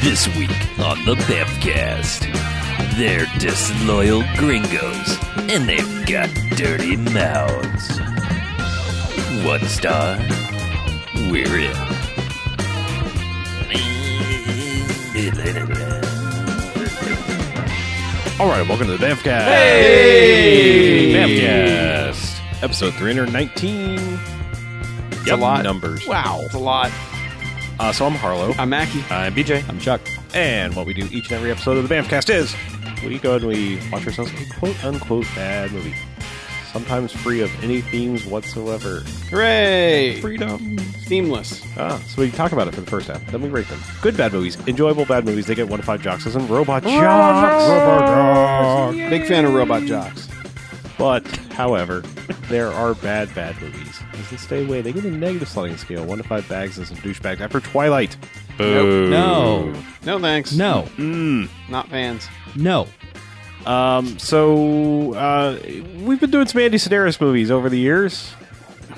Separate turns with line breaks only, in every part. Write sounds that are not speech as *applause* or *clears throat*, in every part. this week on the Bevcast. They're disloyal gringos, and they've got dirty mouths. One star, we're in.
All right, welcome to the Bamfcast.
Hey!
Bamfcast, episode 319. It's
a lot.
Numbers.
Wow. It's a lot.
Uh, so I'm Harlow.
I'm Mackie.
I'm BJ.
I'm Chuck.
And what we do each and every episode of the Bamfcast is we go and we watch ourselves a quote unquote bad movie. Sometimes free of any themes whatsoever.
Hooray!
Freedom.
Seamless.
Ah, so we talk about it for the first half, then we rate them. Good bad movies, enjoyable bad movies. They get one to five jocks and robot jocks. Robot jocks.
Big fan of robot jocks.
But, however, there are bad, bad movies. As they stay away, they get a negative sliding scale. One to five bags and some douchebags after Twilight.
Boo.
No.
No thanks. Mm.
No.
Not fans. *laughs*
No.
Um, so, uh, we've been doing some Andy Sedaris movies over the years.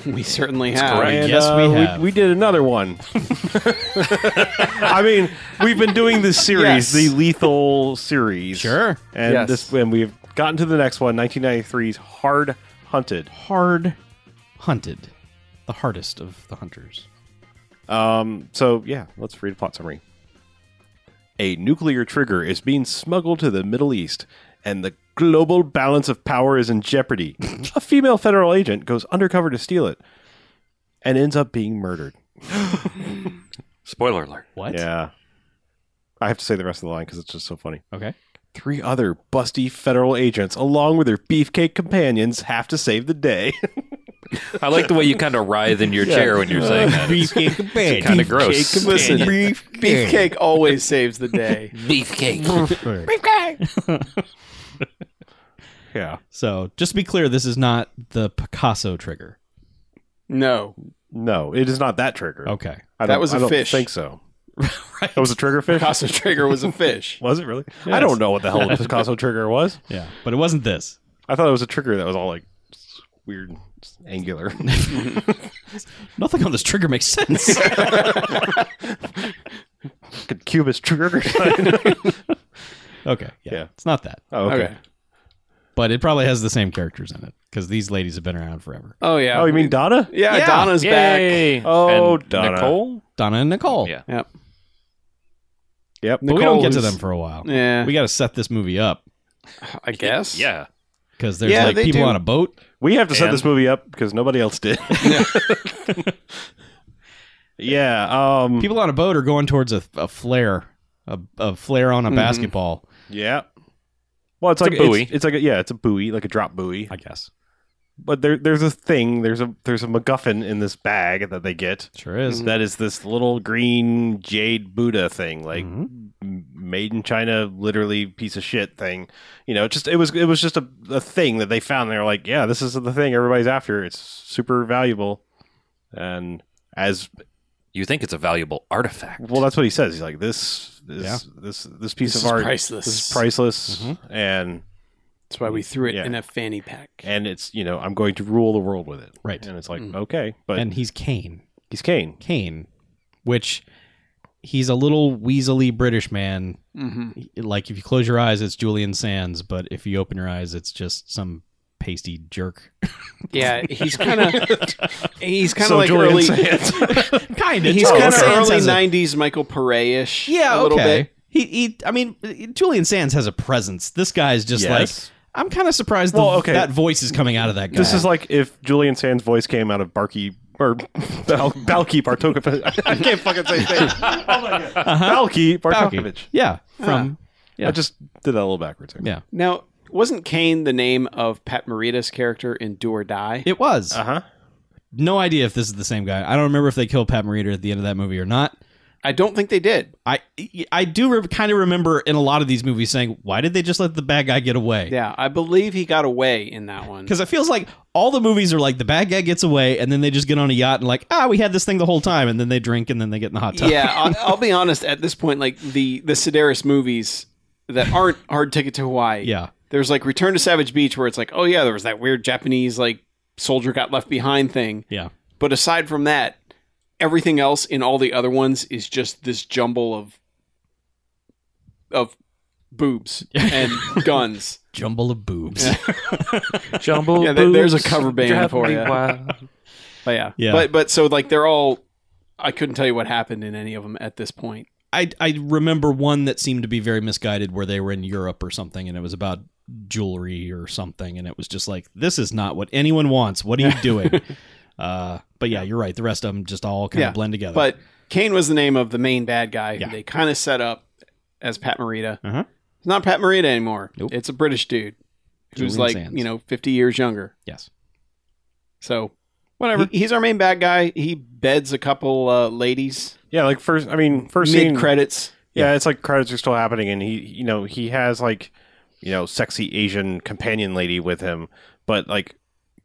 We certainly have.
And,
Yes,
uh,
we have.
We, did another one.
*laughs*
*laughs* I mean, we've been doing this series,
Yes.
the Lethal series.
Sure.
And,
Yes.
this, and we've gotten to the next one, 1993's Hard Hunted.
Hard hunted. The hardest of the hunters.
Um, so yeah, let's read a plot summary. A nuclear trigger is being smuggled to the Middle East, and the global balance of power is in
*laughs*
jeopardy. a female federal agent goes undercover to steal it, and ends up being murdered.
Spoiler alert.
What?
Yeah, I have to say the rest of the line because it's just so funny.
Okay.
Three other busty federal agents, along with their beefcake companions, have to save the day. *laughs*
I like the way you kind of writhe in your chair when you're saying that.
Beefcake
It's kind of gross.
Listen, beef, beefcake always saves the day.
Beefcake.
yeah,
So, just to be clear, this is not the Picasso trigger.
No.
no, it is not that trigger.
Okay.
I
That
don't-
was
I
a
don't
fish.
Think so.
right.
That was a trigger fish.
Picasso Trigger was a fish.
Was it really? I don't know what the hell *laughs* the Picasso trigger was.
*laughs* Yeah. But it wasn't this.
I thought it was a trigger that was all like s- weird, s- *laughs* angular.
Nothing on this trigger makes sense.
Could Cubist *laughs* trigger.
okay. Yeah.
Yeah.
It's not that.
oh, *laughs* okay.
Okay.
But it probably has the same characters in it because these ladies have been around forever.
Oh, yeah.
Oh, you mean Donna?
*laughs* Yeah, Donna's back.
Oh,
and
Donna.
Nicole?
Donna and Nicole.
Yeah.
Yep.
Yep.
But we don't
Nicole
get to
is-
them for a while.
Yeah.
We got to set this movie up
I guess.
Yeah.
because there's
Yeah,
like
they
people
do.
on a boat
We have to set
And-
this movie up because nobody else did. *laughs* yeah. Um.
people on a boat are going towards a, a flare, a, a flare on a
Mm-hmm.
Mhm.
basketball.
Yeah. Well, it's,
It's
like
a buoy.
It's, it's like a, yeah, it's a buoy, like a drop buoy.
I guess
But there, there's a thing. There's a there's a MacGuffin in this bag that they get.
sure is.
That is this little green jade Buddha thing, like
Mhm.
m- made in China, literally piece of shit thing. You know, it just it was it was just a, a thing that they found. They were like, yeah, this is the thing everybody's after. It's super valuable, and as
You think it's a valuable artifact.
well, that's what he says. He's like, this is
Yeah.
this this piece
This is
of art.
priceless.
This is priceless, and
That's why we threw it
Yeah.
in a fanny pack.
and it's you know I'm going to rule the world with it.
Right.
and it's like
Mm.
okay, but
and he's Kane,
he's Kane.
Kane, which he's a little weaselly British man.
hmm
Like if you close your eyes, it's Julian Sands, but if you open your eyes, it's just some pasty
*laughs*
jerk.
Yeah, he's kind of he's kind of
so
like
Julian
early *laughs*
Sands.
kind *laughs*
He's
Oh,
kind of
okay.
early '90s Michael Pere ish.
Yeah,
a little
okay.
bit.
He, he, I mean, Julian Sands has a presence. This guy's just
Yes.
like. I'm kind of surprised
Well,
the,
okay.
that voice is coming out of that
*laughs*
guy.
This is like if Julian Sand's voice came out of Barky or Bal- Balky Bartokovich. *laughs* I can't fucking say his name. Oh my god,
Uh-huh.
Balky Bartokovich.
yeah, from
Ah. I just did that a little backwards. There.
yeah,
Now, wasn't Kane the name of Pat Morita's character in Do or Die?
it was.
Uh huh.
no idea if this is the same guy. I don't remember if they killed Pat Morita at the end of that movie or not.
I don't think they did.
I I do re- kind of remember in a lot of these movies saying, "Why did they just let the bad guy get away?"
Yeah, I believe he got away in that
*laughs*
one.
Because it feels like all the movies are like the bad guy gets away, and then they just get on a yacht and like, ah, we had this thing the whole time, and then they drink, and then they get in the hot tub.
Yeah, I'll, I'll be honest. At this point, like the the Sedaris movies that aren't Hard Ticket to Hawaii.
yeah,
there's like Return to Savage Beach, where it's like, oh yeah, there was that weird Japanese like soldier got left behind thing.
yeah.
But aside from that, everything else in all the other ones is just this jumble of of boobs and guns.
Jumble
*laughs*
of boobs.
Jumble.
Yeah, there- there's a
boobs
cover band
drive
for
me
ya.
wild.
*laughs* But yeah.
Yeah.
But but so like they're all I couldn't tell you what happened in any of them at this point.
I I remember one that seemed to be very misguided where they were in Europe or something and it was about jewelry or something and it was just like this is not what anyone wants. What are you
*laughs*
doing? uh but yeah, you're right. The rest of them just all kind
Yeah,
of blend together.
But Kane was the name of the main bad guy who
Yeah.
they kind of set up as Pat Morita.
Uh-huh.
It's not Pat Morita anymore.
Nope.
It's a British dude who's
Julian
like,
Sands.
you know, 50 years younger.
yes.
So whatever. he's our main bad guy. He beds a couple uh, ladies
Yeah, like first. I mean, first
mid
scene.
credits.
yeah, it's like credits are still happening, and he, you know, he has like, you know, sexy Asian companion lady with him, but like,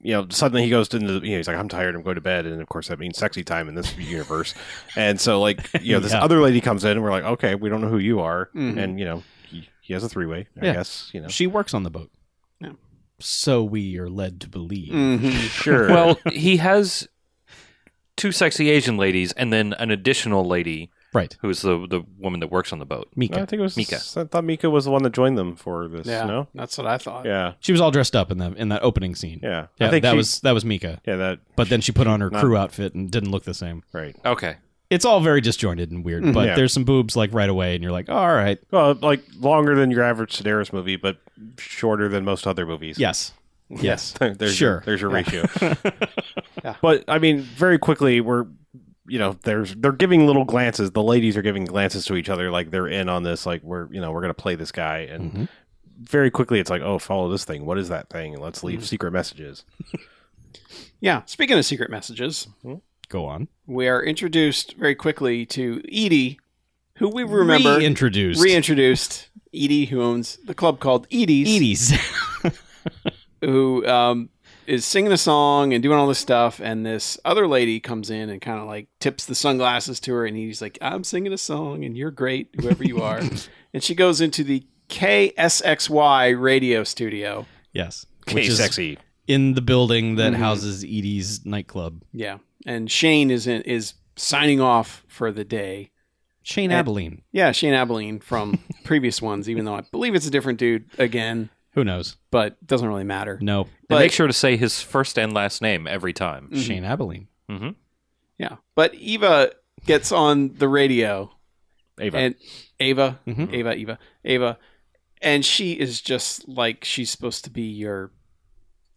you know, suddenly he goes to, the, you know, he's like, I'm tired, I'm going to bed, and of course that means sexy time in this *laughs* universe, and so like, you know, this
Yeah.
other lady comes in, and we're like, okay, we don't know who you are,
Mhm.
and you know, he, he has a three way, I
Yeah.
guess, you know,
She works on the boat.
Yeah.
So we are led to believe.
Mm.
*laughs* Mhm.
*laughs* sure,
Well, he has two sexy Asian ladies and then an additional lady
Right.
who's the the woman that works on the boat.
No, I
Mika.
think it was
Mika.
I thought Mika was the one that joined them for this.
Yeah.
No.
That's what I thought.
Yeah.
She was all dressed up in that in that opening scene.
Yeah.
Yeah,
I think
that
she-
was that was Mika.
Yeah. That.
But then she put on her
Not-
crew outfit and didn't look the same.
Right.
Okay.
It's all very disjointed and weird,
Mhm.
but
Mm-hmm. Yeah.
there's some boobs like right away and you're like, "All right.
Well, like longer than your average Sedaris movie, but shorter than most other movies. *laughs*
Yes. Yes.
there's your-
Sure.
there's your
*laughs*
ratio.
Yeah.
But I mean, very quickly, we're you know, there's they're giving little glances. The ladies are giving glances to each other, like they're in on this. Like we're you know we're gonna play this guy, and
Mhm.
very quickly it's like, oh, follow this thing. What is that thing? Let's leave
Mm-hmm.
secret messages.
Yeah. Speaking of secret messages,
Go on.
we are introduced very quickly to Edie, who we remember
reintroduced.
reintroduced. Edie, who owns the club called Edie's,
*laughs* Edie's.
who um, is singing a song and doing all this stuff, and this other lady comes in and kind of like tips the sunglasses to her, and he's like, "I'm singing a song, and you're great, whoever you are," and she goes into the KSXY radio studio.
yes.
Okay, sexy.
in the
Mm-hmm.
building that houses Edie's nightclub.
Yeah, and Shane is in, is signing off for the day.
Shane
Eh.
And-
Abilene.
Yeah, Shane
*laughs*
Abilene from previous ones, even though I believe it's a different dude again,
Who knows?
but doesn't really matter.
No.
They
But-
make sure to say his first and last name every time.
Mm-hmm.
Shane Abilene.
Yeah, but Eva gets on the radio
Ava.
and Ava,
Mhm.
Mm-hmm.
Ava, Eva, Ava, and she is just like she's supposed to be your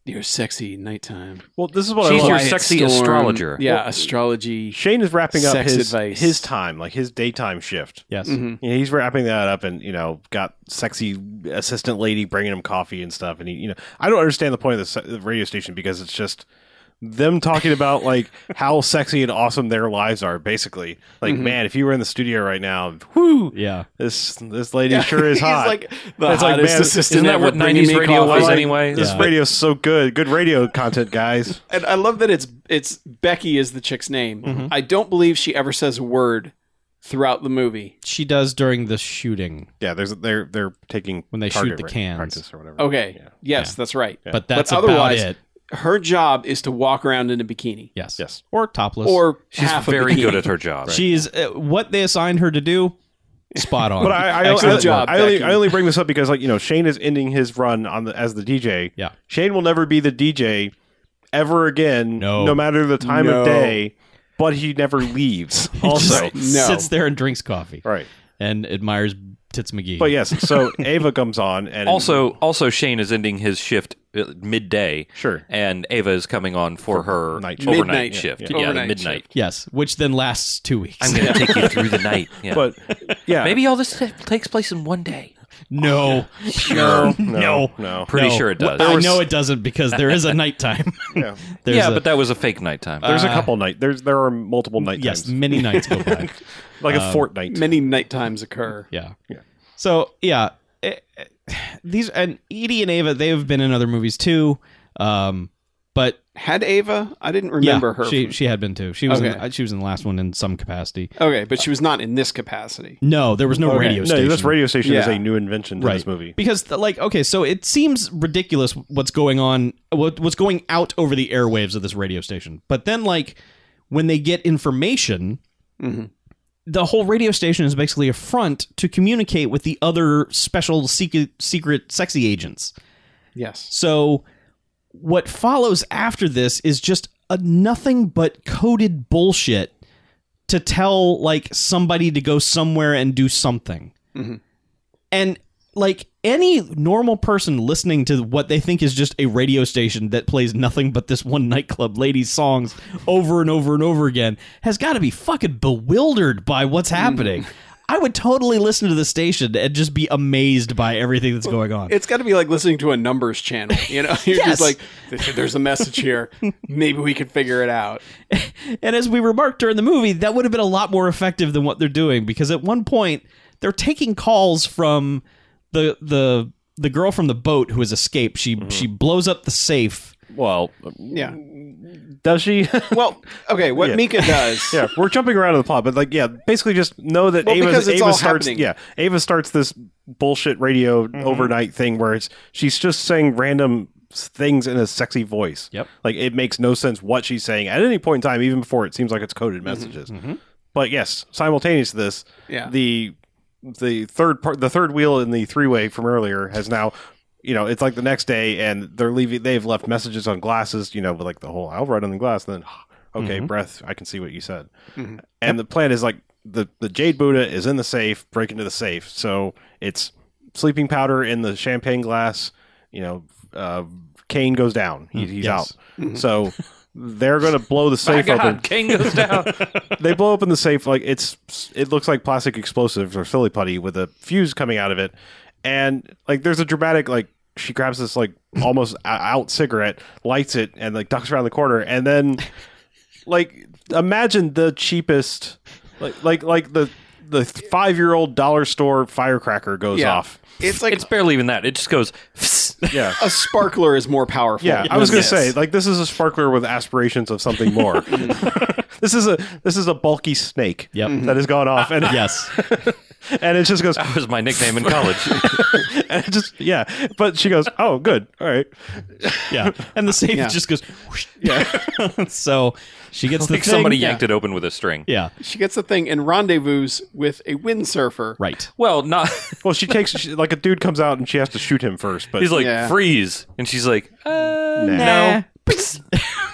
your sexy nighttime.
well, this is what
She's
I
your
love.
Quiet
sexy
storm.
astrologer.
Yeah, astrology.
Shane is wrapping up
Sex
his
advice.
his time, like his daytime shift.
Yes.
Mhm.
Yeah, he's wrapping that up, and you know, got sexy assistant lady bringing him coffee and stuff. And he, you know, I don't understand the point of the se- the radio station because it's just them talking about
*laughs*
like how sexy and awesome their lives are. Basically, like
Mm-hmm.
man, if you were in the studio right now, whoo,
Yeah.
this this lady sure is hot.
*laughs* He's like the
It's like,
hottest
man,
assistant
Isn't that
ever
what
bringing
'90s
me
radio
coffee.
was
Like,
anyway?
This
Yeah.
radio's so good. Good radio content, guys.
And I love that it's it's Becky is the chick's name. I don't believe she ever says a word throughout the movie.
She does during the shooting,
Yeah, there's they're they're taking
When they shoot
target
the
ra-
cans.
practice or whatever.
Okay.
Yeah.
Yes, that's right.
Yeah.
but that's about
otherwise-
it.
Her job is to walk around in a bikini.
Yes.
Yes.
Or topless.
Or
She's
half
very
a bikini.
good
*laughs*
at her job.
she's uh, what they assigned her to do.
*laughs*
Spot on.
But I, I,
Excellent
I,
work.
job,
I only,
Becky.
I only bring this up because like you know Shane is ending his run on the, as the DJ.
Yeah.
Shane will never be the DJ ever again.
No.
matter the time
No.
of day. But he never leaves. *laughs*
Just
Also,
No.
sits there and drinks coffee
right.
and admires Tits McGee.
But yes, so Ava comes on and
Also, also Shane is ending his shift uh, midday.
Sure.
And Ava is coming on for her
night shift.
overnight
Midnight
shift.
shift.
Yeah, the
Overnight
midnight.
yes, which then lasts two weeks.
I'm going to take you through the night. Yeah.
but uh,
*laughs*
yeah,
Maybe all this t- takes place in one day.
*laughs* no,
oh, no,
No.
no, no.
Pretty
No.
sure it does.
I know it doesn't because there is a nighttime.
Yeah.
*laughs* There's
yeah,
a-
but that was a fake nighttime.
There's a
Uh,
couple night. There's there are multiple night
yes,
times,
many nights go
*laughs*
by.
like a fortnight.
Many nighttimes occur.
Yeah.
Yeah.
So yeah, eh, eh, these and Edie and Ava they have been in other movies too, um, but
Had Ava? I didn't remember
yeah,
her.
She
from-
she had been too. She was
Okay.
in, she was in the last one in some capacity.
okay, but she was not in this capacity.
No, there was no
Okay.
radio
no,
station.
this radio station is
Yeah.
a new invention to
right
this movie.
because the- like okay, so it seems ridiculous what's going on, what, what's going out over the
Mm-hmm.
airwaves of this radio station. But then like when they get information,
Mhm.
the whole radio station is basically a front to communicate with the other special secret, secret sexy agents.
Yes.
So what follows after this is just a nothing but coded bullshit to tell like somebody to go somewhere and do something.
Mhm.
And like any normal person listening to what they think is just a radio station that plays nothing but this one nightclub ladies songs over and over and over again has got to be fucking bewildered by what's happening. I would totally listen to the station and just be amazed by everything that's going on.
It's got to be like listening to a numbers channel, you know. *laughs* You're
Yes.
just like, "There's a message here. Maybe we can figure it out."
And as we remarked during the movie, that would have been a lot more effective than what they're doing because at one point they're taking calls from the the the girl from the boat who has escaped. She she blows up the safe.
Well,
Yeah.
does she?
Well, okay. What
Yeah.
Mika does,
*laughs* yeah, we're jumping around in the plot, but like, yeah, basically just know that
Well,
Ava,
because it's
Ava
all
starts.
happening.
Yeah, Ava starts this bullshit radio overnight thing where it's she's just saying random s- things in a sexy voice.
Yep.
like it makes no sense what she's saying at any point in time, even before it seems like it's coded messages. But yes, simultaneous to this,
Yeah.
the the third part, the third wheel in the three way from earlier has now. You know, it's like the next day, and they're leaving. They've left messages on glasses. You know, with like the whole "I'll write on the glass." And then, okay,
Mm-hmm.
breath. I can see what you said. And the plan is like the the jade Buddha is in the safe. Break into the safe. So it's sleeping powder in the champagne glass. You know, uh, Kane goes down. He, he's
yes.
out. So they're gonna blow the
Mm, *laughs* My
safe open
God, King goes down.
they blow open the safe like it's it looks like plastic explosives or silly putty with a fuse coming out of it and like there's a dramatic like she grabs this like almost o- out cigarette lights it and like ducks around the corner and then like imagine the cheapest like like like the the five year old dollar store firecracker goes
Yeah.
off
it's like
It's barely even that. It just goes. "Fss." *laughs*
yeah
a sparkler is more powerful.
yeah, I was
than
gonna say
this.
like this is a sparkler with aspirations of something more. *laughs* this is a this is a bulky snake
Yep.
that has gone off and
Yes.
and it just goes *laughs*
That was my nickname in college.
and it just yeah. But she goes, "Oh, good, all right."
*laughs* Yeah. And the safe
Yeah.
just goes Yeah. *laughs* so
*laughs*
she gets
like
the thing.
somebody
yeah.
yanked it open with a string.
Yeah.
she gets the thing and rendezvous with a windsurfer.
Right.
Well, not. *laughs*
Well, she takes she, like a dude comes out and she has to shoot him first, but
He's like
Yeah.
freeze, and she's like, uh,
Nah.
no.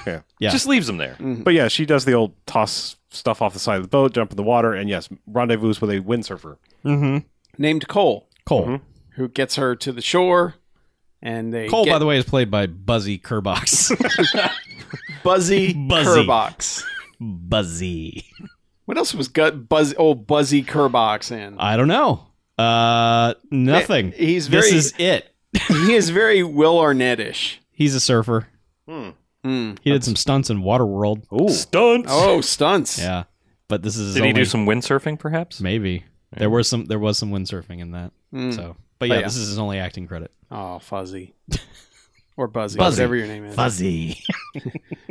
yeah.
Yeah.
Just leaves him there.
But yeah, she does the old toss stuff off the side of the boat, jump in the water, and yes, rendezvous with a windsurfer.
Named Cole,
*laughs* Cole.
who gets her to the shore, and they
Cole,
get
by the way, is played by Buzzy Kerbox.
Buzzy,
*laughs* Buzzy.
Kerbox.
Buzzy.
What else was gut Buzz old Buzzy Kerbox in?
I don't know. Uh nothing.
He's
this
very-
is it.
he is very Will Arnettish.
He's a surfer.
Hmm.
He did some stunts in Waterworld.
Ooh,
Stunts.
Oh, stunts.
Yeah, but this is his
Did he
only-
do some windsurfing, perhaps?
Maybe there were some there was some windsurfing in that.
Mm.
So, but yeah,
yeah.
this is his only acting credit.
Oh, Fuzzy. Or Buzzy,
Buzzy.
whatever your name is.
Fuzzy.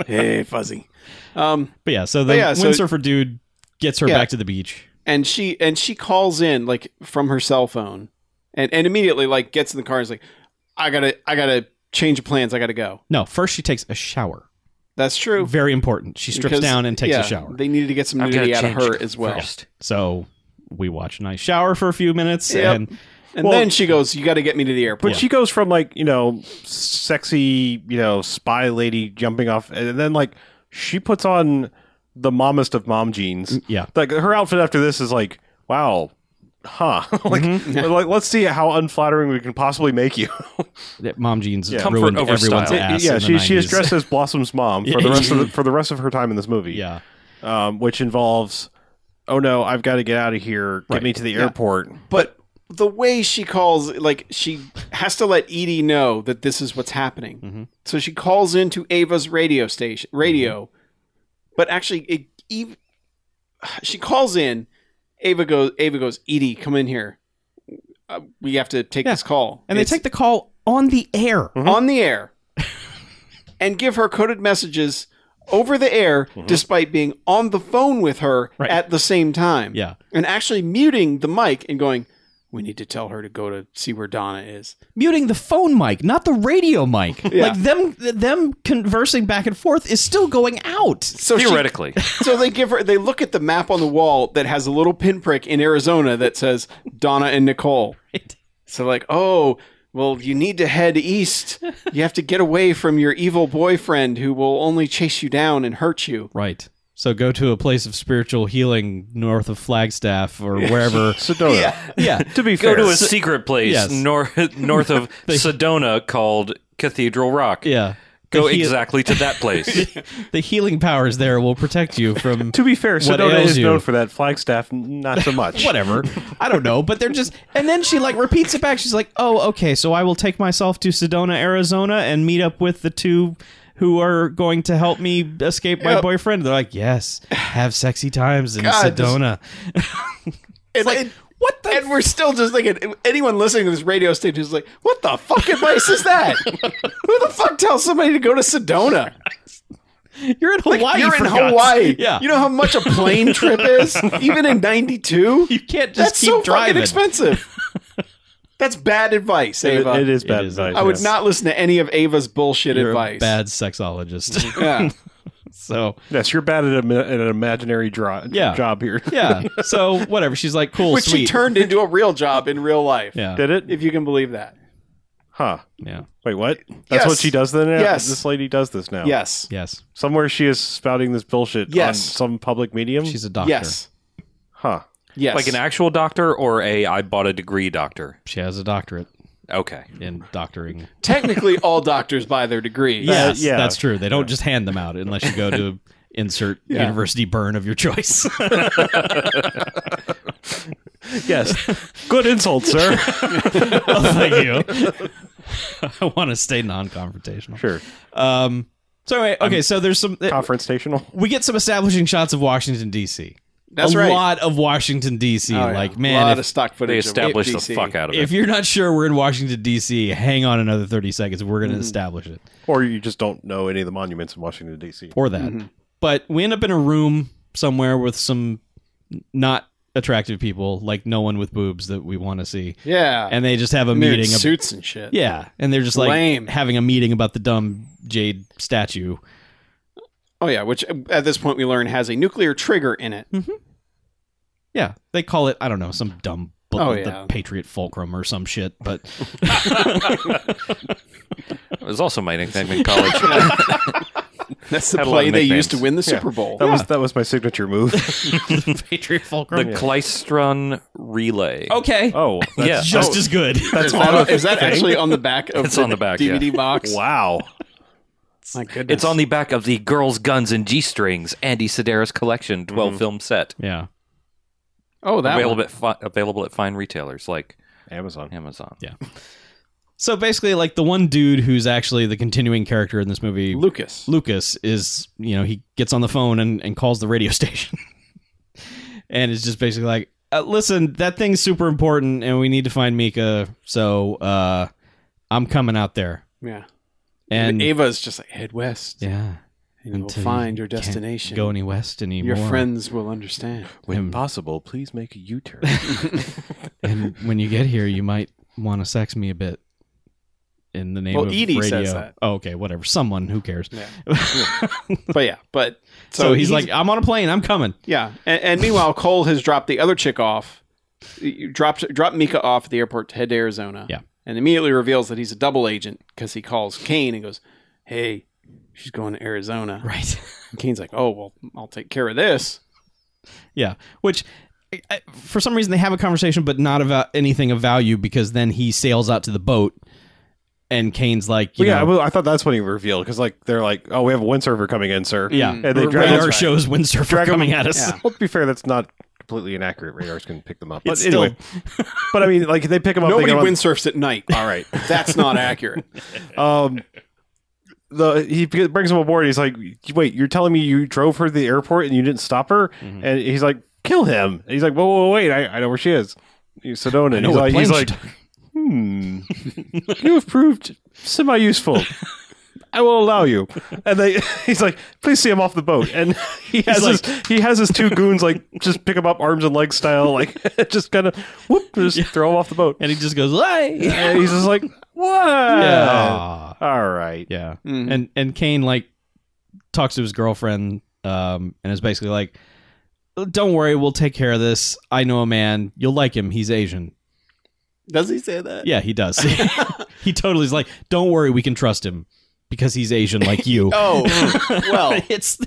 Hey, Fuzzy. Um,
But yeah, so the
yeah, so-
windsurfer dude gets her
Yeah.
back to the beach.
and she and she calls in like from her cell phone, and and immediately like gets in the car and is like, I gotta I gotta change of plans. I gotta go.
No, first she takes a shower.
That's true.
Very important. She strips
Because-
down and takes
yeah,
a shower.
They needed to get some
I've gotta
nudity out of
change
her as well.
first.
So we watch a nice shower for a few minutes,
Yep.
and
And
Well-
then she goes, "You got to get me to the
but
airport."
she goes from like you know, sexy you know spy lady jumping off, and then like she puts on the mommest of mom jeans.
yeah,
Like her outfit after this is like, wow. Huh? *laughs* like, like, let's see how unflattering we can possibly make you.
that mom jeans
Comfort
ruined
over
everyone's
style.
ass.
yeah,
in the
she, she is
90s.
dressed as Blossom's mom for the rest
*laughs*
of the, for the rest of her time in this movie.
Yeah,
um, which involves, oh no, I've got to get out of here. Get me to the airport.
but the way she calls, like she has to let Edie know that this is what's happening.
Mm-hmm.
So she calls into Ava's radio station, radio,
Mm-hmm.
but actually, it, Eve, she calls in. Ava goes. Ava goes. Edie, come in here. Uh, we have to take
Yeah.
this call.
and they
It's Mm.
take the call on the Mm-hmm. air.
on the air and give her coded messages over the air, despite being on the phone with her
Mm-hmm. Right.
at the same time
Yeah,
and actually muting the mic and going, we need to tell her to go to see where Donna is.
muting the phone mic, not the radio mic.
Yeah.
Like them them conversing back and forth is still going out.
So she-
Theoretically,
*laughs* so they give her. They look at the map on the wall that has a little pinprick in Arizona that says Donna and Nicole.
Right.
So like, oh, well, you need to head east. You have to get away from your evil boyfriend who will only chase you down and hurt you.
Right. So go to a place of spiritual healing north of Flagstaff or
*laughs*
wherever.
Sedona.
yeah.
to be
fair.
go to a secret place
Yes.
north *laughs* north of
They-
Sedona called Cathedral Rock.
Yeah.
Go
the, heal-
exactly to that place.
*laughs* the healing powers there will protect you from
To be fair,
What
Sedona
ails
is
you?
known for that. Flagstaff, n- not so much.
*laughs* whatever. I don't know, but they're just and then she like repeats it back. She's like, "Oh, okay, so I will take myself to Sedona, Arizona and meet up with the two who are going to help me escape my
Yep.
boyfriend." They're like, "Yes, have sexy times in
God, this-
Sedona."
And, like, what the? And we're still just thinking. Anyone listening to this radio station is like, what the fucking place is *laughs* that? Who the fuck tells somebody to go to Sedona?
You're in Hawaii.
Like, you're in
for God's-
Hawaii.
*laughs* Yeah.
You know how much a plane trip
*laughs*
is, even in '92.
You can't just
That's
keep
so
driving.
fucking expensive.
*laughs*
That's bad advice,
It-
Ava.
it is bad
It is
advice.
I would
yes.
not listen to any of Ava's bullshit
You're
advice.
a bad sexologist.
*laughs*
*laughs*
Yeah.
so
Yes, you're bad at, a, mi- at an imaginary draw,
Yeah.
job here.
yeah. So whatever. She's like, cool,
Which she
sweet.
turned into a real job in real life.
*laughs* yeah.
Did it?
If you can believe that.
Huh.
Yeah.
Wait, what? That's
Yes.
what she does then? now?
Yes.
This lady does this now.
Yes.
Yes.
Somewhere she is spouting this bullshit on
Yes.
some public medium?
She's a doctor.
Yes.
huh.
Yes.
Like an actual doctor or a I bought a degree doctor.
She has a doctorate
Okay.
in doctoring. *laughs*
Technically, all doctors buy their degrees.
Yes,
yeah.
that's true. They don't just hand them out unless you go to insert
*laughs* Yeah.
university burn of
*laughs*
your choice.
Yes. Good insult, sir.
well, thank you. *laughs* I want to stay non-confrontational.
*laughs* sure.
Um. So anyway, okay. so there's some. uh,
Confrontational.
we get some establishing shots of Washington D.C.
That's
a
right.
lot of Washington D.C.
Oh, yeah.
like
a lot
man,
of
if,
stock footage.
They
of
establish the
DC.
fuck out of it.
if you're not sure we're in Washington D.C., hang on another thirty seconds. We're going
Mm-hmm.
to establish it.
Or you just don't know any of the monuments in Washington, D.C.
or that.
Mm-hmm.
But we end up in a room somewhere with some not attractive people, like no one with boobs that we want to see,
Yeah.
and they just have a
And they're in
meeting. ab-
suits and shit.
yeah, and they're just like
Lame.
having a meeting about the dumb jade statue.
Oh yeah. Which uh, at this point we learn has a nuclear trigger in it.
Yeah, they call it I don't know some dumb. bu-
Oh,
the
yeah.
Patriot Fulcrum or some shit, but
*laughs*
It was also my nickname in college. *laughs*
That's the
Had a lot
play
of
they
nicknames.
used to win the Super Bowl.
That was that was my signature move.
the Patriot
the
Fulcrum.
Kleistron Relay.
okay,
oh, that's,
Yeah.
just as good.
Is that, is that actually on the back of
It's
the
on the back, yeah.
DVD box?
wow.
My goodness.
It's on the back of the Girls, Guns, and G Strings Andy Sedaris collection 12 film set.
*laughs* yeah,
Oh, Mm-hmm. that one.
available at, fi- available at fine retailers like
Amazon.
Amazon.
Yeah. so basically, like the one dude who's actually the continuing character in this movie,
Lucas.
Lucas is, you know, he gets on the phone and, and calls the radio *laughs* station. and it's just basically like, uh, listen, that thing's super important and we need to find Mika. So uh, I'm coming out there.
Yeah. And
And,
Ava's just like head west,
yeah,
and you'll
until you
find your
can't
destination.
Go any west anymore.
your *laughs* friends will understand.
When
Him.
possible, please make a *laughs* U-turn.
And when you get here, you might want to sex me a bit. In the name
Well,
of
Edie
radio.
says that.
Oh, okay, whatever. Someone who cares.
Yeah. But yeah, but
so he's, like, I'm on a plane. I'm coming.
yeah. And, and meanwhile, Cole has dropped the other chick off, You dropped dropped Mika off at the airport to head to Arizona.
Yeah.
and immediately reveals that he's a double agent because he calls Kane and goes, "Hey, she's going to Arizona."
Right.
And Kane's like, "Oh well, I'll take care of this."
Yeah, which I, I, for some reason they have a conversation, but not about anything of value because then he sails out to the boat, and Kane's like, you
Well, yeah, I,
know,
was- I thought that's when he revealed because like they're like, oh, we have a windsurfer coming in, sir.
yeah,
Mm.
and they
r-
drag *laughs*
radar
him-
shows windsurfer
drag him-
coming at us. *laughs*
Yeah.
Well, to be fair, that's not completely inaccurate. Radars can pick them up, but
It's still-
anyway. but I mean, like they pick them up. they
Nobody
get on-
windsurfs at
*laughs*
night. All right, that's not accurate.
Um, the he p- brings him aboard. He's like, "Wait, you're telling me you drove her to the airport and you didn't stop her?"
Mm-hmm.
And he's like, "Kill him!" And he's like, "Whoa, whoa, wait! I, I know where she is." He's Sedona. And
know
he's
what
like, he's
plane
like, "Hmm, you have proved semi-useful." I will allow you. And they, *laughs* he's like, please see him off the boat. And *laughs* he has
like-
his, he has his two goons like just pick him up arms and legs style, like *laughs* just kind of whoop, just throw him off the boat.
and he just goes,
*laughs*
"Hey."
And he's just like, what?
Yeah.
All right.
Yeah.
Mhm.
And and Kane like talks to his girlfriend um and is basically like don't worry, we'll take care of this. I know a man. You'll like him. He's Asian.
Does he say that?
Yeah, he does. *laughs* he totally is like, "Don't worry, we can trust him because he's Asian like you."
*laughs*
*laughs*
Oh, well.
it's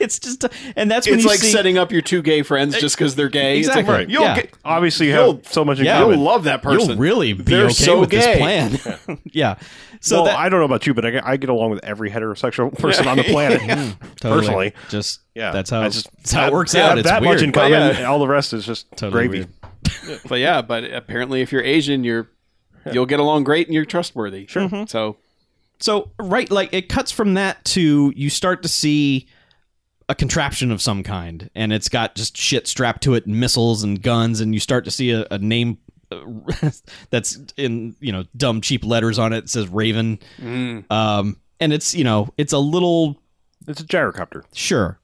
it's just and that's when
It's
you
like
see
setting up your two gay friends just because they're gay. *laughs* It's like,
Exactly.
Right.
You'll Yeah. get-
Obviously, you
You'll-
have so much in
yeah,
common.
You'll love that person.
you'll really be
They're
okay
so
with
gay.
this plan. *laughs* Yeah. So
well,
that,
I don't know about you, but I, get- I get along with every
*laughs*
heterosexual person on the planet.
totally.
personally,
just
yeah,
that's how
I just-
that's how it works
I
out.
have
It's
that
weird.
much in
but
common.
yeah.
and all the rest is just
Totally
gravy.
weird.
But yeah, but apparently if you're Asian, you're you'll get along great and you're trustworthy. Sure. So
so right like it cuts from that to you start to see a contraption of some kind and it's got just shit strapped to it and missiles and guns and you start to see a, a name uh, *laughs* that's in you know dumb cheap letters on it that says raven
mm,
um and it's you know it's a little
It's a gyrocopter.
sure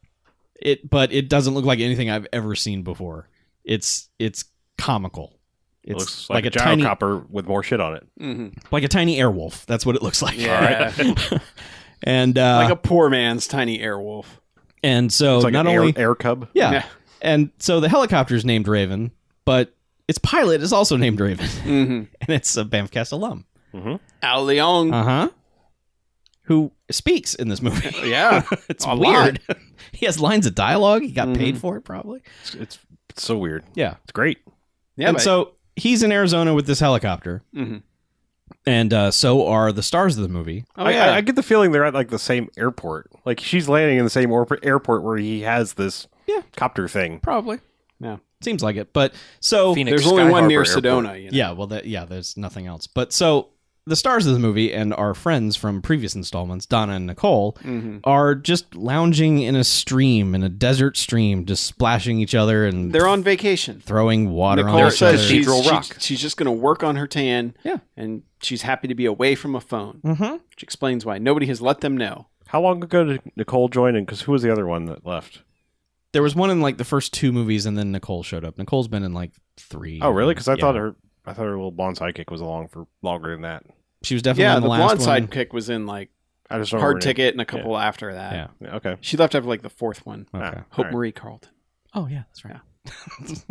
it but it doesn't look like anything i've ever seen before it's it's comical
It
it's
looks like, a,
tiny
gyrocopter with more shit on it.
mhm.
like a tiny airwolf that's what it looks like
yeah.
*laughs* and uh
like a poor man's tiny airwolf.
and so
It's like
Oh, not
an
only
air, air cub.
Yeah.
Yeah.
And so the helicopter is named Raven, but its pilot is also named Raven, *laughs*
Mm-hmm.
and it's a Banffcast alum.
Ao Leong.
Uh huh. Who speaks in
*laughs*
this movie?
yeah.
it's
a Mm-hmm.
weird. *laughs* he has lines of dialogue. He got paid for it, probably.
It's, it's, it's so weird.
Yeah.
It's great.
Yeah.
and
but-
so he's in Arizona with this helicopter,
Mhm.
and uh, so are the stars of the movie.
Oh,
I,
yeah.
I, I get the feeling they're at like the same airport. Like she's landing in the same orp- airport where he has this
Yeah.
copter thing.
Probably.
Yeah.
Seems like it. But so
Phoenix
Oh, There's only
Sky
one near
Harbor Airport.
Sedona. You know?
Yeah, well, that, yeah, there's nothing else. But so the stars of the movie and our friends from previous installments, Donna and Nicole,
Mm-hmm.
are just lounging in a stream, in a desert stream, just splashing each other and
They're on vacation.
throwing water on
Nicole
each
says
other.
she's,
Cathedral
she's-
Rock.
she's just going to work on her tan.
Yeah.
And she's happy to be away from a phone,
Mhm.
which explains why nobody has let them know.
How long ago did Nicole join in? Because who was the other one that left?
There was one in like the first two movies, and then Nicole showed up. Nicole's been in like three.
Oh, really? Because I
Yeah.
thought her, I thought her little blonde sidekick was along for longer than that.
she was definitely
yeah.
in
The,
the, last
blonde
one.
sidekick was in like
I just don't
Hard
remember her
Ticket and a couple after that.
Yeah.
name. Yeah, Okay.
She left after like the fourth one.
Okay.
Ah,
Hope
all right.
Marie Carlton.
Oh yeah, that's right.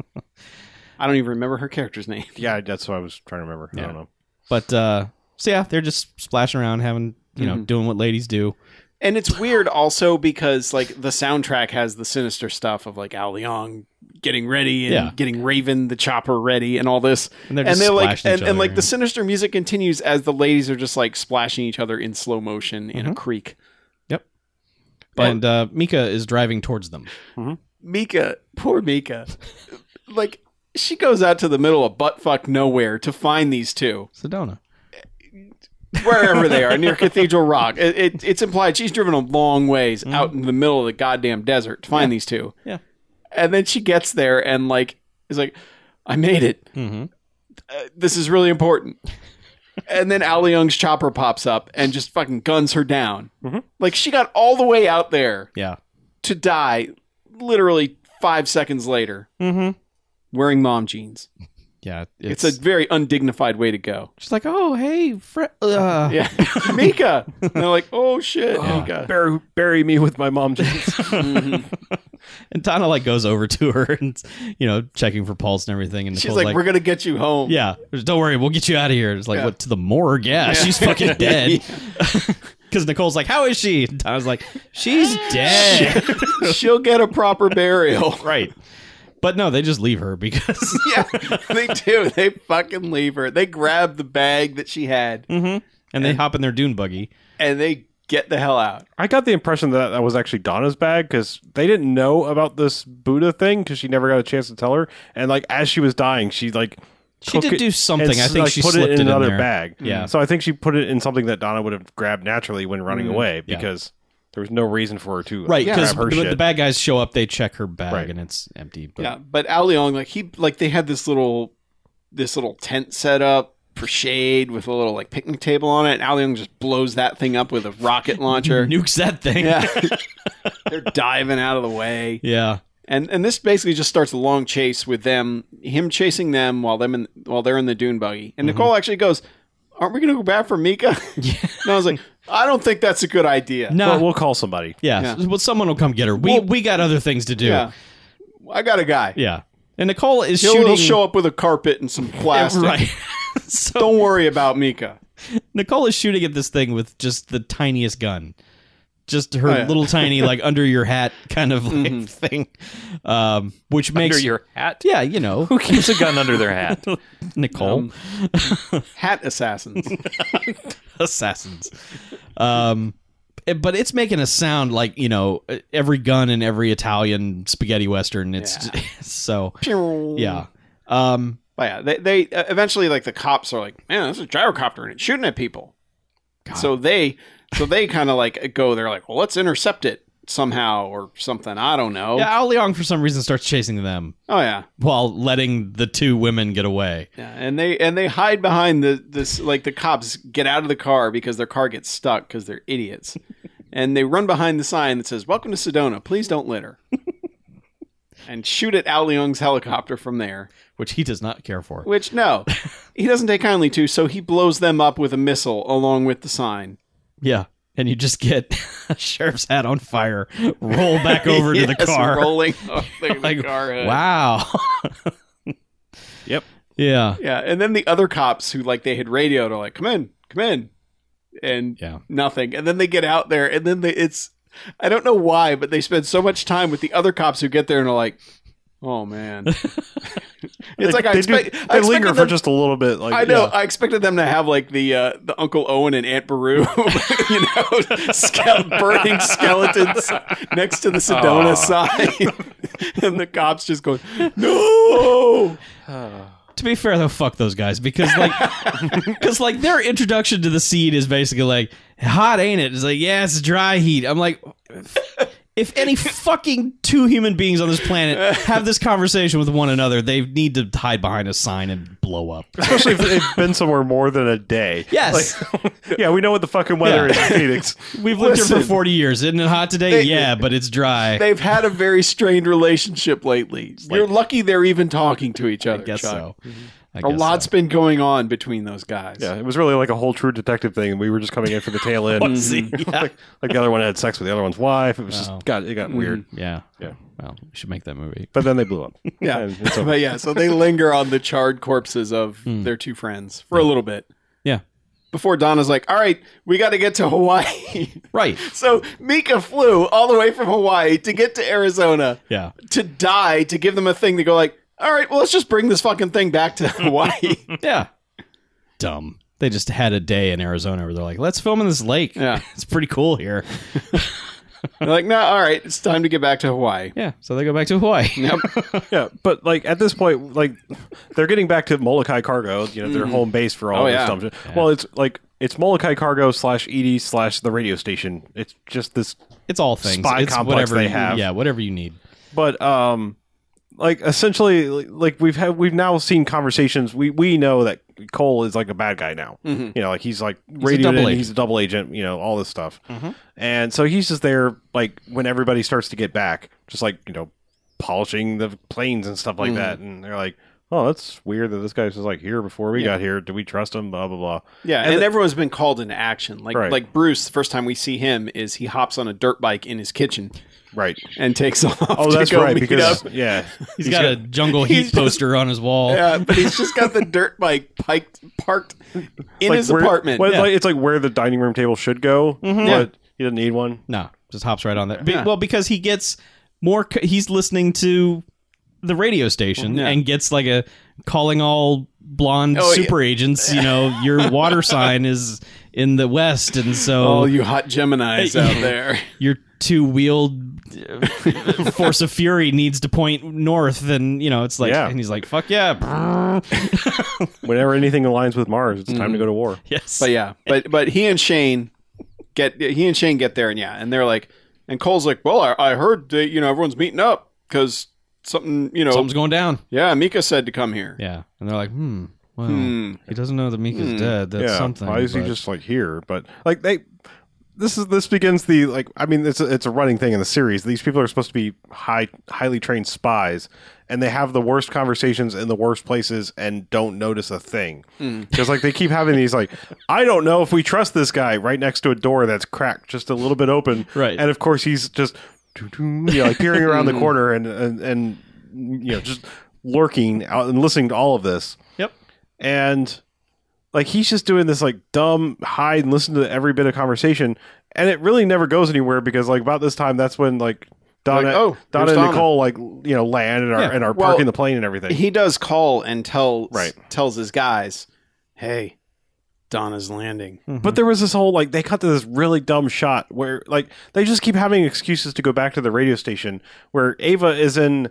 I don't even remember her character's name. *laughs*
Yeah, that's what I was trying to remember. I don't know.
But uh, so yeah, they're just splashing around, having you
Mm-hmm.
know, doing what ladies do.
And it's weird also because like the soundtrack has the sinister stuff of like Al Leong getting ready and
Yeah.
getting Raven the chopper ready and all this.
And they're just
like
splashing
and,
each
and
other,
like
yeah.
the sinister music continues as the ladies are just like splashing each other in slow motion in
Mm-hmm.
a creek. But-
and uh, Mika is driving towards them.
Mika, poor Mika. like she goes out to the middle of buttfuck nowhere to find these two.
Sedona.
wherever they are near Cathedral Rock. It, it, it's implied she's driven a long ways out in the middle of the goddamn desert to find these two.
Mm-hmm. Yeah.
and then she gets there and like is like, I made it.
Mm-hmm.
Uh, this is really important. and then Al Young's chopper pops up and just fucking guns her down.
Mm-hmm.
Like she got all the way out there
Yeah.
to die, literally five seconds later,
Mm-hmm.
wearing mom jeans.
Yeah.
It's, a very undignified way to go.
she's like, oh hey, Fre- uh,
Yeah, *laughs* Mika. And they're like, oh shit, Mika.
Bury, bury me with my mom jeans.
Mm-hmm. And Donna like goes over to her and you know checking for pulse and everything. And
She's
Nicole's
like, "We're gonna get you home."
yeah, don't worry, we'll get you out of here. It's like
Yeah.
what to the morgue? Yeah, she's fucking dead. *laughs* Because Nicole's like, how is she? And Donna's like, she's dead.
*laughs* she'll get a proper burial.
*laughs* right. But no, they just leave her because *laughs*
yeah, *laughs* they do. They fucking leave her. They grab the bag that she had
Mm-hmm. and they hop in their dune buggy.
and they get the hell out.
*laughs* I got the impression that that was actually Donna's bag because they didn't know about this Buddha thing because she never got a chance to tell her. And like as she was dying, she like
She
took
did
it
do something.
and,
I think
like,
she
put
slipped
it in another
there. Mm.
bag.
Yeah.
So I think she put it in something that Donna would have grabbed naturally when running away
Mm-hmm. Yeah.
because there was no reason for her to
Right,
Grab
because
her
the,
shit.
the bad guys show up, they check her bag,
Right.
and it's empty. But
Yeah, but Al Leong, like he, like they had this little, this little tent set up. for shade with a little like picnic table on it. Al Young just blows that thing up with a rocket
*laughs*
launcher.
Nukes that
*laughs*
thing.
yeah, they're diving out of the way.
*laughs* Yeah.
And and this basically just starts a long chase with them, him chasing them while them in, while they're in the dune buggy.
Mm-hmm.
And Nicole actually goes, "Aren't we going to go back for
*laughs*
Mika?" *laughs* and I was like, "I don't think that's a good idea."
No.
Well, we'll call somebody.
yeah.
yeah.
Well, someone will come get her. We
Well-
we got other things to do.
Yeah,
Yeah.
I got a guy.
And Nicole is
He'll,
shooting.
he'll show up with a carpet and some plastic.
*laughs* right. so
Don't worry about Mika.
Nicole is shooting at this thing with just the tiniest gun. Just her
Oh, yeah. Mm-hmm.
little tiny,
*laughs*
like under your hat kind of like thing, um, which makes
under your hat.
yeah, you know,
Who keeps a gun under their
*laughs*
hat?
Nicole
Hat assassins. *laughs*
*laughs* assassins. Um, it- but it's making a sound like you know every gun in every Italian spaghetti western. *laughs* It's so yeah. Um,
But yeah, they, they uh, eventually like the cops are like, man, this is a gyrocopter and it's shooting at people. So they so they kind of like go. They're like, well, let's intercept it somehow or something. I don't know.
yeah, Ao Leong for some reason starts chasing them
Oh yeah.
while letting the two women get away.
Yeah. And they and they hide behind the this like the cops get out of the car because their car gets stuck because they're idiots. and they run behind the sign that says, "Welcome to Sedona. Please don't litter." and shoot at Al Leung's helicopter from there.
Which he does not care for.
Which
*laughs*
no, he doesn't take kindly to, so he blows them up with a missile along with the sign.
Yeah. And you just get *laughs* a sheriff's hat on fire, roll back
*laughs*
over to the
Yes,
car.
rolling
*laughs*
over the
Like,
car hood.
wow. *laughs*
Yep.
Yeah.
Yeah, and then the other cops who like they had radioed are like, "Come in, come in," and
Yeah.
nothing. And then they get out there, and then they, it's I don't know why, but they spend so much time with the other cops who get there and are like, "Oh
*laughs*
man," it's like I
they
expect
do,
I
they
expected
linger for
them-
just a little bit. Like
I know. I expected them to have like the uh, the Uncle Owen and Aunt Beru, *laughs* you know, ske-
*laughs*
burning skeletons next to the
Aw.
Sedona sign, *laughs* and the cops just going, "No!"
To be fair though, fuck those guys because
*laughs*
like, because like their introduction to the seed is basically like, hot ain't it? It's like, yeah, it's dry heat. I'm like, if any fucking two human beings on this planet have this conversation with one another, they need to hide behind a sign and blow up.
especially if they've been somewhere more than a day.
*laughs* Yes.
Like, *laughs* yeah, we know what the fucking weather
Yeah.
is in Phoenix.
*laughs* We've lived here for
Listen.
40 years. Isn't it hot today?
They-
yeah, but it's dry.
They've had a very strained relationship lately. You're lucky they're even talking to each other.
I guess
Chuck. Mm-hmm.
so. I
A
guess
lot's
so.
been going on between those guys.
Yeah, it was really like a whole True Detective thing. and We were just coming in for the tail end. *laughs*
Was he? Yeah. Oh. Mm-hmm.
like, like the other one had sex with the other one's wife. It was
Wow.
just got it got weird.
Yeah.
Yeah.
Well, we should make that movie.
But then they blew
*laughs*
up.
Yeah.
And it's over.
*laughs* But yeah, so they linger on the charred corpses of their two friends for a little bit.
Hmm. Yeah.
Before Donna's like, all right, we got to get to Hawaii.
Right.
so Mika flew all the way from Hawaii to get to Arizona
Yeah.
to die to give them a thing to go like, all right, well, let's just bring this fucking thing back
*laughs*
to *laughs* Hawaii.
Yeah. Dumb. They just had a day in Arizona where they're like, let's film in this lake.
Yeah.
*laughs* It's pretty cool here.
They're like, no, all right, it's time to get back to Hawaii.
Yeah. So they go back to Hawaii.
yeah, but like at this point, like they're getting back to Molokai Cargo, you know,
Mm-hmm.
their home base for all
Oh,
this
yeah.
stuff. Well, it's like it's Molokai Cargo slash ED slash the radio station. It's just this
*laughs* It's all things.
Spy
it's
complex
whatever
they
you-
have.
Yeah, whatever you need.
but um like essentially like we've had we've now seen conversations we we know that cole is like a bad guy now you know like he's like radioed
double
in,
agent.
he's a double agent you know all this stuff and so he's just there like when everybody starts to get back just like you know polishing the planes and stuff like that and they're like oh that's weird that this guy's just like here before we got here do we trust him blah blah blah
*laughs* Yeah, and, everyone's been called into action. Like
Right.
like Bruce, the first time we see him is he hops on a dirt bike in his kitchen
right
and takes off.
oh
to
that's
go
right
meet
because
up.
yeah
he's got,
*laughs*
a jungle heat
he's just-
poster on his wall.
yeah, but he's just got the dirt bike piked, parked in
like
his
where-
apartment. Mm-hmm.
well,
Yeah.
like, it's like where the dining room table should go but
Yeah.
he doesn't need one
No, just hops right on that. Be- Well, because he gets more. c- He's listening to the radio station
Yeah.
and gets like a calling all blonde
Oh, yeah.
super agents. You know, your water sign is in the west, and so
oh.
All you hot
*laughs*
Geminis out there.
your two wheeled force of fury needs to point north, and you know it's like,
Yeah.
and he's like, "Fuck
*laughs*
yeah,
Whenever anything aligns with Mars, it's time to go to war.
yes,
But yeah, but but he and Shane get he and Shane get there and yeah, and they're like, and Cole's like, well, I, I heard that you know everyone's meeting up because something you know
something's going down."
yeah, Mika said to come here.
Yeah, and they're like, "Hmm, Well,
Hmm.
he doesn't know that Mika's
Hmm.
dead. That's
yeah.
something.
Why is he
but-
just like here? But like they, this is this begins the like. I mean, it's a, it's a running thing in the series. These people are supposed to be high, highly trained spies, and they have the worst conversations in the worst places and don't notice a thing. *laughs* Because like they keep having these like, I don't know if we trust this guy right next to a door that's cracked just a little bit open.
Right.
and of course he's just, you know, like peering around the corner and and and you know just lurking out and listening to all of this
Yep.
Mm-hmm. and like he's just doing this like dumb hide and listen to every bit of conversation and it really never goes anywhere because like about this time that's when like Donna,
Like, oh,
Donna
here's
and
Donna.
Nicole like you know land and are,
Yeah.
and are
Well,
parking the plane and everything.
He does call and tell
Right.
tells his guys, "Hey, Donna's landing."
Hmm.
but there was this whole like they cut to this really dumb shot where like they just keep having excuses to go back to the radio station where Ava is in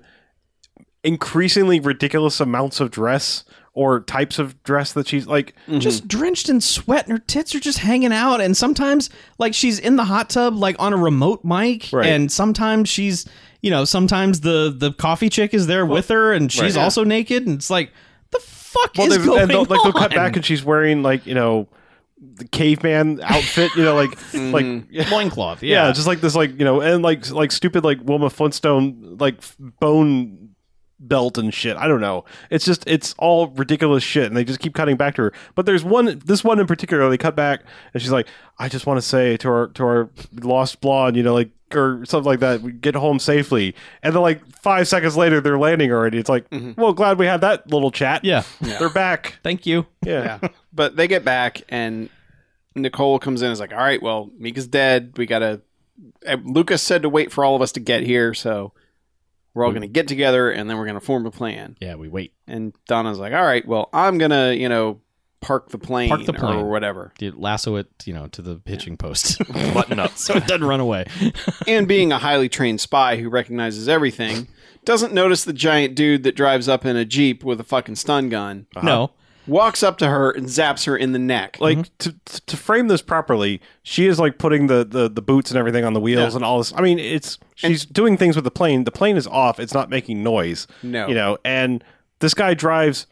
increasingly ridiculous amounts of dress or types of dress that she's like
just drenched in sweat and her tits are just hanging out and sometimes like she's in the hot tub like on a remote mic
Right.
and sometimes she's you know sometimes the the coffee chick is there with her and she's
yeah.
also naked and it's like the fuck is
they've-
going
and they'll,
on
like they'll cut
*laughs*
back and she's wearing like you know the caveman outfit you know
*laughs*
like like yeah,
loincloth Mm-hmm. yeah,
just like this like you know and like like stupid like wilma flintstone like f- bone belt and shit i don't know it's just it's all ridiculous shit and they just keep cutting back to her but there's one this one in particular they cut back and she's like i just want to say to our to our lost blonde you know like or something like that we get home safely and then like five seconds later they're landing already it's like well glad we had that little chat
Mm-hmm. yeah
they're back
thank you
yeah.
Yeah. but they get back and Nicole comes in and is like, "All right, well, Mika's dead. We got to Lucas said to wait for all of us to get here, so we're all
Hmm.
going to get together and then we're going to form a plan."
yeah we wait
And Donna's like, "All right, well, I'm going to, you know, park the plane,
Park the plane.
or whatever."
you lasso it you know to the hitching post
Button up.
so it doesn't run away
and being a highly trained spy who recognizes everything, doesn't notice the giant dude that drives up in a Jeep with a fucking stun gun,
no
walks up to her and zaps her in the neck.
like
Mm-hmm.
to- to to frame this properly, she is like putting the the, the boots and everything on the wheels and all this. I mean, it's she's doing things with the plane. The plane is off; it's not making noise.
No.
you know, and this guy drives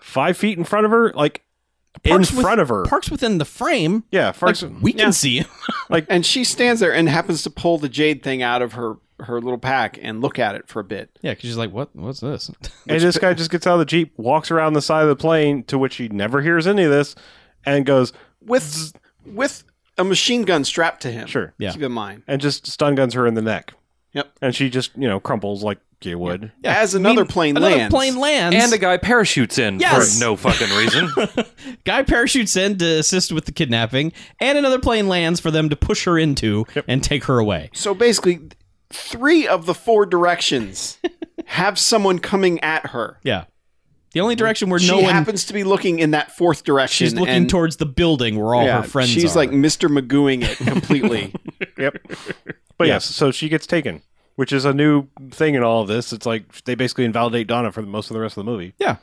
five feet in front of her, like
Parks
in
with-
front of her.
parks within the frame
yeah,
like,
parks.
we can see him
And she stands there and happens to pull the jade thing out of her her little pack and look at it for a bit.
yeah because she's like what what's this
and this guy just gets out of the jeep, walks around the side of the plane, to which he never hears any of this, and goes
With with a machine gun strapped to him.
Sure.
Yeah.
Keep in mind.
and just stun guns her in the neck.
Yep.
And she just you know crumples like you would.
As another plane
another
lands.
plane lands
And a guy parachutes in
Yes.
for no fucking
*laughs*
reason.
Guy parachutes in to assist with the kidnapping, and another plane lands for them to push her into and take her away.
So basically three of the four
*laughs*
directions have someone coming at her.
Yeah. The only direction where
She
no one
happens to be looking in that fourth direction.
she's looking
and-
towards the building where all
Yeah,
her friends
She's
are.
like Mr. Magooing it
*laughs*
completely. Uh,
Yep. But yes, so she gets taken, which is a new thing in all of this. It's like they basically invalidate Donna for the, most of the rest of the movie.
Yeah.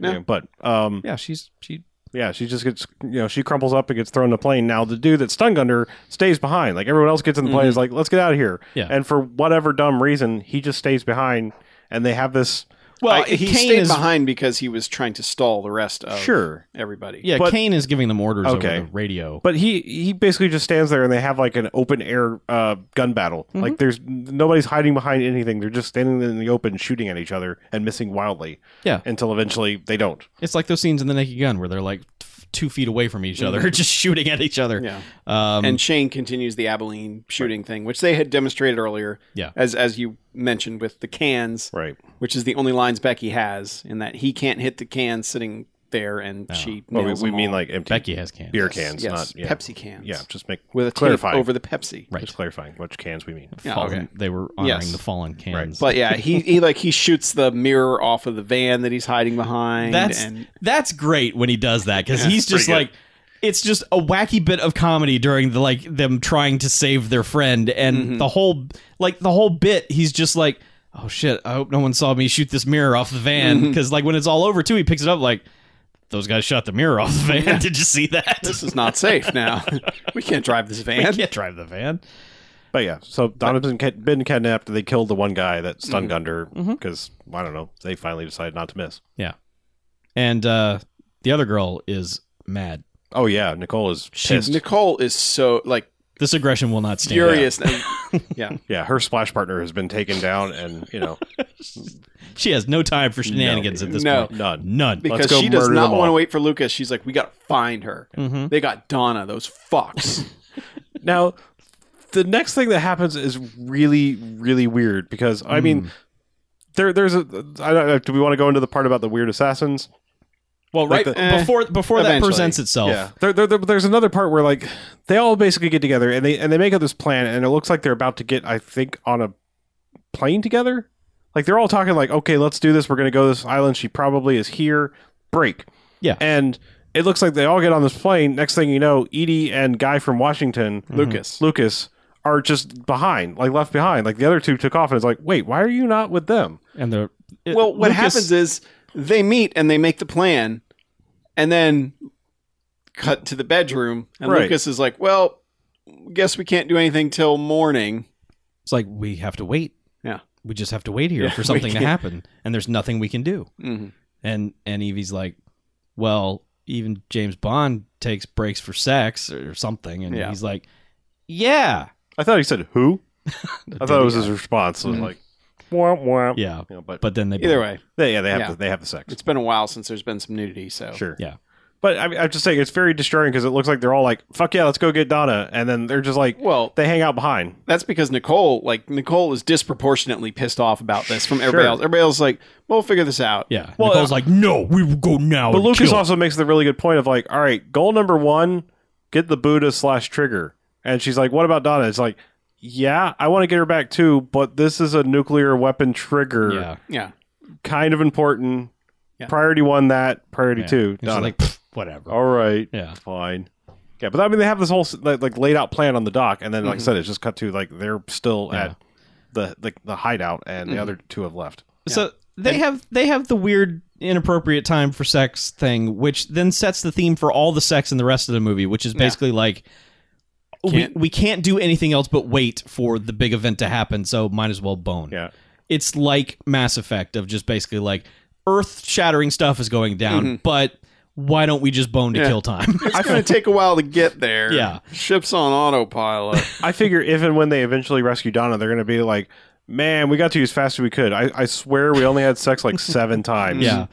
Yeah.
but um,
Yeah, she's she
yeah, she just gets you know she crumples up and gets thrown in the plane. Now the dude that stun gunned her stays behind. Like everyone else gets in the plane, is like let's get out of here.
Yeah.
And for whatever dumb reason, he just stays behind, and they have this.
Well,
I- he
Kane
stayed
is
behind because he was trying to stall the rest of
Sure.
everybody.
Yeah,
but-
Kane is giving them orders
Okay.
over the radio.
But he he basically just stands there, and they have like an open air uh, gun battle. Like there's nobody's hiding behind anything. They're just standing in the open, shooting at each other and missing wildly
yeah.
until eventually they don't.
It's like those scenes in the Naked Gun where they're like f- two feet away from each other, *laughs* just shooting at each other.
Mm-hmm. Yeah.
Um,
and Shane continues the Abilene shooting thing, which they had demonstrated earlier.
Yeah.
as as you mentioned with the cans,
Right.
which is the only lines Becky has, in that he can't hit the cans sitting there, and she.
Well, we,
nails
we
them
mean
all.
like empty
Becky has cans.
beer cans,
yes,
not yeah.
Pepsi cans.
Yeah, just make
with a tape
clarifying
over the Pepsi.
Right.
Just clarifying which cans we mean.
Yeah,
Fallen-
okay.
They were honoring
Yes.
the fallen cans.
But yeah, he, he like he shoots the mirror off of the van that he's hiding behind.
That's
and
that's great when he does that because he's just
pretty
like
good.
it's just a wacky bit of comedy during the like them trying to save their friend and
Mm-hmm.
the whole like the whole bit he's just like oh shit I hope no one saw me shoot this mirror off the van
Mm-hmm.
because like when it's all over too he picks it up like those guys shot the mirror off the van *laughs* did you see that *laughs*
this is not safe now. we can't drive this van.
I can't drive the van
But yeah, so Donovan's been, been kidnapped. They
Mm-hmm.
killed the one guy that stun gunned her because I don't know. They finally decided not to miss.
yeah And uh, the other girl is mad.
Oh yeah, Nicole is
She-
pissed.
Nicole is so like
This aggression will not stand.
furious.
*laughs*
And-
yeah, her splash partner has been taken down, and you know
She has no time for *laughs* shenanigans at this
no.
point.
none.
None.
Let's
because
go
she does
murder
not
them
want to
all.
wait for Lucas. She's like, we got to find her.
Mhm.
They got Donna, those fucks.
Now, the next thing that happens is really, really weird because I
Mm.
mean, there, there's a. I don't, know, do we want to go into the part about the weird assassins?
*laughs* Well, right
Like
the- eh,
before before that
eventually.
presents itself.
There, there, there- there's another part where like they all basically get together and they and they make up this plan and it looks like they're about to get I think on a plane together. Like they're all talking like, okay, let's do this. We're gonna go to this island. She probably is here. Break.
Yeah.
And it looks like they all get on this plane. Next thing you know, Edie and guy from Washington,
Mm-hmm.
Lucas.
Lucas, are just behind, like left behind. Like the other two took off and it's like, wait, why are you not with them?
And the
Well, what happens is they meet and they make the plan, and then cut to the bedroom, and
Right.
Lucas is like, "Well, guess we can't do anything till morning."
it's like we have to wait.
Yeah.
We just have to wait here
Yeah,
for
we
something to
can't-
happen, and there's nothing we can do. And and Evie's like, well, even James Bond takes breaks for sex or something, and
Yeah.
he's like, yeah,
I thought he said
*laughs*
who? I thought it was his response. It was
Mhm.
like, womp womp.
Mm-hmm. yeah.
You know, but,
But then they
Either way,
they, yeah, they have
Yeah.
the, they have the sex.
it's been a while since there's been some nudity, so
Sure.
Yeah.
But I mean, I'm just saying it's very disturbing because it looks like they're all like, "Fuck yeah, let's go get Donna," and then they're just like,
Well,
they hang out behind.
that's because Nicole, like Nicole, is disproportionately pissed off about this from everybody else. Everybody else is like, "Well, we'll figure this out."
yeah.
Well,
Nicole's like, no, we will go now.
But
and
Lucas
kill
also makes the really good point of like, "All right, goal number one, get the Buddha slash trigger," and she's like, "What about Donna?" It's like, "Yeah, I want to get her back too, but this is a nuclear weapon trigger,
Yeah.
yeah.
kind of important.
Yeah.
Priority one, that priority
yeah.
two,
And she's
Donna.
like, "Pfft, whatever.
all right,
Yeah.
fine." Yeah, but I mean, they have this whole like, like laid out plan on the dock, and then like I said, it's just cut to like they're still
Yeah.
at the the, the hideout, and the other two have left.
So they have they have the weird inappropriate time for sex thing, which then sets the theme for all the sex in the rest of the movie, which is basically like
Can't-
we we can't do anything else but wait for the big event to happen, so might as well bone.
Yeah.
It's like Mass Effect of just basically like earth shattering stuff is going down, but why don't we just bone to
Mm-hmm. Yeah.
kill time? *laughs*
It's going to take a while to get there.
Yeah.
Ship's on autopilot.
I figure if and when they eventually rescue Donna, they're going to be like, man, we got to you as fast as we could. I, I swear we only had sex like *laughs* seven times.
*laughs*
yeah.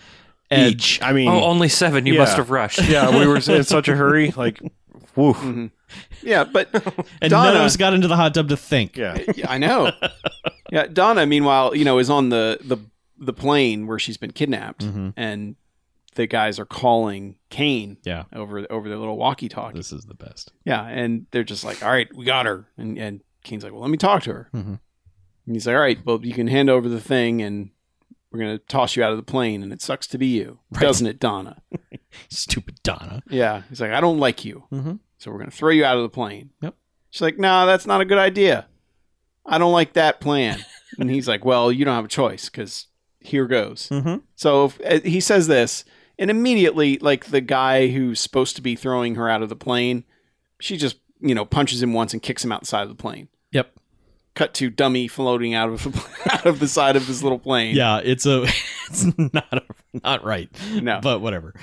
And
I mean,
Oh, only seven. You
Yeah.
must have rushed.
yeah, we
*laughs*
*laughs* were in such a hurry. Like, woof.
yeah, but
and
Donna,
none of us got into the hot tub to think.
Yeah.
Yeah, I
*laughs*
know. Yeah, Donna. Meanwhile, you know, is on the the the plane where she's been kidnapped,
Mhm.
and the guys are calling Kane
Yeah.
over over their little walkie-talkie.
This is the best.
Yeah, and they're just like, "All right, we got her," and and Kane's like, "Well, let me talk to her."
Mhm.
And he's like, "All right, well, you can hand over the thing, and we're gonna toss you out of the plane, and it sucks to be you, doesn't it, Donna?"
Stupid Donna.
Yeah, he's like, "I don't like you."
Mm-hmm.
So we're going to throw you out of the plane.
Yep.
She's like, no, that's not a good idea. I don't like that
*laughs*
plan. and he's like, well, you don't have a choice because here goes.
Mhm.
So if, uh, he says this, and immediately, like the guy who's supposed to be throwing her out of the plane, she just, you know, punches him once and kicks him outside of the plane.
Yep.
Cut to dummy floating out of out of the *laughs* side of his little plane.
Yeah, it's a *laughs* it's not a, not right.
No.
but whatever.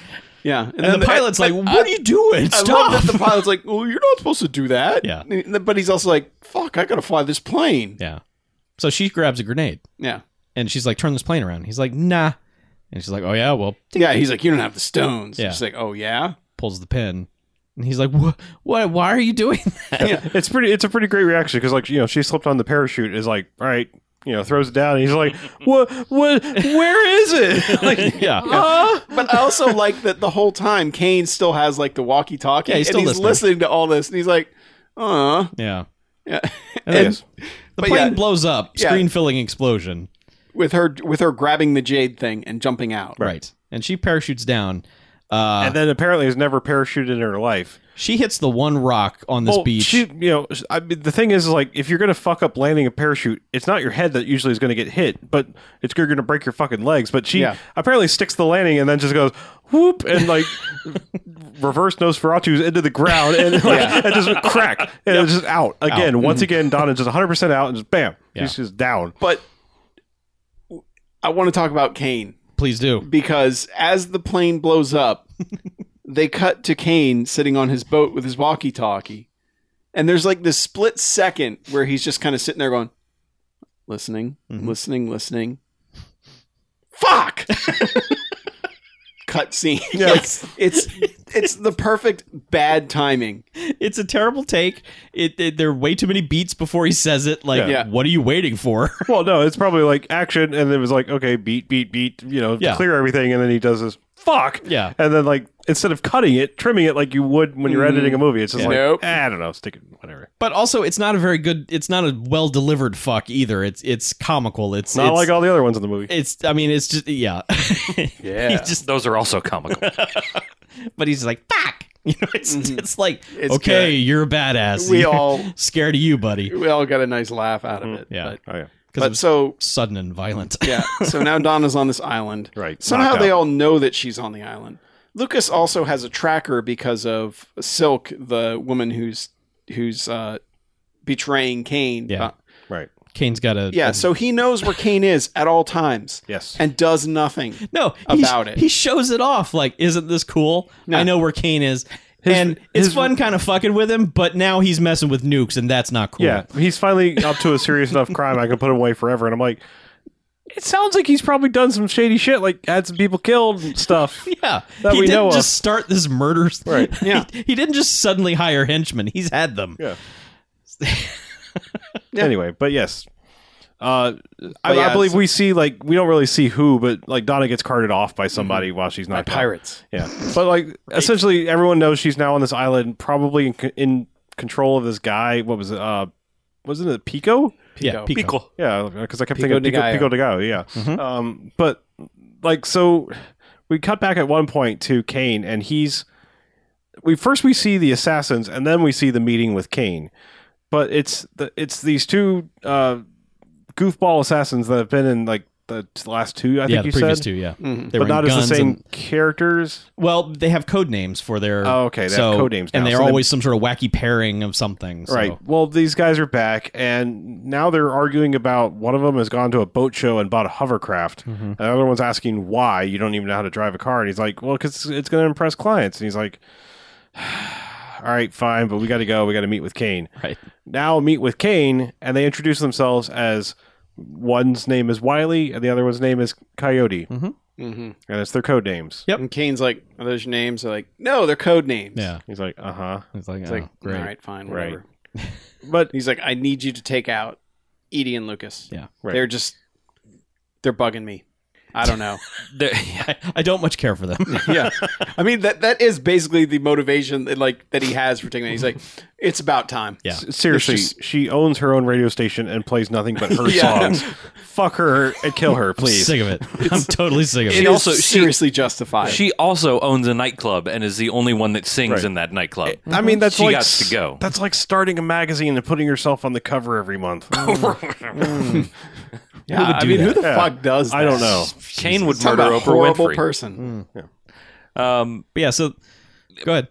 yeah.
And, the pilot's like, "What are you doing?
I
Stop!"
love that the pilot's like, "Well, you're not supposed to do that."
Yeah.
But he's also like, "Fuck, I gotta fly this plane."
*laughs* yeah. So she grabs a grenade
Yeah.
and she's like, "Turn this plane around." He's like, "Nah," and she's like, "Oh yeah, well."
Yeah. He's like, "You don't have the stones."
Yeah.
She's like, "Oh
*laughs*
yeah."
Pulls the pin, and he's like, "What? What? Why are you doing *laughs* that?"
Yeah.
It's pretty, it's a pretty great reaction because, like, you know, she slipped on the parachute, is like, all right, you know, throws it down. And he's like, what, what, where is
*laughs*
it? Like,
*laughs*
yeah.
But I also like that the whole time Kane still has like the walkie-talkie,
Yeah, he's
and
still
he's
listening.
listening. to all this, and he's like, "Uh."
Yeah.
Yeah.
And
*laughs*
then
Yes.
the
but
plane
yeah.
blows up,
Yeah.
screen filling explosion.
with her with her grabbing the jade thing and jumping out.
Right. And she parachutes down. Uh,
and then apparently has never parachuted in her life.
she hits the one rock on this
Well,
beach.
She, you know, sh- I mean, the thing is, is like if you're gonna fuck up landing a parachute, it's not your head that usually is gonna get hit, but it's you're gonna break your fucking legs. But she
Yeah.
apparently sticks the landing and then just goes whoop and like *laughs* reverse Nosferatu's into the ground and, like, and just crack and it's just out again. Once again, Donna just 100 percent out and just bam,
Yeah.
she's just down.
But I want to talk about Kane
Please do.
because as the plane blows
*laughs*
up, they cut to Kane sitting on his boat with his walkie talkie. And there's like this split second where he's just kind of sitting there going, listening,
Mhm.
listening, listening.
*laughs*
Fuck! Cut scene.
Yes.
It's, it's it's the perfect bad timing.
*laughs* It's a terrible take. It, it there are way too many beats before he says it. Like,
Yeah.
what are you waiting for? *laughs*
Well, no, it's probably like action, and it was like okay, beat, beat, beat, you know,
Yeah.
clear everything, and then he does this fuck,
Yeah.
and then like instead of cutting it, trimming it like you would when you're
Mhm.
editing a movie, it's just
Yeah.
like
Nope.
"Ah, I don't know, stick it, whatever.
But also, it's not a very good. It's not a well delivered fuck either. It's it's comical. It's
Not
it's,
like all the other ones in the movie.
It's. I mean, it's just yeah. *laughs*
Yeah.
He's just,
Those are also
*laughs*
comical.
but he's like fuck. *laughs* You know, it's
Mhm.
it's like
It's
okay, you're a badass.
We
*laughs* You're
all
scared of you, buddy.
we all got a nice laugh out of it.
Mm-hmm. Yeah.
But,
oh yeah,
Because it
but
was
so
sudden and violent.
yeah. So now Donna's on this island.
right.
Somehow
knocked
they
out.
all know that she's on the island. Lucas also has a tracker because of Silk, the woman who's who's uh, betraying Kane.
Yeah.
Uh,
right.
*laughs* Kane's got a
yeah.
a-
So he knows where Kane is at all times
Yes,
and does nothing.
no he sh-
about it.
He shows it off. Like, isn't this cool?
No.
I know where Kane is.
His-
and it's
his-
fun kind of fucking with him, but now he's messing with nukes, and that's not cool.
yeah, he's finally up to a serious enough crime I can put him away forever, and I'm like. It sounds like he's probably done some shady shit, like had some people killed and stuff.
Yeah,
That
he
we
didn't
know
just
of.
start this murder. *laughs*
Right.
Yeah.
he, he didn't just suddenly hire henchmen. He's had them.
Yeah. Anyway, but yes. Uh, I,
But yeah,
I believe
so-
we see like we don't really see who, but like Donna gets carted off by somebody while she's
Mm-hmm. By
not
pirates. *laughs*
Yeah, but like essentially everyone knows she's now on this island, probably in, co- in control of this guy. What was it? Uh, wasn't it Pico?
Yeah, Pico.
Pico.
Yeah, because I kept
Pico de
thinking Pico,
Gallo.
Pico de Gallo. Yeah.
Mm-hmm.
Um, but like, so we cut back at one point to Kane, and he's we first we see the assassins, and then we see the meeting with Kane. But it's the it's these two uh, goofball assassins that have been in like the t- last two. I
yeah, the
think you
previous
said, Mm-hmm.
two. Yeah,
Mhm.
they
but not
in
as the
guns
same
and-
characters.
well, they have code names for their.
Oh, okay, they have
so,
code names
and
now,
they're
so they-
always some sort of wacky pairing of something. So.
Right. Well, these guys are back, and now they're arguing about one of them has gone to a boat show and bought a hovercraft. And the other one's asking why you don't even know how to drive a car. And he's like, well, because it's going to impress clients. And he's like, *sighs* all right, fine, but we got to go. We got to meet with Kane.
Right.
Now meet with Kane, and they introduce themselves as one's name is Wiley, and the other one's name is Coyote.
hmm
And it's their code names.
Yep.
And Kane's like, "Are those your names?" They're like, "No, they're code names."
Yeah.
He's like, uh huh.
It's like,
It's
oh,
like,
great.
all right, fine,
Right.
*laughs*
whatever.
But
He's like, "I need you to take out Edie and Lucas.
Yeah.
Right.
They're just they're bugging me. I don't know."
There-
I, *laughs* I don't much care
*laughs*
for them.
yeah, I mean that that is basically the motivation that like that he has for taking it. He's
*laughs*
like, it's about time.
Yeah.
S- Seriously,
It's
she owns her own radio station and plays nothing but her
Yeah.
songs. Fuck her and kill her, please.
sick of it. I'm totally sick of
*laughs*
It
it.
It-
is
also- she-
seriously justified.
she also owns a nightclub and is the only one that sings
Right.
in that nightclub. *laughs*
I mean, that's
She
like
gots to go.
That's like starting a magazine and putting yourself on the cover every month.
yeah,
would
I
do
mean, who
that?
the
Yeah.
fuck does? That?
I don't know. Hmm.
Kane would
Talk
murder
about a
Oprah
horrible
Winfrey.
person.
Um,
But yeah. So go ahead.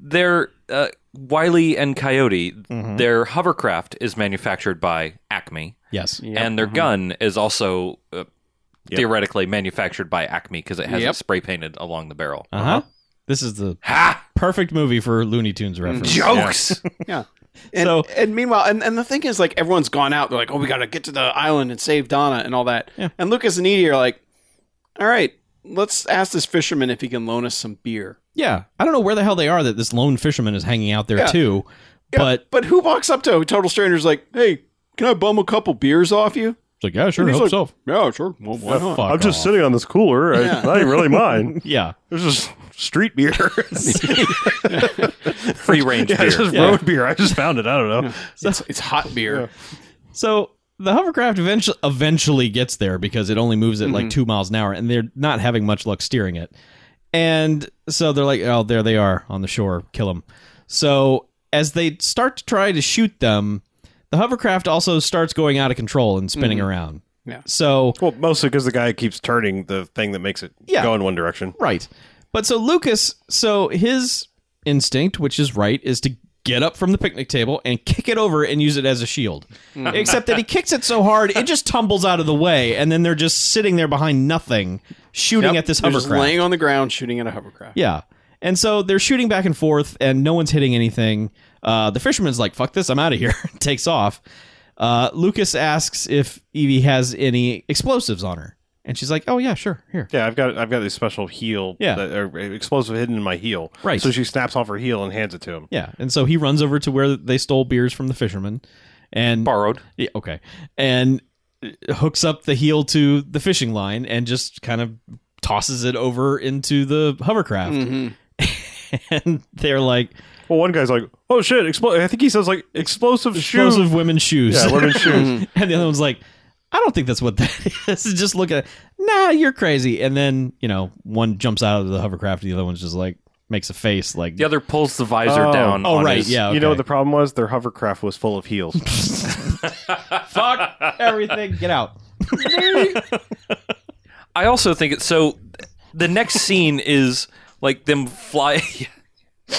their uh, Wiley and Coyote, their hovercraft is manufactured by Acme,
Yes.
and their gun is also uh, theoretically manufactured by Acme because it has
Yep.
it spray painted along the barrel.
Uh
Uh-huh.
huh. This is the
Ha!
perfect movie for Looney Tunes reference.
Jokes.
Yeah. And,
So-
and meanwhile, and, and the thing is, like, everyone's gone out. They're like, oh, we got to get to the island and save Donna and all that.
Yeah.
And Lucas and Edie are like, all right, let's ask this fisherman if he can loan us some beer.
Yeah, I don't know where the hell they are that this lone fisherman is hanging out there
Yeah.
too. But
But who walks up to a total stranger's like, hey, can I bum a couple beers off you?
it's like, yeah, sure,
He's
hope
like,
so.
Yeah, sure. Well, why not?
Fuck
I'm just
off.
sitting on this cooler. I,
Yeah.
I ain't really mine.
Yeah,
This is street beer. *laughs*
Free range
yeah,
beer.
it's just road beer. I just found it. I don't know.
It's, it's hot beer.
So the hovercraft eventually eventually gets there because it only moves at like two miles an hour, and they're not having much luck steering it. And so they're like, "Oh, there they are on the shore. Kill them." So as they start to try to shoot them, the hovercraft also starts going out of control and spinning around.
Yeah.
So
Well, mostly because the guy keeps turning the thing that makes it
Yeah.
go in one direction.
Right. But so Lucas, so his instinct, which is right, is to get up from the picnic table and kick it over and use it as a shield.
Hmm.
*laughs* Except that he kicks it so hard, it just tumbles out of the way, and then they're just sitting there behind nothing, shooting
Yep,
at this
they're just
hovercraft.
laying on the ground shooting at a hovercraft.
Yeah. And so they're shooting back and forth, and no one's hitting anything. Uh, the fisherman's like, fuck this, I'm out of here, *laughs* and takes off. Uh, Lucas asks if Evie has any explosives on her. And she's like, oh, yeah, sure, here.
Yeah, I've got I've got this special heel,
Yeah.
that, or uh, explosive hidden in my heel.
Right.
So she snaps off her heel and hands it to him.
Yeah. And so he runs over to where they stole beers from the fisherman
*laughs*
and
Borrowed.
Yeah, okay. And uh, hooks up the heel to the fishing line and just kind of tosses it over into the hovercraft.
Mm-hmm.
*laughs* and they're like,
Well, one guy's like, "Oh shit!" Expl-, I think he says like explosive, shoes.
explosive women's shoes.
Yeah,
*laughs*
women's shoes.
And the other one's like, I don't think that's what that *laughs* is. just look at, nah, you're crazy. And then, you know, one jumps out of the hovercraft and the other one's just like, makes a face like,
The other pulls the visor
Oh.
down.
oh,
on
right,
his-
yeah.
You know
okay.
what the problem was? Their hovercraft was full of heels.
*laughs* fuck everything,
*laughs*
get out. *laughs*
I also think it's so. The next scene is like them fly. *laughs*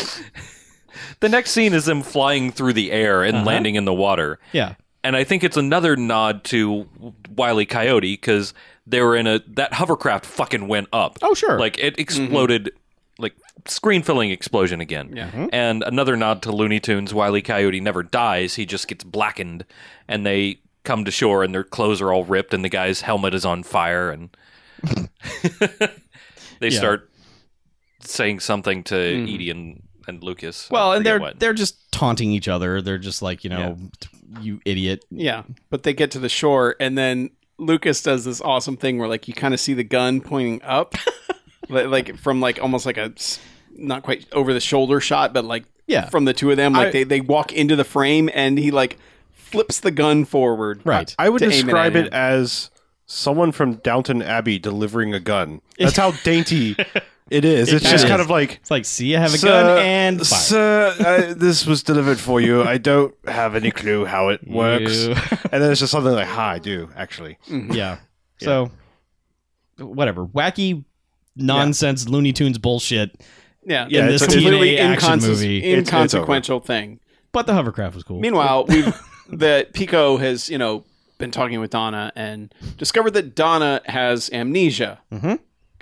the next scene is them flying through the air and landing in the water.
Yeah.
And I think it's another nod to Wiley Coyote because they were in a that hovercraft fucking went up.
Oh, sure.
Like it exploded, like screen filling explosion again. Yeah.
Mm-hmm.
And another nod to Looney Tunes. Wiley Coyote never dies; he just gets blackened. And they come to shore, and their clothes are all ripped, and the guy's helmet is on fire,
*laughs*
and *laughs* they
Yeah.
start saying something to Edie and, and Lucas. I
Hmm. Well, and
forget
they're
what.
they're just taunting each other. They're just like, you know, you idiot.
Yeah, but they get to the shore, and then Lucas does this awesome thing where like you kind of see the gun pointing
*laughs*
up, li- like from like almost like a s- not quite over the shoulder shot, but like
Yeah.
from the two of them, like
I-
they they walk into the frame, and he like flips the gun forward.
Right.
I would
To aim it at
describe
him.
it as someone from Downton Abbey delivering a gun. That's
*laughs*
how dainty it is. It's
It
just
is.
kind of like.
It's like, see, I have a
"Sir,
gun and fire.
sir, I, this was delivered for you. I don't have any clue how it works.
*laughs* You-
And then it's just something like, "Hi, I do actually."
yeah. So, whatever. Wacky nonsense Looney Tunes bullshit.
Yeah,
Yeah,
in
it's
this
a-
TNA
completely
action
inconse-
movie.
it's over.
inconsequential thing.
But the hovercraft was
*laughs*
cool.
Meanwhile, we've that Pico has you know been talking with Donna and discovered that Donna has amnesia because
Mm-hmm.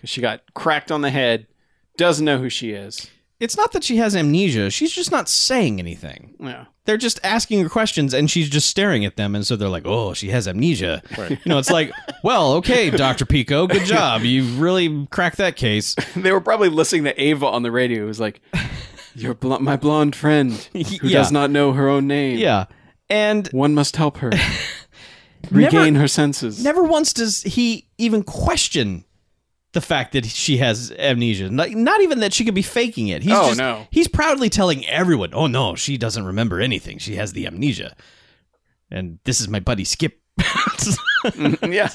she got cracked on the head, doesn't know who she is.
it's not that she has amnesia. She's just not saying anything.
Yeah, *laughs*
They're just asking her questions and she's just staring at them. And so they're like, oh, she has amnesia. You know, it's like, well, okay, Dr. Pico, *laughs* good job. You really cracked that case.
they were probably listening to Ava on the radio. It was
*laughs*
like, "Your bl- my blonde friend who
Yeah.
does not know her own name.
Yeah. And
one must help
*laughs*
her regain her senses."
never once does he even question the fact that she has amnesia. Like, not even that she could be faking it. He's
Oh,
just-
no.
He's proudly telling everyone, "Oh no, she doesn't remember anything. She has the amnesia." And this is my buddy Skip.
*laughs*
*laughs*
yeah,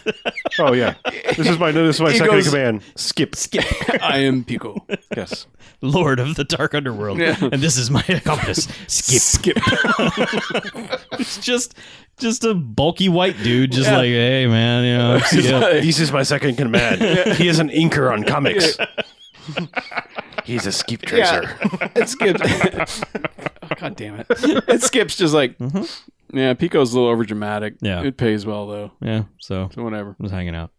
Oh yeah, this is my this is my
*laughs*
He
second
goes-
in command. Skip,
Skip, *laughs*
I am Pico.
yes.
Lord of the Dark Underworld,
Yeah.
and this is my accomplice, Skip. *laughs*
Skip.
It's just, just a bulky white dude, just like, hey man, you
*laughs*
know, Skip."
This is my second in
*laughs*
command. He is an inker on comics. He's a skip tracer.
*laughs* Yeah. And Skip's. oh, *laughs* God damn *laughs* it. And Skip's just like, yeah, Pico's a little overdramatic.
Mm-hmm. Yeah.
It pays well, though.
yeah. So I
So whatever.
was hanging out.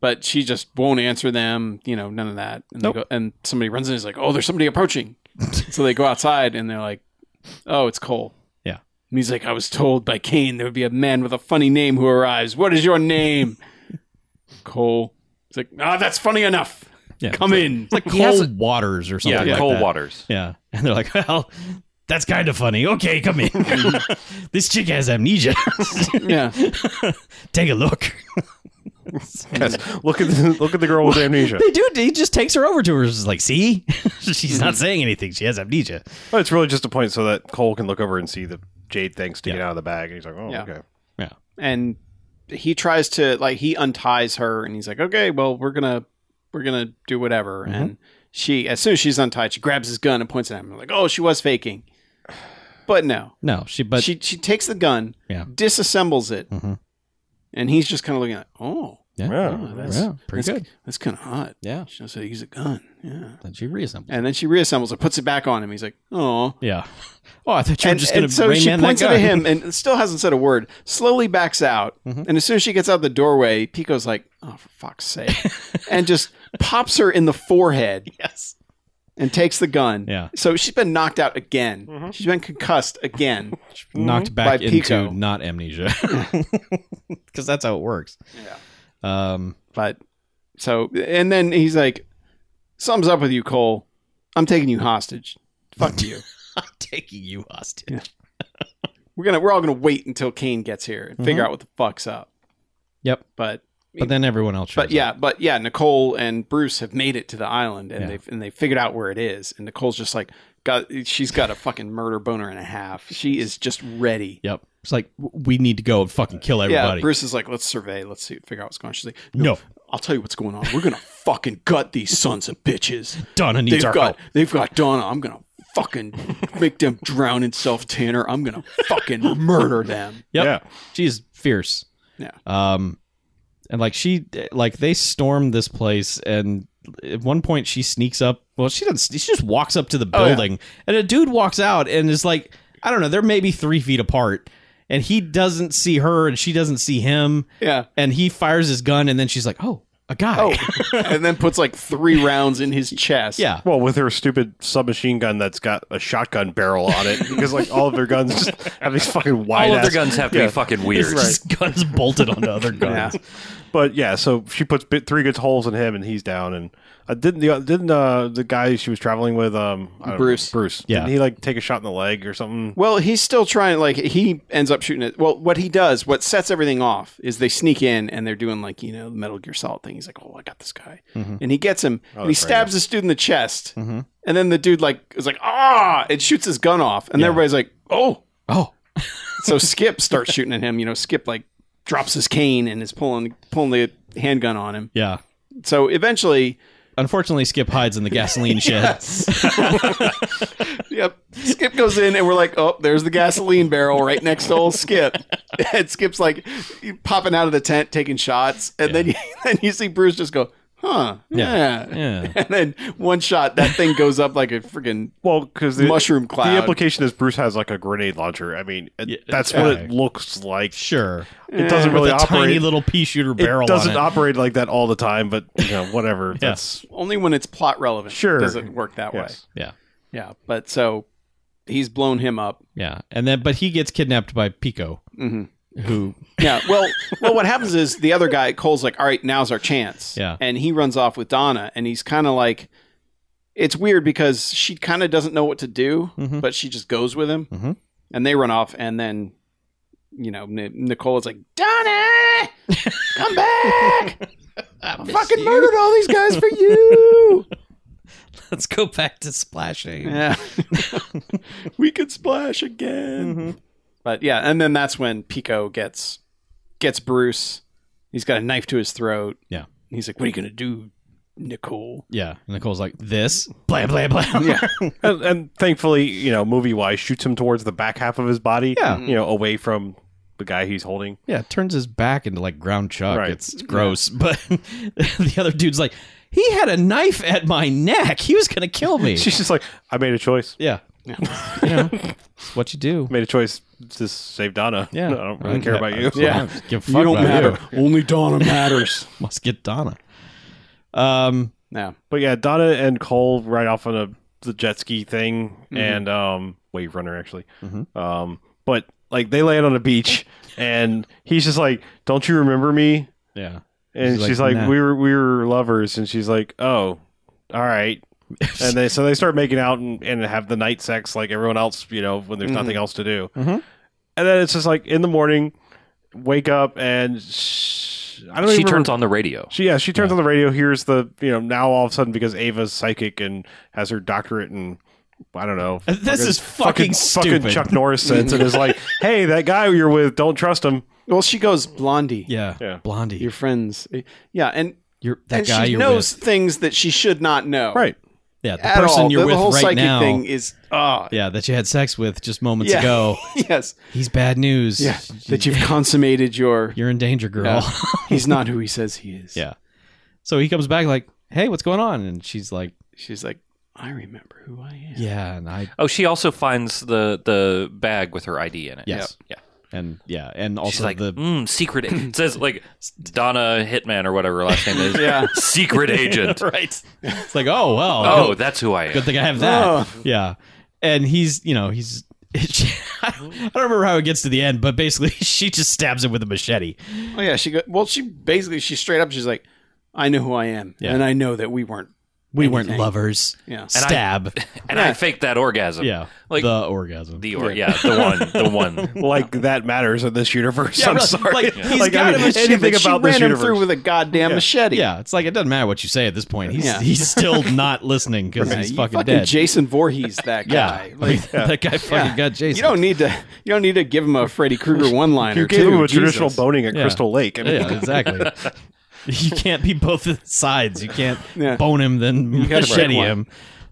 But she just won't answer them, you know, none of that. And,
Nope.
they go, and somebody runs in and is like, oh, there's somebody
*laughs*
approaching. so they go outside and they're like, oh, it's Cole.
Yeah.
And he's like, I was told by Kane there would be a man with a funny name who arrives. What is your
*laughs*
name? Cole. He's like, ah, that's funny enough.
Yeah.
Come in.
It's like
He has
cold waters or something.
yeah,
like
cold
that.
waters.
Yeah. And they're like, well, that's kind of funny. Okay, come in.
*laughs*
*laughs* this chick has amnesia. *laughs*
yeah.
Take a look.
Yes. *laughs* Look at the, look at the girl
*laughs*
with amnesia.
They do. He just takes her over to her. Just like, see? *laughs* She's
Mm-hmm.
not saying anything. She has amnesia.
Well, it's really just a point so that Cole can look over and see the jade thing sticking
Yeah.
out of the bag, and he's like, "Oh,
Yeah.
okay."
Yeah.
and he tries to like he unties her and he's like okay well we're gonna we're gonna do whatever
Mm-hmm.
and she as soon as she's untied she grabs his gun and points it at him like oh she was faking *sighs* but no
No, she, but
she she takes the gun
Yeah.
disassembles it
Mhm.
and he's just kind of looking like oh
Yeah.
Yeah.
that's,
Yeah, pretty
that's,
good.
That's kind of hot.
Yeah.
She knows how to use a gun. Yeah.
That's reasonable.
And then she reassembles it, puts it back on him. He's like, oh.
Yeah. Oh, I thought you were
And,
just going
and
to
so
rain
she
man
points
that
it
guy.
at him and still hasn't said a word, slowly backs out.
Mm-hmm.
And as soon as she gets out the doorway, Pico's like, oh, for fuck's
*laughs*
sake. and just pops her in the forehead
*laughs* Yes.
and takes the gun.
Yeah.
So she's been knocked out again. She's been concussed again.
Knocked
Mm-hmm.
back
By
into
Pico. *laughs*
not amnesia. *laughs* Because that's how it works. Yeah. Um,
But so, and then he's like, "Sums up with you, Cole. I'm taking you hostage. Fuck you.
I'm taking you hostage.
We're gonna, we're all gonna wait until Kane gets here and
Mm-hmm.
figure out what the fuck's up."
Yep.
But,
But then everyone else shows
but yeah, but yeah, Nicole and Bruce have made it to the island and
Yeah.
they've and they figured out where it is. And Nicole's just like, "Got, she's got a fucking murder boner and a half. She is just ready."
Yep. It's like, w- we need to go and fucking kill everybody.
Yeah, Bruce is like, "Let's survey. Let's see, figure out what's going on." She's like,
no.
I'll tell you what's going on. We're gonna *laughs* fucking gut these sons of bitches.
Donna needs
they've
our
got
help.
they've got Donna. I'm gonna
*laughs*
fucking make them drown in self tanner. I'm gonna fucking murder them.
Yep.
Yeah.
She's fierce.
Yeah.
Um, and like she, like they storm this place, and at one point she sneaks up. Well, she doesn't. She just walks up to the
Oh, yeah.
building, and a dude walks out, and is like, I don't know, they're maybe three feet apart, and he doesn't see her, and she doesn't see him,
Yeah.
and he fires his gun, and then she's like, oh, a guy.
Oh, and then puts like three rounds in his chest.
*laughs* yeah.
Well, with her stupid submachine gun that's got a shotgun barrel on it, because like all of their guns just have these fucking wide.
All of their
ass-
guns have to
Yeah.
be fucking
*laughs*
weird.
Just guns bolted
*laughs*
onto other guns.
But yeah, so she puts bit, three good holes in him, and he's down. And uh, didn't the didn't uh, the guy she was traveling with, um, I don't know,
Bruce.
Bruce,
Yeah.
didn't he like take a shot in the leg or something?
Well, he's still trying. Like he ends up shooting it. Well, what he does, what sets everything off, is they sneak in and they're doing like you know the Metal Gear Solid thing. He's like, "Oh, I got this guy," and he gets him and he
that's right.
stabs this dude in the chest. And then the dude like is like, "Ah!" and shoots his gun off, and everybody's like, "Oh,
Oh,
so Skip starts shooting at him. You know, Skip like drops his cane and is pulling pulling the handgun on him.
yeah.
So eventually,
Unfortunately, Skip hides in the *laughs* gasoline shed.
*laughs* yep, Skip goes in and we're like, oh, there's the gasoline barrel right next to old Skip. *laughs* And Skip's like popping out of the tent, taking shots, and then you, *laughs* then you see Bruce just go, huh, yeah.
Yeah.
And then one shot, that thing goes up like a freaking
Well, because the
Mushroom cloud.
The implication is Bruce has like a grenade launcher. I mean, it- that's what it looks like.
*laughs* Sure.
It doesn't really
With a tiny
operate.
little pea shooter barrel
It doesn't
on it.
operate like that all the time, but you know,
*laughs*
whatever. That's
only when it's plot relevant.
Sure.
does it work that way.
yes.
yeah.
Yeah, but so he's blown him up. Mm-hmm.
Yeah, and then but he gets kidnapped by Pico, who
Yeah. Well, well, what happens is the other guy, Cole's like, all right, now's our chance.
Yeah.
And he runs off with Donna, and he's kind of like, it's weird because she kind of doesn't know what to do, but she just goes with him.
Mhm.
And they run off, and then, you know, N- Nicole is like, Donna, come back. I fucking murdered all these guys for you.
*laughs* let's go back to splashing. *laughs*
yeah. we could splash again. Mm-hmm. But yeah, and then that's when Pico gets gets Bruce. He's got a knife to his throat.
Yeah.
He's like, "What are you gonna do, Nicole?"
Yeah, and Nicole's like this, blah blah *laughs* blah.
Yeah.
and, and thankfully, you know, movie wise, shoots him towards the back half of his body.
Yeah.
you know, away from the guy he's holding.
yeah, turns his back into like ground chuck.
Right.
It's gross, *laughs* but the other dude's like, he had a knife at my neck. He was gonna kill *laughs* me.
She's just like, I made a choice.
yeah, you know, it's what you *laughs* do.
Made a choice to save Donna. *laughs*
Yeah,
I don't really care about you.
Yeah, give a fuck about
Only Donna *laughs* matters.
You. Must get Donna. Um,
no.
But yeah, Donna and Cole ride off on a the jet ski thing
Mm-hmm.
and um wave runner actually. Um but like they land on a beach and he's just like, Don't you remember me?
yeah,
And
He's like,
she's like,
"Nah."
We were we were lovers and she's like, Oh, all right. and they so they start making out and, and have the night sex like everyone else, you know, when there's nothing else to do. And then it's just like in the morning, wake up and sh- I don't
She
even remember-
turns on the radio.
she yeah, she turns on the radio, hears the you know, now all of a sudden because Ava's psychic and has her doctorate and I don't know.
This is fucking stupid.
Fucking Chuck Norris sense and is like, hey, that guy you're with, don't trust him.
Well, she goes Blondie.
yeah,
Yeah.
Blondie,
Your
you're,
friends. Yeah, and
that
and
guy
she
you're
knows
with.
things that she should not know.
Right.
yeah, the
At
person
all.
you're
the,
with
the whole
right
psychic
now,
thing is ah *laughs*
yeah, that you had sex with just moments
Yeah.
ago,
yes,
he's bad news.
yeah, that you've consummated
*laughs*
your.
You're in danger, girl.
Yeah. He's not who he says he is.
*laughs* Yeah. So he comes back like, "Hey, what's going on?" And she's like,
she's like, I remember who I am.
"Yeah," and I
Oh, she also finds the the bag with her ID in it.
yes,
Yep.
and yeah, and also
She's like,
the
mm, secret. It says like Donna Hitman or whatever her last name is.
Yeah.
Secret agent.
right. It's like, oh well,
Oh,
good-
that's who I am.
Good thing I have that.
Oh.
Yeah. And he's, you know, he's. *laughs* I don't remember how it gets to the end, but basically *laughs* she just stabs him with a machete.
Oh yeah, she go, well, she basically she straight up she's like, I know who I am,
Yeah.
and I know that we weren't.
We weren't
Anything.
lovers.
Yeah. And I-
Stab.
And I faked that orgasm.
yeah.
Like the,
the orgasm.
or yeah, the one, the one.
Like that matters in this universe. I'm
really,
sorry.
like, he's
I mean, anything about this
ran him
universe.
through with a goddamn machete.
yeah, it's like it doesn't matter what you say at this point. He's
Yeah. *laughs*
he's still not listening because
Yeah,
he's
you
fucking, dead.
Jason Voorhees, that
*laughs* yeah,
guy.
I
Like,
mean, that guy fucking
yeah.
got Jason.
You don't need to. You don't need to give him a Freddy
*laughs*
Krueger one-liner.
you gave
too,
him a
Jesus.
traditional boning at
Yeah.
Crystal Lake. I mean,
*laughs* yeah, exactly.
*laughs*
you can't be both sides. You can't
Yeah.
bone him then
gotta
machete
pick one.
him.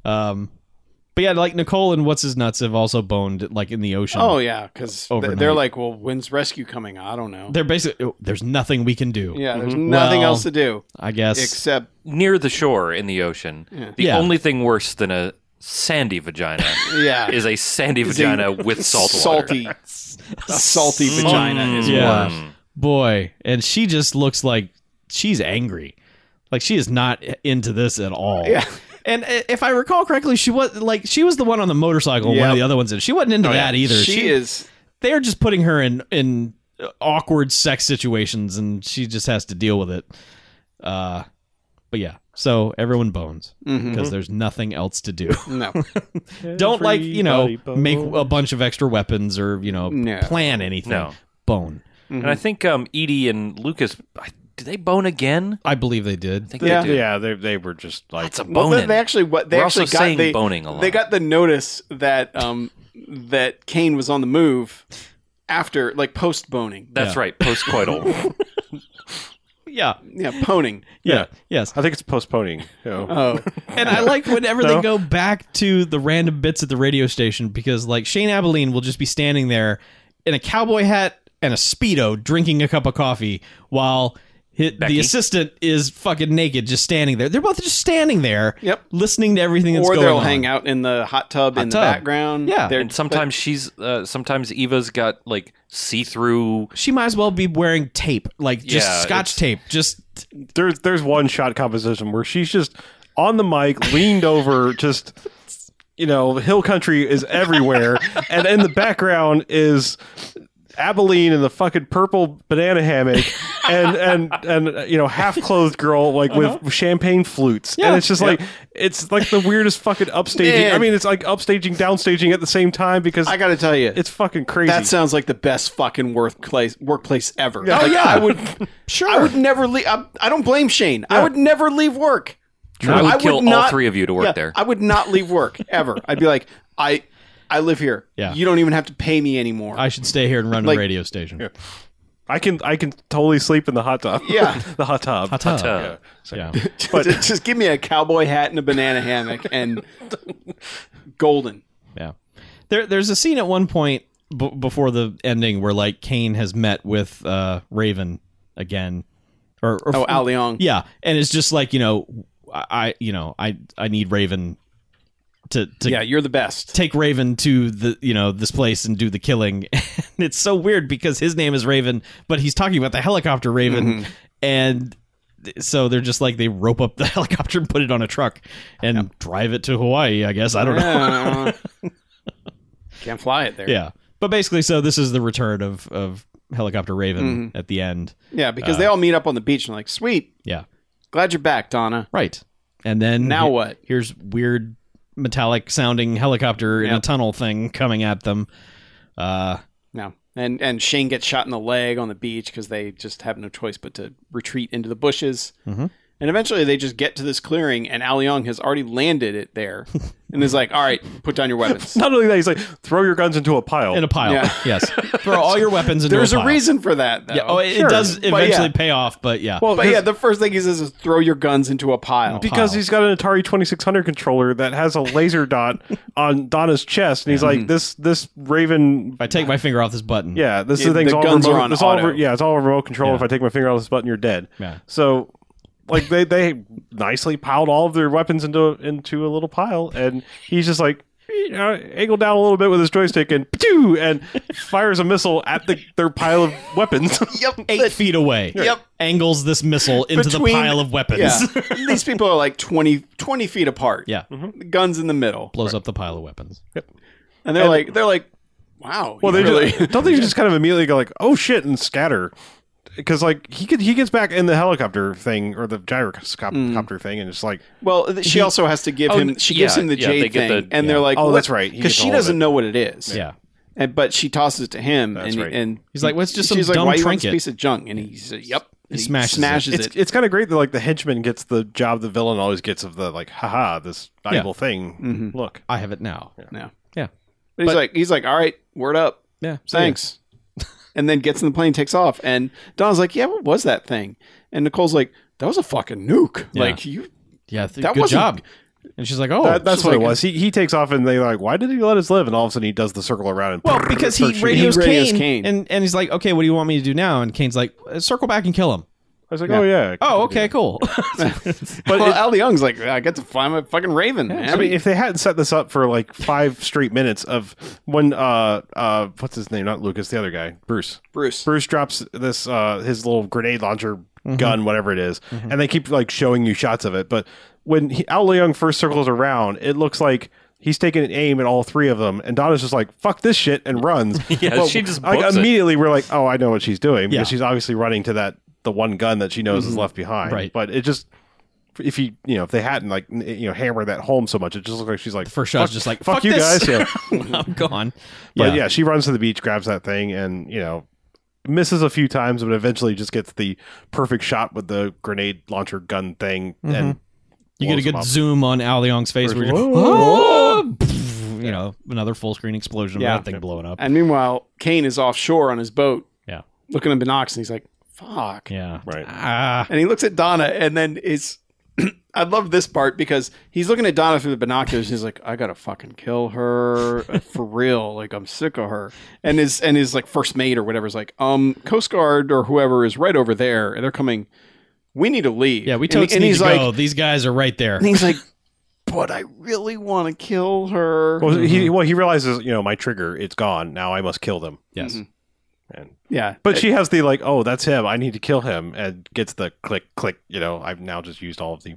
Um, but yeah, like Nicole and what's his nuts have also boned like in the ocean.
Oh yeah, because
Overnight.
they're like, well, when's rescue coming? I don't know.
they're basically oh, there's nothing we can do.
yeah, there's nothing
Well,
else to do
I guess.
except
Near the shore in the ocean. The
Yeah.
only thing worse than a sandy vagina
yeah,
is a sandy
a
vagina with salt water.
*laughs*
salty, a salty
Mm.
vagina is
Yeah.
worse.
boy, and she just looks like she's angry. Like she is not into this at all.
Yeah.
*laughs* And i- if I recall correctly, she was like she was the one on the motorcycle, one
Yep.
of the other ones, and she wasn't into that either.
She, is.
they're just putting her in in awkward sex situations and she just has to deal with it uh but yeah so everyone bones because
Mm-hmm.
there's nothing else
*laughs*
to do
No,
don't like you know
Everybody
make
bones.
a bunch of extra weapons or you know
No.
plan anything
No.
bone
And I think um, Edie and Lucas, I, did they bone again?
i believe they
I
did
think
Yeah.
they did.
yeah, they, they were just like
That's a
well,
boning.
they, they actually what they
We're
actually
also saying
got they,
boning a lot.
they got the notice that um that Kane was on the move after like post boning.
That's right,
*laughs*
postcoital.
yeah
Yeah, poning.
yeah yes
I think it's postponing. you know.
Oh,
and i like whenever
No.
they go back to the random bits at the radio station because like shane abilene will just be standing there in a cowboy hat and a speedo drinking a cup of coffee while hi the
Becky.
assistant is fucking naked just standing there they're both just standing there
Yep.
listening to everything that's
or
going
they'll
on
hang out in the hot tub in the
tub.
background.
Yeah.
They're-
and sometimes she's, uh, sometimes Eva's got like see-through.
she might as well be wearing tape like just
Yeah,
scotch
it's-
tape just
there's there's one shot composition where she's just on the mic, leaned over, just you know, hill country is everywhere, and in the background is Abilene in the fucking purple banana hammock, and and and uh, you know, half clothed girl like with champagne flutes, and it's just like it's like the weirdest fucking upstaging. I
Man.
mean, it's like upstaging, downstaging at the same time because
I got to tell you,
it's fucking crazy.
that sounds like the best fucking workplace workplace ever.
Yeah.
Like,
Oh, yeah.
I would. sure, I would never leave. I, I don't blame Shane. I would never leave work.
I would kill all three of you to work
yeah,
there.
I would not leave work ever. I'd be like, I, I live here.
Yeah.
you don't even have to pay me anymore.
i should stay here and run
Like-
a radio station
I can I can totally sleep in the hot tub.
Yeah.
*laughs* the hot tub.
Hot tub.
tub.
yeah
*laughs* but just, just give me a cowboy hat and a banana hammock *laughs* and golden.
Yeah. There, there's a scene at one point b- before the ending where like Kane has met with uh, Raven again, or, or
Oh, Al Leong.
yeah, and it's just like you know, I, I you know, I I need Raven to to
Yeah, you're the best.
take Raven to the you know this place and do the killing. *laughs* And it's so weird because his name is Raven, but he's talking about the helicopter Raven,
Mm-hmm.
and th- so they're just like they rope up the *laughs* helicopter and put it on a truck and drive it to Hawaii. I guess I don't know.
Uh, can't fly it there.
Yeah. But basically, so this is the return of, of Helicopter Raven
Mm-hmm.
at the end.
Yeah, because they all meet up on the beach and like, sweet,
Yeah.
glad you're back, Donna.
Right. And then
Now
he-
what?
Here's weird metallic sounding helicopter in a
Yep.
tunnel thing coming at them. Uh,
No. And and Shane gets shot in the leg on the beach because they just have no choice but to retreat into the bushes. And eventually they just get to this clearing, and Al Young has already landed it there and is like, all right, put down your weapons.
*laughs* Not only that, he's like, throw your guns into a pile.
in a pile.
Yeah.
*laughs*
*laughs*
Yes, throw all your weapons into
There's
a
a,
pile.
reason for that, though.
Yeah, oh, it, it
Sure.
does
yeah.
eventually pay off, but yeah,
well,
but yeah, the first thing he says is throw your guns into a pile.
because
pile.
he's got an Atari 2600 controller that has a
*laughs*
laser dot on Donna's chest, and he's
Mm-hmm.
like, this this Raven.
if I take my finger off this button,
Yeah, this is
Yeah,
the thing's
the
all
guns are
remote.
on
it's all
auto.
re- yeah, it's all remote control.
Yeah.
If I take my finger off this button, you're dead.
Yeah.
So, like they they nicely piled all of their weapons into into a little pile, and he's just like. You know, angle down a little bit with his joystick and *laughs* p'tew, and fires a missile at the their pile of
*laughs*
weapons.
eight feet away,
Yep.
angles this missile into
Between-
the pile of weapons,
Yeah. Mm-hmm. These people are like 20, 20 feet apart.
*laughs* Yeah.
The guns in the middle.
blows up the pile of weapons.
And they're like, they're like, wow.
Well,
you
they
really-
just, *laughs* don't they just kind of immediately go like, "Oh shit!" and scatter because like he could he gets back in the helicopter thing or the gyrocopter thing, and it's like,
*laughs* Well, th- she also has to give
Oh,
him. She gives
yeah,
him the
yeah,
jade
they get
thing,
the-
and they're like,
Oh, that's right. He
because
gets a
she
hold of
doesn't
it.
know what it is.
Yeah,
and, but she tosses it to him, and,
right.
and
He's like, well, it's just some
she's
dumb
like, Why You want this
trinket."
piece of junk, and he said, "Yep." And
smashes it.
it's
it.
it's kind of great that like the henchman gets the job the villain always gets of the like, haha, this valuable thing. Look,
I have it now.
Yeah,
Yeah,
but he's like, he's like, "All right, word up,
yeah. So,
thanks," *laughs* and then gets in the plane, takes off, and Don's like, "Yeah, what was that thing?" And Nicole's like, "That was a fucking nuke.
Yeah.
Like you, *laughs*
Yeah, th-
That
good
wasn't-
job. And she's like, oh,
that, that's
just
what it
like-
was. He he takes off and they're like, "Why did he let us live?" And all of a sudden he does the circle around and
Well, because he
starts shooting.
radios,
He radios
Kane,
Kane.
and and he's like, okay, what do you want me to do now? And Kane's like, "Uh, circle back and kill him.
I was like, "Oh yeah."
Oh, okay, cool.
but well, Al Young's like, "I get to fly my fucking Raven." man.
I mean, if they hadn't set this up for like five straight minutes of when uh uh what's his name? Not Lucas, the other guy, Bruce.
Bruce,
Bruce drops this uh his little grenade launcher
Mm-hmm.
gun, whatever it is, and they keep like showing you shots of it. But when he, Al Leung first circles around, it looks like he's taking an aim at all three of them, and Donna's just like "fuck this shit" and
*laughs*
runs.
Yeah, she just
like,
books it.
immediately we're like, "Oh, I know what she's doing,"
Yeah. Mm-hmm.
because she's obviously running to that the one gun that she knows is left behind.
Right.
But it just if he you know if they hadn't like n- you know hammered that home so much, it just looks like she's like
First shot's just like,
fuck,
fuck
you
this." *laughs*
guys. Yeah.
*laughs* I'm gone.
But yeah. she runs to the beach, grabs that thing, and you know misses a few times, but eventually just gets the perfect shot with the grenade launcher gun thing.
Mm-hmm.
And
you get a
blows him
good
up.
zoom on Al Leong's face where you're, "Ah!" you know, another full screen explosion, of
Yeah.
that thing blowing up.
and meanwhile, Kane is offshore on his boat,
Yeah,
looking at binocs, and he's like, "Fuck."
yeah,
Right.
Ah,
and he looks at Donna, and then is *clears throat* I love this part because he's looking at Donna through the binoculars. And he's like, "I gotta fucking kill her uh, for real. Like I'm sick of her." And his and his like first mate or whatever is like, "Um, Coast Guard or whoever is right over there, and they're coming. We need to leave."
yeah. We
And-
totes
and
need
he's
to
like,
go. These guys are right *laughs* there.
and he's like, "But I really want to kill her."
well,
Mm-hmm.
he well he realizes you know my trigger, it's gone. Now I must kill them.
Yes.
And
yeah,
but she has the like, oh, that's him. I need to kill him, and gets the click click. You know, I've now just used all of the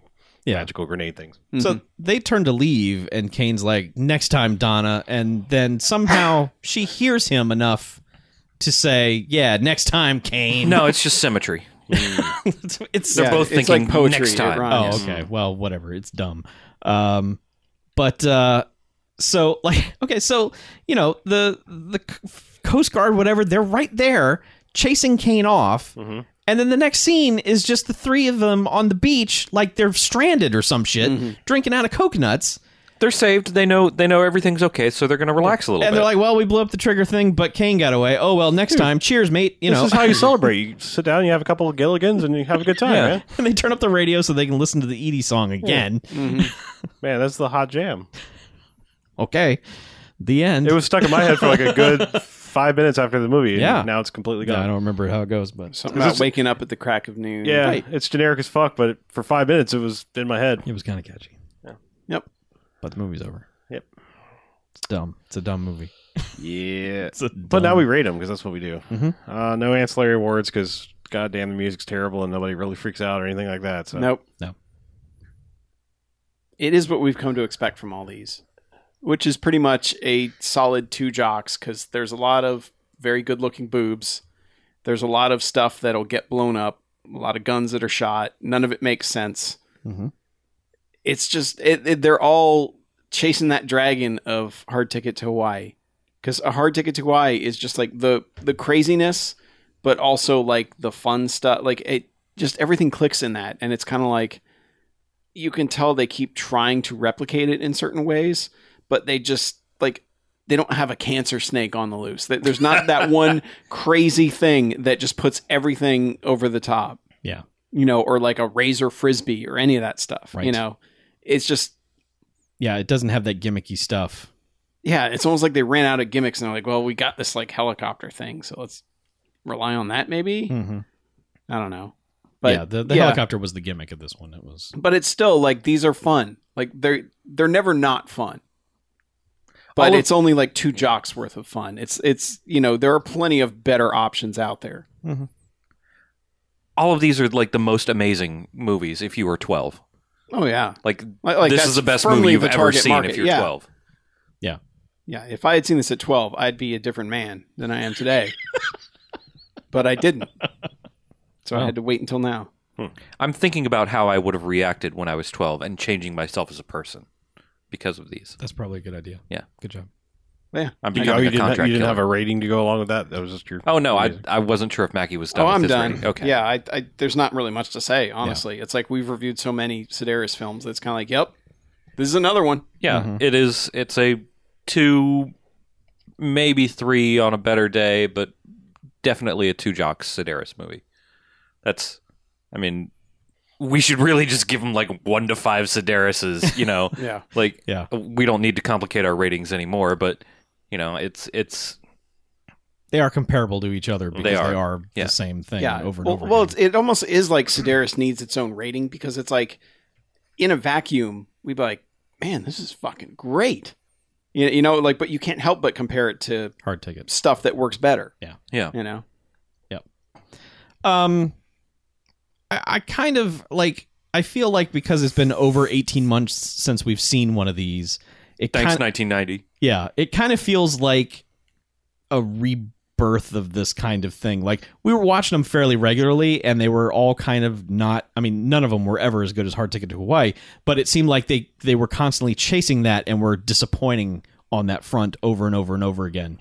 Yeah. Mm,
magical grenade things.
So they turn to leave, and Kane's like, next time, Donna. And then somehow she hears him enough to say, yeah, next time, Kane.
No, it's just symmetry.
*laughs* it's, it's
They're
Yeah,
both
it's
thinking
like poetry,
next time.
it
Oh,
rhymes.
okay. Well, whatever. It's dumb. Um, but uh, so *laughs* like, okay, so you know the the c- Coast Guard, whatever, they're right there chasing Kane off, and then the next scene is just the three of them on the beach, like they're stranded or some shit, drinking out of coconuts,
They're saved. They know they know everything's okay, so they're going to relax a little
and
bit.
they're like, "Well, we blew up the trigger thing, but Kane got away. Oh well, next time, cheers, mate." You
This
know.
is how you celebrate. You sit down, you have a couple of Gilligans, and you have a good time,
Yeah.
man.
*laughs* and they turn up the radio so they can listen to the Edie song again.
Man, that's the hot jam.
Okay, the end.
It was stuck in my head for like a
*laughs*
good five minutes after the movie. and
Yeah.
now it's completely
Yeah, I
gone.
don't remember how it goes, but
Something about waking up at the crack of noon.
Yeah,
Right.
it's generic as fuck, but for five minutes it was in my head.
It was kind of catchy.
Yep.
But the movie's over.
Yep.
It's dumb. It's a dumb movie.
Yeah.
It's a
But now we rate them because that's what we do. Uh, no ancillary awards because goddamn the music's terrible and nobody really freaks out or anything like that. So
Nope.
No.
It is what we've come to expect from all these, which is pretty much a solid two jocks because there's a lot of very good looking boobs. There's a lot of stuff that'll get blown up, a lot of guns that are shot. None of it makes sense.
Mhm.
It's just, it, it- they're all chasing that dragon of Hard Ticket to Hawaii because a Hard Ticket to Hawaii is just like the, the craziness, but also like the fun stuff. Like it, just everything clicks in that, and it's kind of like you can tell they keep trying to replicate it in certain ways, but they just like they don't have a cancer snake on the loose. There- There's not
*laughs*
that one crazy thing that just puts everything over the top.
Yeah.
you know, or like a razor frisbee or any of that stuff. You
Right.
know, it's just
Yeah, it doesn't have that gimmicky stuff.
yeah, it's almost like they ran out of gimmicks and they're like, well, we got this like helicopter thing, so let's rely on that maybe.
Mm-hmm.
I don't know. But
yeah, the, the
yeah.
helicopter was the gimmick of this one. It was
But it's still like these are fun. Like they're they're never not fun. But
All of-
it's only like two jocks worth of fun. It's it's you know, there are plenty of better options out there.
All of these are like the most amazing movies if you were 12.
Oh yeah.
Like,
Like, like
this
that's
is the best
firmly
movie you've
the
ever
target
seen
market.
if you're
yeah.
12.
Yeah, if I had seen this at 12, I'd be a different man than I
*laughs*
am today. but I didn't. So I
Wow.
had to wait until now.
I'm thinking about how I would have reacted when I was 12 and changing myself as a person because of these.
that's probably a good idea.
Yeah.
good job.
Yeah.
I'm
You,
becoming
oh, you
a
didn't,
contract
you didn't
killer.
have a rating to go along with that. That was just your.
Oh no, I I wasn't sure if Mackie was done.
oh,
with
I'm
his
done.
rating. Okay.
Yeah, I, I, there's not really much to say, honestly. It's like we've reviewed so many Sedaris films that's kind of like, yep, this is another one.
Yeah, it is. It's a two, maybe three on a better day, but definitely a two jock Sedaris movie. That's, I mean, we should really just give them like one to five Sedarises. You
*laughs*
know,
Yeah.
like
Yeah.
we don't need to complicate our ratings anymore. But you know, it's it's
They are comparable to each other because they are,
are. Yeah.
the same thing
yeah.
over and
well,
over.
well
again.
it's, it almost is like Sedaris needs its own rating because it's like in a vacuum, we'd be like, man, this is fucking great. You, you know, like, but you can't help but compare it to
hard tickets.
stuff that works better,
yeah.
you know?
Um, I, I kind of like. I feel like because it's been over 18 months since we've seen one of these, it
Thanks,
kind
1990.
Yeah, it kind of feels like a rebirth of this kind of thing. Like we were watching them fairly regularly, and they were all kind of not. I mean, none of them were ever as good as Hard Ticket to Hawaii, but it seemed like they they were constantly chasing that and were disappointing on that front over and over and over again.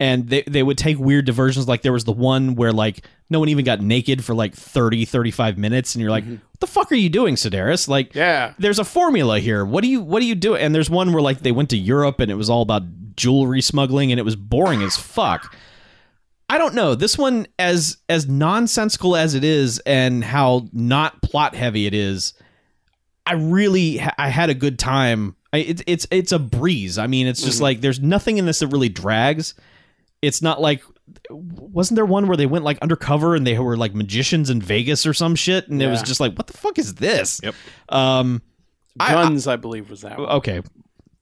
And they, they would take weird diversions. Like there was the one where like no one even got naked for like 30, 35 minutes. And you're like, what the fuck are you doing, Sedaris? Like,
Yeah.
there's a formula here. What do you what do you do? And there's one where like they went to Europe and it was all about jewelry smuggling and it was boring as fuck. I don't know. This one as as nonsensical as it is and how not plot heavy it is, I really ha- I had a good time. I, it's it's it's a breeze. I mean, it's
Mm-hmm.
just like there's nothing in this that really drags. It's not like wasn't there one where they went like undercover and they were like magicians in Vegas or some shit and it was
Yeah.
just like what the fuck is this?
Yep.
Um I- Oh,
Guns, I, believe, was that one.
okay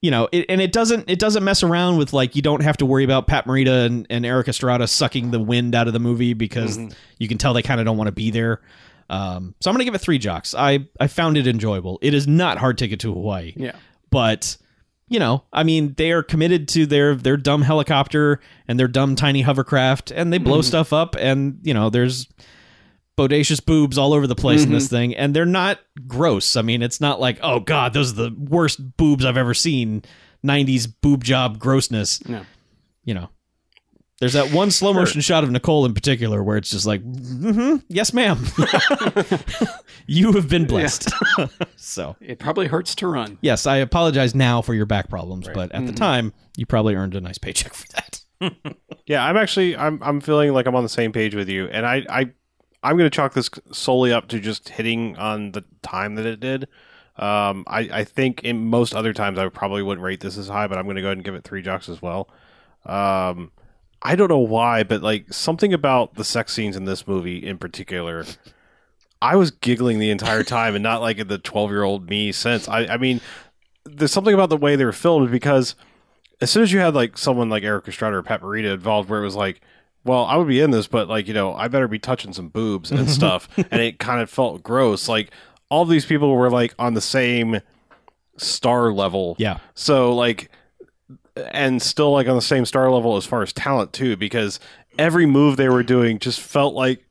you know it, and it doesn't it doesn't mess around with like you don't have to worry about pat morita and, and eric estrada sucking the wind out of the movie because
Mm-hmm.
you can tell they kind of don't want to be there um, so i'm gonna give it three jocks i i found it enjoyable it is not hard ticket to hawaii
Yeah.
but you know i mean they are committed to their their dumb helicopter and their dumb tiny hovercraft and they blow stuff up and you know there's bodacious boobs all over the place in this thing and they're not gross i mean it's not like oh god those are the worst boobs i've ever seen 90s boob job grossness
No.
you know there's that one slow motion shot of nicole in particular where it's just like mm-hmm, yes ma'am *laughs* you have been blessed *laughs* so
It probably hurts to run.
yes, I apologize now for your back problems, but
Mm-hmm.
at the time, you probably earned a nice paycheck *laughs* for that.
Yeah, I'm actually I'm I'm feeling like I'm on the same page with you, and I I I'm going to chalk this solely up to just hitting on the time that it did. Um, I I think in most other times I probably wouldn't rate this as high, but I'm going to go ahead and give it three jocks as well. Um, I don't know why, but like something about the sex scenes in this movie in particular. I was giggling the entire time, and not like the twelve-year-old me sense. I, I mean, there's something about the way they were filmed because as soon as you had like someone like Eric Estrada or Pat Morita involved, where it was like, well, I would be in this, but like you know, I better be touching some boobs and stuff, and it kind of felt gross. Like all these people were like on the same star level,
Yeah.
So like, and still like on the same star level as far as talent too, because every move they were doing just felt like.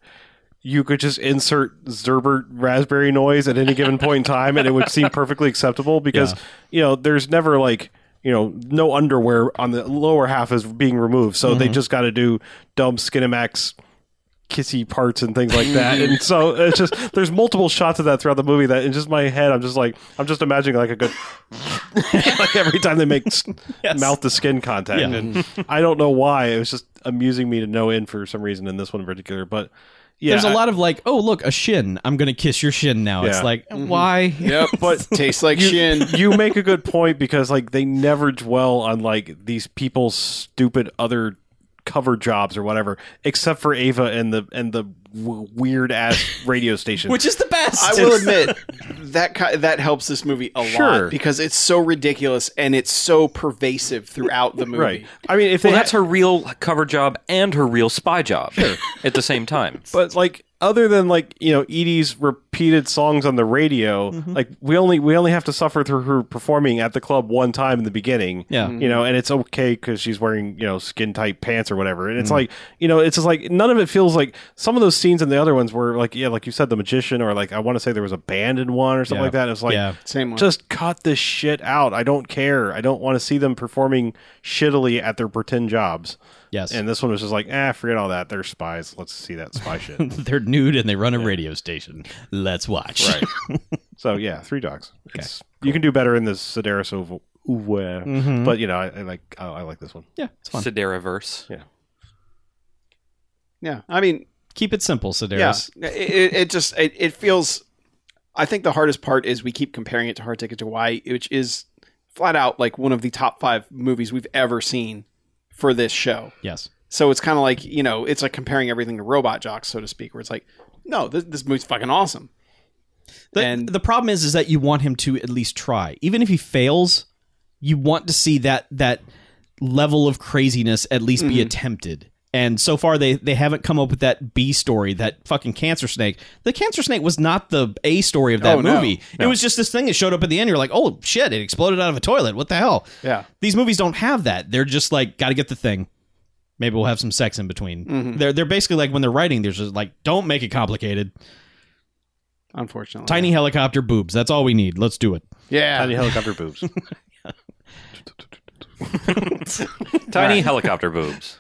You could just insert Zerbert raspberry noise at any given point in time, and it would seem perfectly acceptable because you know there's never like you know no underwear on the lower half is being removed, so they just got to do dumb Skinemax kissy parts and things like that. and so it's just there's multiple shots of that throughout the movie that in just my head I'm just like I'm just imagining like a good *laughs* like every time they make s mouth to skin contact.
Yeah.
And I don't know why it was just amusing me to no end for some reason in this one in particular, but yeah,
There's a
I-
lot of like, oh look, a shin. I'm gonna kiss your shin now.
Yeah. Mm-hmm.
It's like why?
Yep. *laughs* But tastes like shin.
*laughs* you make a good point because like they never dwell on like these people's stupid other cover jobs or whatever, except for Ava and the and the w- weird ass radio station.
*laughs* *laughs* Which is the best.
I will
*laughs*
admit that ki- that helps this movie a
Sure.
lot because it's so ridiculous and it's so pervasive throughout the movie.
right? I mean, if they
Well,
had-
that's her real cover job and her real spy job at the same time.
but like other than like you know Edie's repeated songs on the radio,
Mm-hmm.
like we only we only have to suffer through her performing at the club one time in the beginning.
Yeah.
you know, and it's okay because she's wearing you know skin tight pants or whatever.
Mm-hmm.
And it's like you know, it's just like none of it feels like some of those scenes in the other ones were like yeah, like you said, the magician or like I want to say there was a band in one or something
Yeah.
like that. It's like
Yeah.
Same one.
just cut this shit out. I don't care. I don't want to see them performing shittily at their pretend jobs.
yes.
And this one was just like, ah, forget all that. They're spies. Let's see that spy shit.
*laughs* They're nude and they run a radio station. Let's watch. *laughs* Right.
*laughs* So yeah, three dogs. It's, You can do better in the Sedaris Oval,
Mm-hmm.
but you know, I, I like oh, I, I like this one.
yeah, it's fun.
Sideraverse.
yeah. I mean,
Keep it simple, Sedaris.
Yeah, it, it- it just it, it feels. I think the hardest part is we keep comparing it to Hard Ticket to Hawaii, which is flat out like one of the top five movies we've ever seen for this show.
Yes.
So it's kind of like you know, it's like comparing everything to Robot Jocks, so to speak, where it's like, no, this, this movie's fucking awesome.
The,
And-
the problem is, is that you want him to at least try, even if he fails. You want to see that that level of craziness at least
Mm-hmm.
be attempted. And so far, they they haven't come up with that B story, that fucking cancer snake. The cancer snake was not the A story of that
Oh, no.
movie. It was just this thing that showed up at the end. You're like, oh shit, it exploded out of a toilet. What the hell?
Yeah.
These movies don't have that. They're just like, got to get the thing. Maybe we'll have some sex in between.
Mm-hmm.
They're they're basically like when they're writing, they're just like, don't make it complicated.
Unfortunately,
Tiny helicopter boobs. That's all we need. Let's do it.
Yeah.
Tiny helicopter boobs.
Tiny helicopter boobs.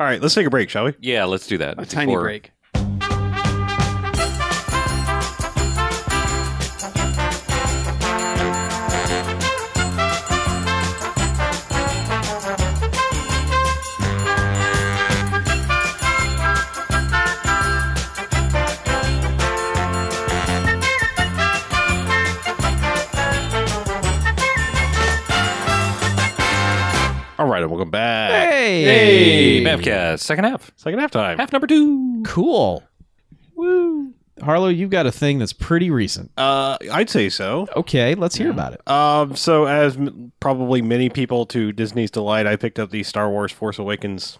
All right, let's take a break, shall we?
Yeah, let's do that.
a tiny
before-
break.
All right, and welcome back.
Hey,
Hey, Mavcast, second half.
Second half time.
Half number two.
cool. Woo, Harlow, you've got a thing that's pretty recent.
Uh, I'd say so.
Okay, let's hear about it.
Um, so as m- probably many people to Disney's delight, I picked up the Star Wars Force Awakens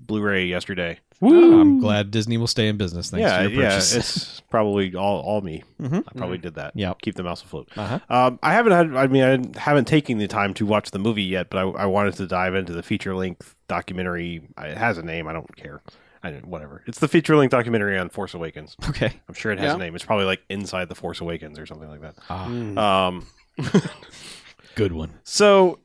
Blu-ray yesterday.
I'm glad Disney will stay in business thanks
yeah,
to your
yeah,
purchase. Mm-hmm.
it's probably all all me. I probably did that.
Yep.
keep the mouse afloat.
Uh-huh.
Um, I haven't had. I mean, I didn't- haven't taken the time to watch the movie yet, but I, I wanted to dive into the feature length documentary. It has a name. I don't care. I didn't, whatever. It's the feature length documentary on Force Awakens.
*laughs* okay.
I'm sure it has
Yeah. Hmm.
a name. It's probably like Inside the Force Awakens or something like that.
Ah,
Um,
*laughs* good one.
so,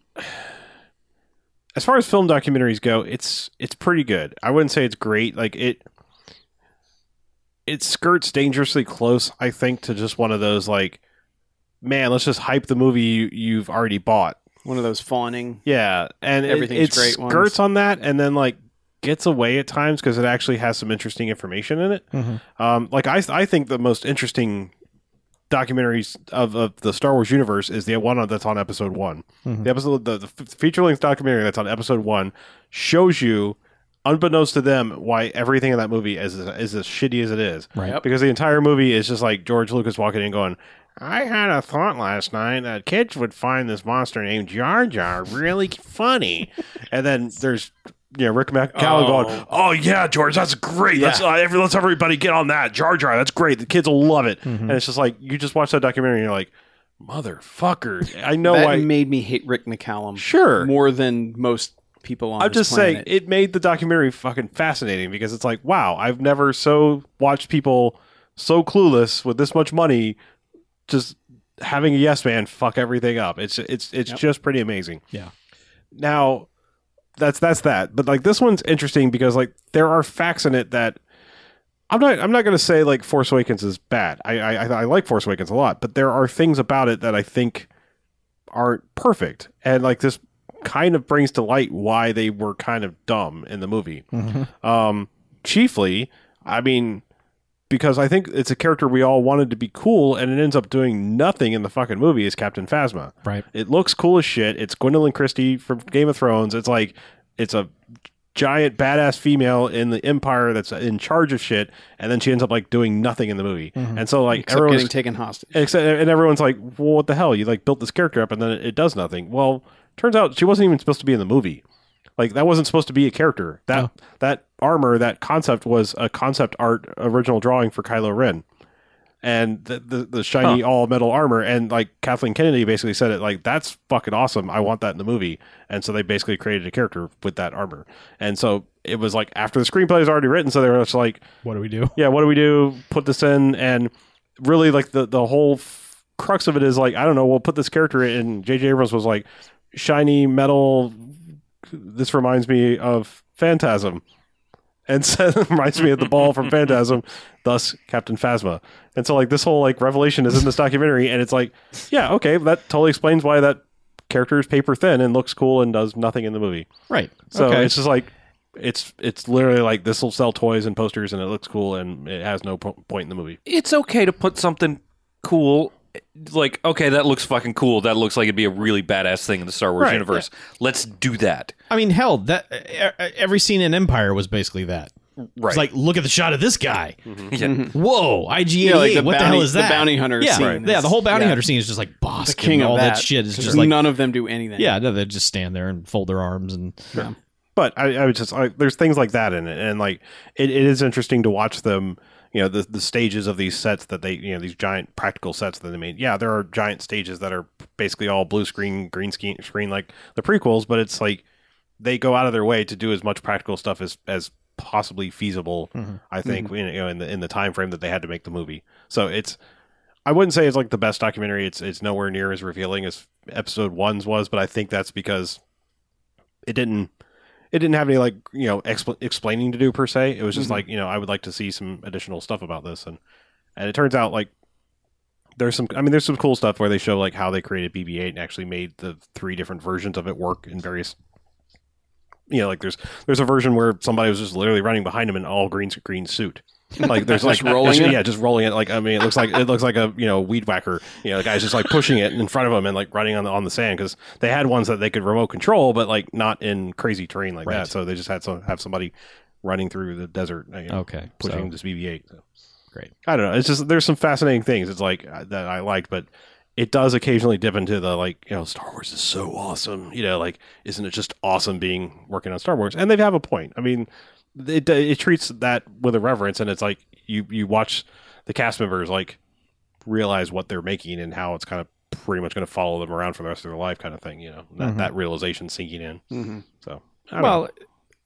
as far as film documentaries go, it's it's pretty good. I wouldn't say it's great. Like it, it skirts dangerously close. I think to just one of those like, man, let's just hype the movie you, you've already bought.
One of those fawning.
Yeah, and everything
Everything's
it, it
great ones.
skirts on that, and then like gets away at times because it actually has some interesting information in it. Um, like I, I think the most interesting documentaries of, of the Star Wars universe is the one that's on Episode One. The episode, the, the feature length documentary that's on Episode One shows you, unbeknownst to them, why everything in that movie is is as shitty as it is.
Right.
Yep.
Because the entire movie is just like George Lucas walking in going, I had a thought last night that kids would find this monster named Jar Jar really funny. *laughs* and then there's you know, Rick McCallum
Oh.
going, Oh yeah, George, that's great. Let's uh, every, let's everybody get on that. Jar Jar, that's great. The kids will love it. And it's just like you just watch that documentary and you're like, Motherfucker. I know
that
why
made me hate Rick McCallum
Sure.
more than most people on.
I'm
this
just saying
planet.
it made the documentary fucking fascinating because it's like, wow, I've never so watched people so clueless with this much money just having a yes man fuck everything up. It's it's it's just pretty amazing.
Yeah.
Now that's that's that. But like this one's interesting because like there are facts in it that I'm not I'm not gonna say like Force Awakens is bad. I I, I I like Force Awakens a lot, but there are things about it that I think aren't perfect, and like this kind of brings to light why they were kind of dumb in the movie. Um, chiefly, I mean, because I think it's a character we all wanted to be cool, and it ends up doing nothing in the fucking movie. Is Captain Phasma?
Right.
It looks cool as shit. It's Gwendolyn Christie from Game of Thrones. It's like it's a giant badass female in the Empire that's in charge of shit, and then she ends up like doing nothing in the movie. And so like
Except
everyone's
getting taken hostage.
except and everyone's like, well, what the hell? You like built this character up and then it, it does nothing. Well, turns out she wasn't even supposed to be in the movie. Like that wasn't supposed to be a character. That that armor, that concept was a concept art original drawing for Kylo Ren. And the the, the shiny all metal armor and like Kathleen Kennedy basically said it like that's fucking awesome. I want that in the movie. And so they basically created a character with that armor. And so it was like after the screenplay is already written, so they were just like,
What do we do?
yeah, what do we do? Put this in, and really, like the the whole f- crux of it is like, I don't know, we'll put this character in. And J.J. Abrams was like, shiny metal. This reminds me of Phantasm, and *laughs* so it reminds me of the ball from Phantasm, thus Captain Phasma. And so, like this whole like revelation is in this documentary, and it's like, yeah, okay, that totally explains why that character is paper thin and looks cool and does nothing in the movie.
Right.
So
okay.
it's just like it's it's literally like this will sell toys and posters and it looks cool and it has no po- point in the movie.
it's okay to put something cool like okay that looks fucking cool that looks like it'd be a really badass thing in the star wars
Right,
universe let's do that
I mean, hell, that e- e- every scene in Empire was basically that.
right Mm-hmm.
It's like, look at the shot of this guy.
yeah.
Whoa, IG88.
Mm-hmm. Yeah, like the
E, what the
bounty-
hell is
the
that?
bounty hunter
yeah,
scene
right. yeah.
is-
The whole bounty
yeah.
hunter scene is just like boss
The king
and
of
all
that,
that, shit is
'cause
just like
none of them do anything.
yeah, no, they just stand there and fold their arms and
But I, I would just like there's things like that in it and like it, it is interesting to watch them. You know the the stages of these sets that they you know these giant practical sets that they made. Yeah, there are giant stages that are basically all blue screen, green screen, screen like the prequels, but it's like they go out of their way to do as much practical stuff as as possibly feasible. I think you know in the in the time frame that they had to make the movie. So it's I wouldn't say it's like the best documentary. It's it's nowhere near as revealing as episode one's was, but I think that's because it didn't it didn't have any like you know expl- explaining to do per se. It was just
Mhm.
like you know I would like to see some additional stuff about this, and and it turns out like there's some I mean there's some cool stuff where they show like how they created BB-8 and actually made the three different versions of it work in various you know like there's there's a version where somebody was just literally running behind him in all green green suit. Like
*laughs*
there's like
Just rolling it?
yeah, just rolling it. Like I mean, it looks like it looks like a you know weed whacker. You know, the guy's just like pushing it in front of him and like running on the on the sand because they had ones that they could remote control, but like not in crazy terrain like
Right.
that. So they just had some have somebody running through the desert, you know,
okay.
pushing
so,
this BB-8. So.
Great.
I don't know. It's just there's some fascinating things. It's like uh, that I liked, but it does occasionally dip into the like you know Star Wars is so awesome. You know, like isn't it just awesome being working on Star Wars? And they have a point. I mean, it it treats that with a reverence, and it's like you you watch the cast members like realize what they're making and how it's kind of pretty much going to follow them around for the rest of their life, kind of thing. You know, that, that realization sinking in.
hmm
So I don't know.
Mm-hmm. well,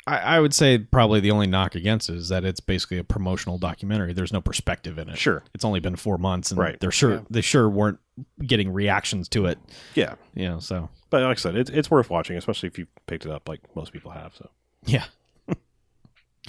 I, I would say probably the only knock against it is that it's basically a promotional documentary. There's no perspective in it.
sure,
It's only been four months, and
Right.
they're sure
Yeah.
they sure weren't getting reactions to it.
yeah,
You know, so *laughs*
but like I said, it's it's worth watching, especially if you picked it up like most people have. So
yeah. *laughs*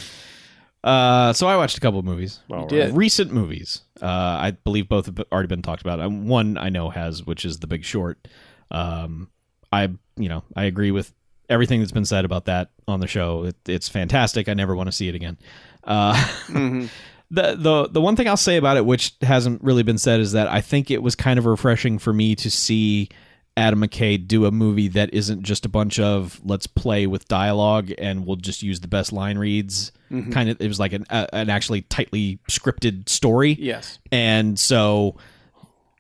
uh, so I watched a couple of movies.
all right.
did.
recent movies. Uh, I believe both have already been talked about. Um, One I know has, which is The Big Short. Um, I, you know, I agree with everything that's been said about that on the show. It, it's fantastic. I never want to see it again. Uh, *laughs*
hmm
the the the one thing I'll say about it, which hasn't really been said, is that I think it was kind of refreshing for me to see Adam McKay do a movie that isn't just a bunch of let's play with dialogue and we'll just use the best line reads. Kind of, it was like an uh, an actually tightly scripted story
Yes.
and so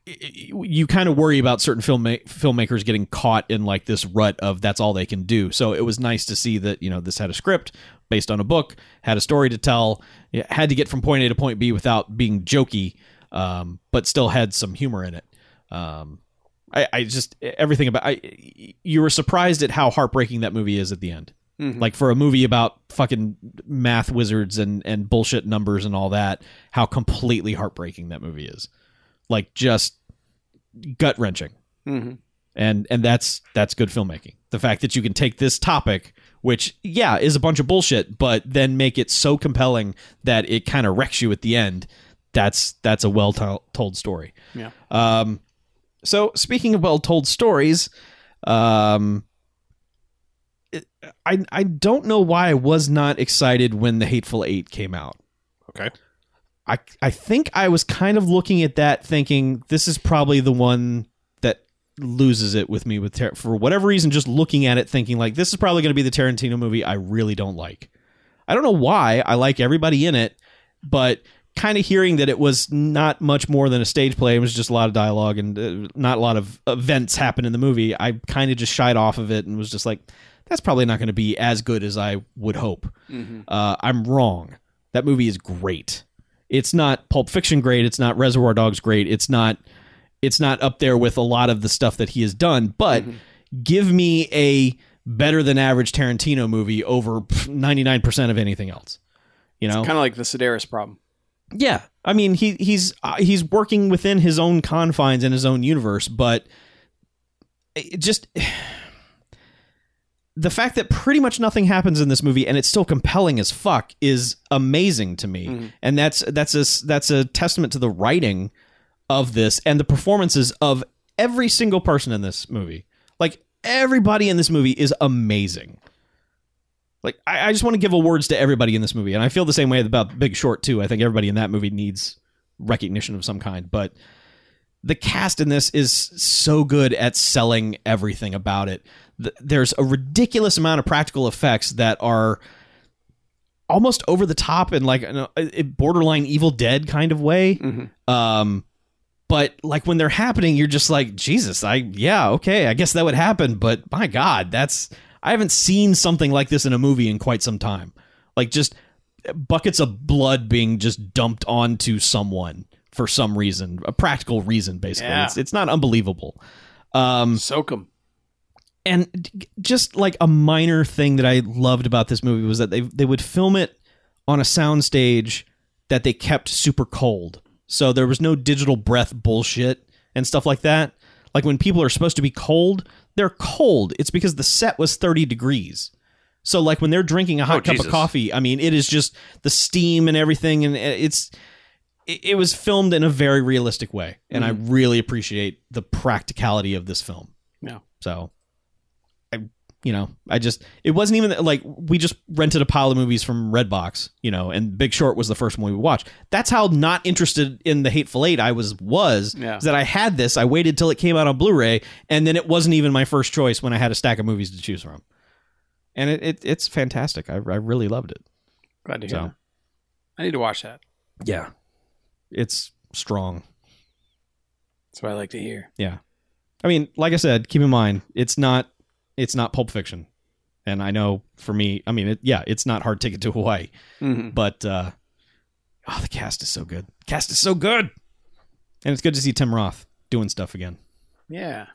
y- y- you kind of worry about certain film filmmakers getting caught in like this rut of that's all they can do. So it was nice to see that you know this had a script based on a book, had a story to tell, it had to get from point A to point B without being jokey, um, but still had some humor in it. Um, I, I just everything about I you were surprised at how heartbreaking that movie is at the end.
Mhm.
Like for a movie about fucking math wizards and and bullshit numbers and all that, how completely heartbreaking that movie is. Like just gut wrenching.
hmm
And and that's that's good filmmaking. The fact that you can take this topic which yeah is a bunch of bullshit, but then make it so compelling that it kind of wrecks you at the end. That's that's a well to- told story.
Yeah.
Um, so speaking of well told stories, um, it- I I don't know why I was not excited when the Hateful Eight came out.
Okay.
I I think I was kind of looking at that thinking this is probably the one that loses it with me with Tar- for whatever reason just looking at it thinking like this is probably going to be the Tarantino movie I really don't like. I don't know why I like everybody in it, but kind of hearing that it was not much more than a stage play, it was just a lot of dialogue and uh, not a lot of events happened in the movie. I kind of just shied off of it and was just like that's probably not going to be as good as I would hope.
Mhm.
Uh, I'm wrong. That movie is great. It's not Pulp Fiction great. It's not Reservoir Dogs great. It's not. It's not up there with a lot of the stuff that he has done. But give me a better than average Tarantino movie over ninety nine percent of anything else. You know,
Kind of like the Sedaris problem.
yeah, I mean he he's uh, he's working within his own confines and his own universe, but it just *sighs* the fact that pretty much nothing happens in this movie and it's still compelling as fuck is amazing to me,
Mhm.
and that's that's a s- that's a testament to the writing of this and the performances of every single person in this movie. Like everybody in this movie is amazing. Like I, I just want to give awards to everybody in this movie, and I feel the same way about Big Short too. I think everybody in that movie needs recognition of some kind, but the cast in this is so good at selling everything about it. Th- There's a ridiculous amount of practical effects that are almost over the top in like an, a borderline Evil Dead kind of way.
Mhm.
Um, but like when they're happening, you're just like, Jesus, I, yeah, okay, I guess that would happen. But my God, that's, I haven't seen something like this in a movie in quite some time. Like just buckets of blood being just dumped onto someone for some reason, a practical reason, basically.
Yeah.
It's, it's not unbelievable. Um,
Soak 'em.
and d- just like a minor thing that I loved about this movie was that they they would film it on a soundstage that they kept super cold, so there was no digital breath bullshit and stuff like that. Like when people are supposed to be cold, they're cold. It's because the set was thirty degrees. So like when they're drinking a hot
Oh,
cup
Jesus.
of coffee, I mean, it is just the steam and everything, and it's it, it was filmed in a very realistic way, and
Mm-hmm.
I really appreciate the practicality of this film.
Yeah.
So, I, you know, I just it wasn't even like we just rented a pile of movies from Redbox, you know, and Big Short was the first one we watched. That's how not interested in the Hateful Eight I was was
Yeah.
is that I had this. I waited till it came out on Blu-ray, and then it wasn't even my first choice when I had a stack of movies to choose from. And it, it it's fantastic. I I really loved it.
Glad to hear.
So.
that. I need to watch that.
Yeah, it's strong.
That's what I like to hear.
I mean, like I said, keep in mind it's not it's not Pulp Fiction, and I know for me, I mean, it, yeah, it's not Hard Ticket to Hawaii,
Mhm.
but uh, oh, the cast is so good. Cast is so good, and it's good to see Tim Roth doing stuff again,
Yeah.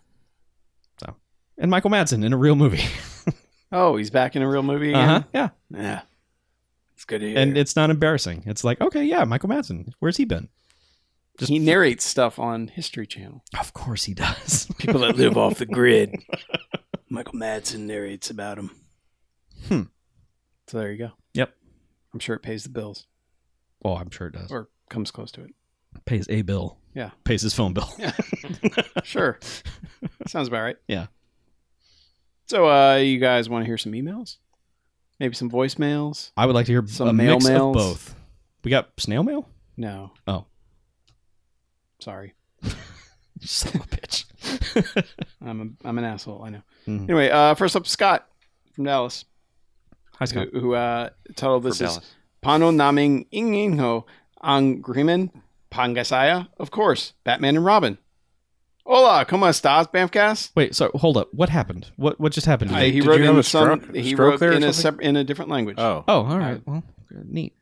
and Michael Madsen in a
*laughs*
real movie.
Oh, he's back in a real movie. Again?
Uh-huh. Yeah,
Yeah. It's good to hear.
and it's not embarrassing. It's like, okay, yeah, Michael Madsen, where's he been?
he narrates stuff on History Channel.
Of course he does. *laughs*
People that live off the grid. Michael Madsen narrates about him.
Hmm.
So there you go.
Yep.
I'm sure it pays the bills
oh, I'm sure it does.
or comes close to it.
Pays a bill.
Yeah.
Pays his phone bill.
Sure. *laughs* Sounds about right.
Yeah.
So, uh, you guys want to hear some emails? Maybe some voicemails?
I would like to hear
Some
a
mail
mix
mails.
of both. We got snail mail.
No.
Oh.
Sorry.
Son of a bitch.
I'm, a, I'm an asshole. I know.
Mhm.
Anyway, uh, first up, Scott from Dallas,
Hi,
who, who uh, titled this
From
is
Dallas.
Pano Naming Inginho Angrimen Pangasaya, of course, Batman and Robin. Hola, ¿cómo estás, Bamfcast?
Wait, so hold up. What happened? What what just happened? To
I,
me?
he
Did
wrote
you
in
have a
some.
stroke-
he
stroke
wrote
there or
in a
something?
sep- in a different language.
Oh.
oh, all right. Well, neat.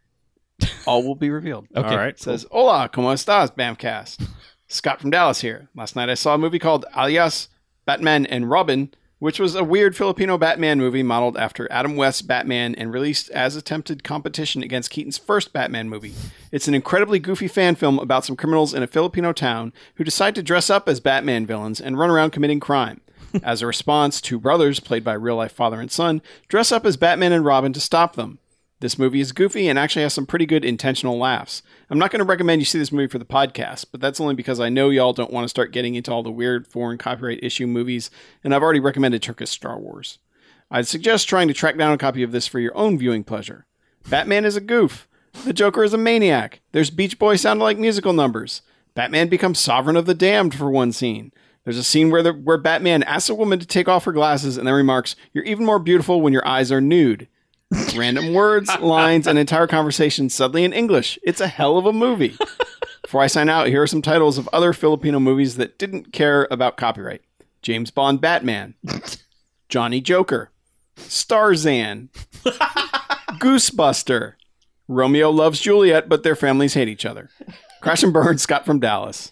All will be revealed.
Okay.
All right.
It says, Hola, ¿cómo estás, Bamcast? Scott from Dallas here. Last night I saw a movie called Alias Batman and Robin, which was a weird Filipino Batman movie modeled after Adam West's Batman and released as attempted competition against Keaton's first Batman movie. It's an incredibly goofy fan film about some criminals in a Filipino town who decide to dress up as Batman villains and run around committing crime. As a response, two brothers, played by real life father and son, dress up as Batman and Robin to stop them. This movie is goofy and actually has some pretty good intentional laughs. I'm not going to recommend you see this movie for the podcast, but that's only because I know y'all don't want to start getting into all the weird foreign copyright issue movies, and I've already recommended Turkish Star Wars. I'd suggest trying to track down a copy of this for your own viewing pleasure. Batman is a goof. The Joker is a maniac. There's Beach Boy sound like musical numbers. Batman becomes sovereign of the damned for one scene. There's a scene where the, where Batman asks a woman to take off her glasses and then remarks, "You're even more beautiful when your eyes are nude." Random words, lines, and entire conversations suddenly in English. It's a hell of a movie. Before I sign out, here are some titles of other Filipino movies that didn't care about copyright. James Bond Batman, Johnny Joker, Starzan, Goosebuster, Romeo loves Juliet, but their families hate each other. Crash and Burn, Scott from Dallas.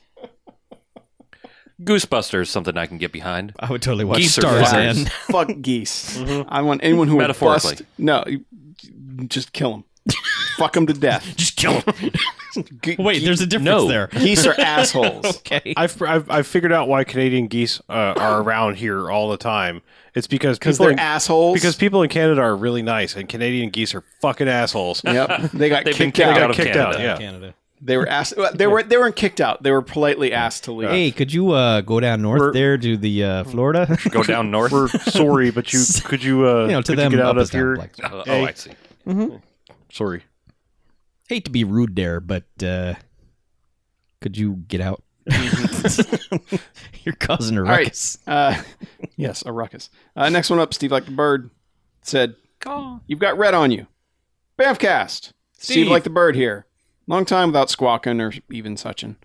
Goosebuster is something I can get behind.
I would totally watch
Geese are
Starzan.
flyers.
*laughs* Fuck geese. I want anyone who would
Metaphorically.
bust. No, you- just kill them. Fuck them to death.
Just kill him.
*laughs* Ge-
*laughs* Wait,
ge-
there's a difference
No.
there.
geese are assholes.
*laughs* Okay.
I've, I've I've figured out why Canadian geese uh, are around here all the time. It's because
Because
people
they're
in,
assholes.
because people in Canada are really nice, and Canadian geese are fucking assholes.
yep, they got
They've been
kicked
kicked
out.
out,
got
of
kicked
Canada.
out, yeah.
Canada.
They were asked. well, They were they weren't kicked out. They were politely asked to leave.
Hey, could you uh, go down north there to the uh, Florida?
Go down north.
We're sorry, but you could you uh
you know, to
could
them
you get out
up is
of
down,
here?
like-
Uh, *laughs*
Hey.
Oh, I see.
Sorry.
hate to be rude there, but uh, could you get out? *laughs* You're causing a
right.
ruckus.
Uh, *laughs* yes, a ruckus. Uh, next one up, Steve Like the Bird said, You've got red on you. Bamfcast. Steve.
Steve.
Like the Bird here. Long time without squawking or even suchin.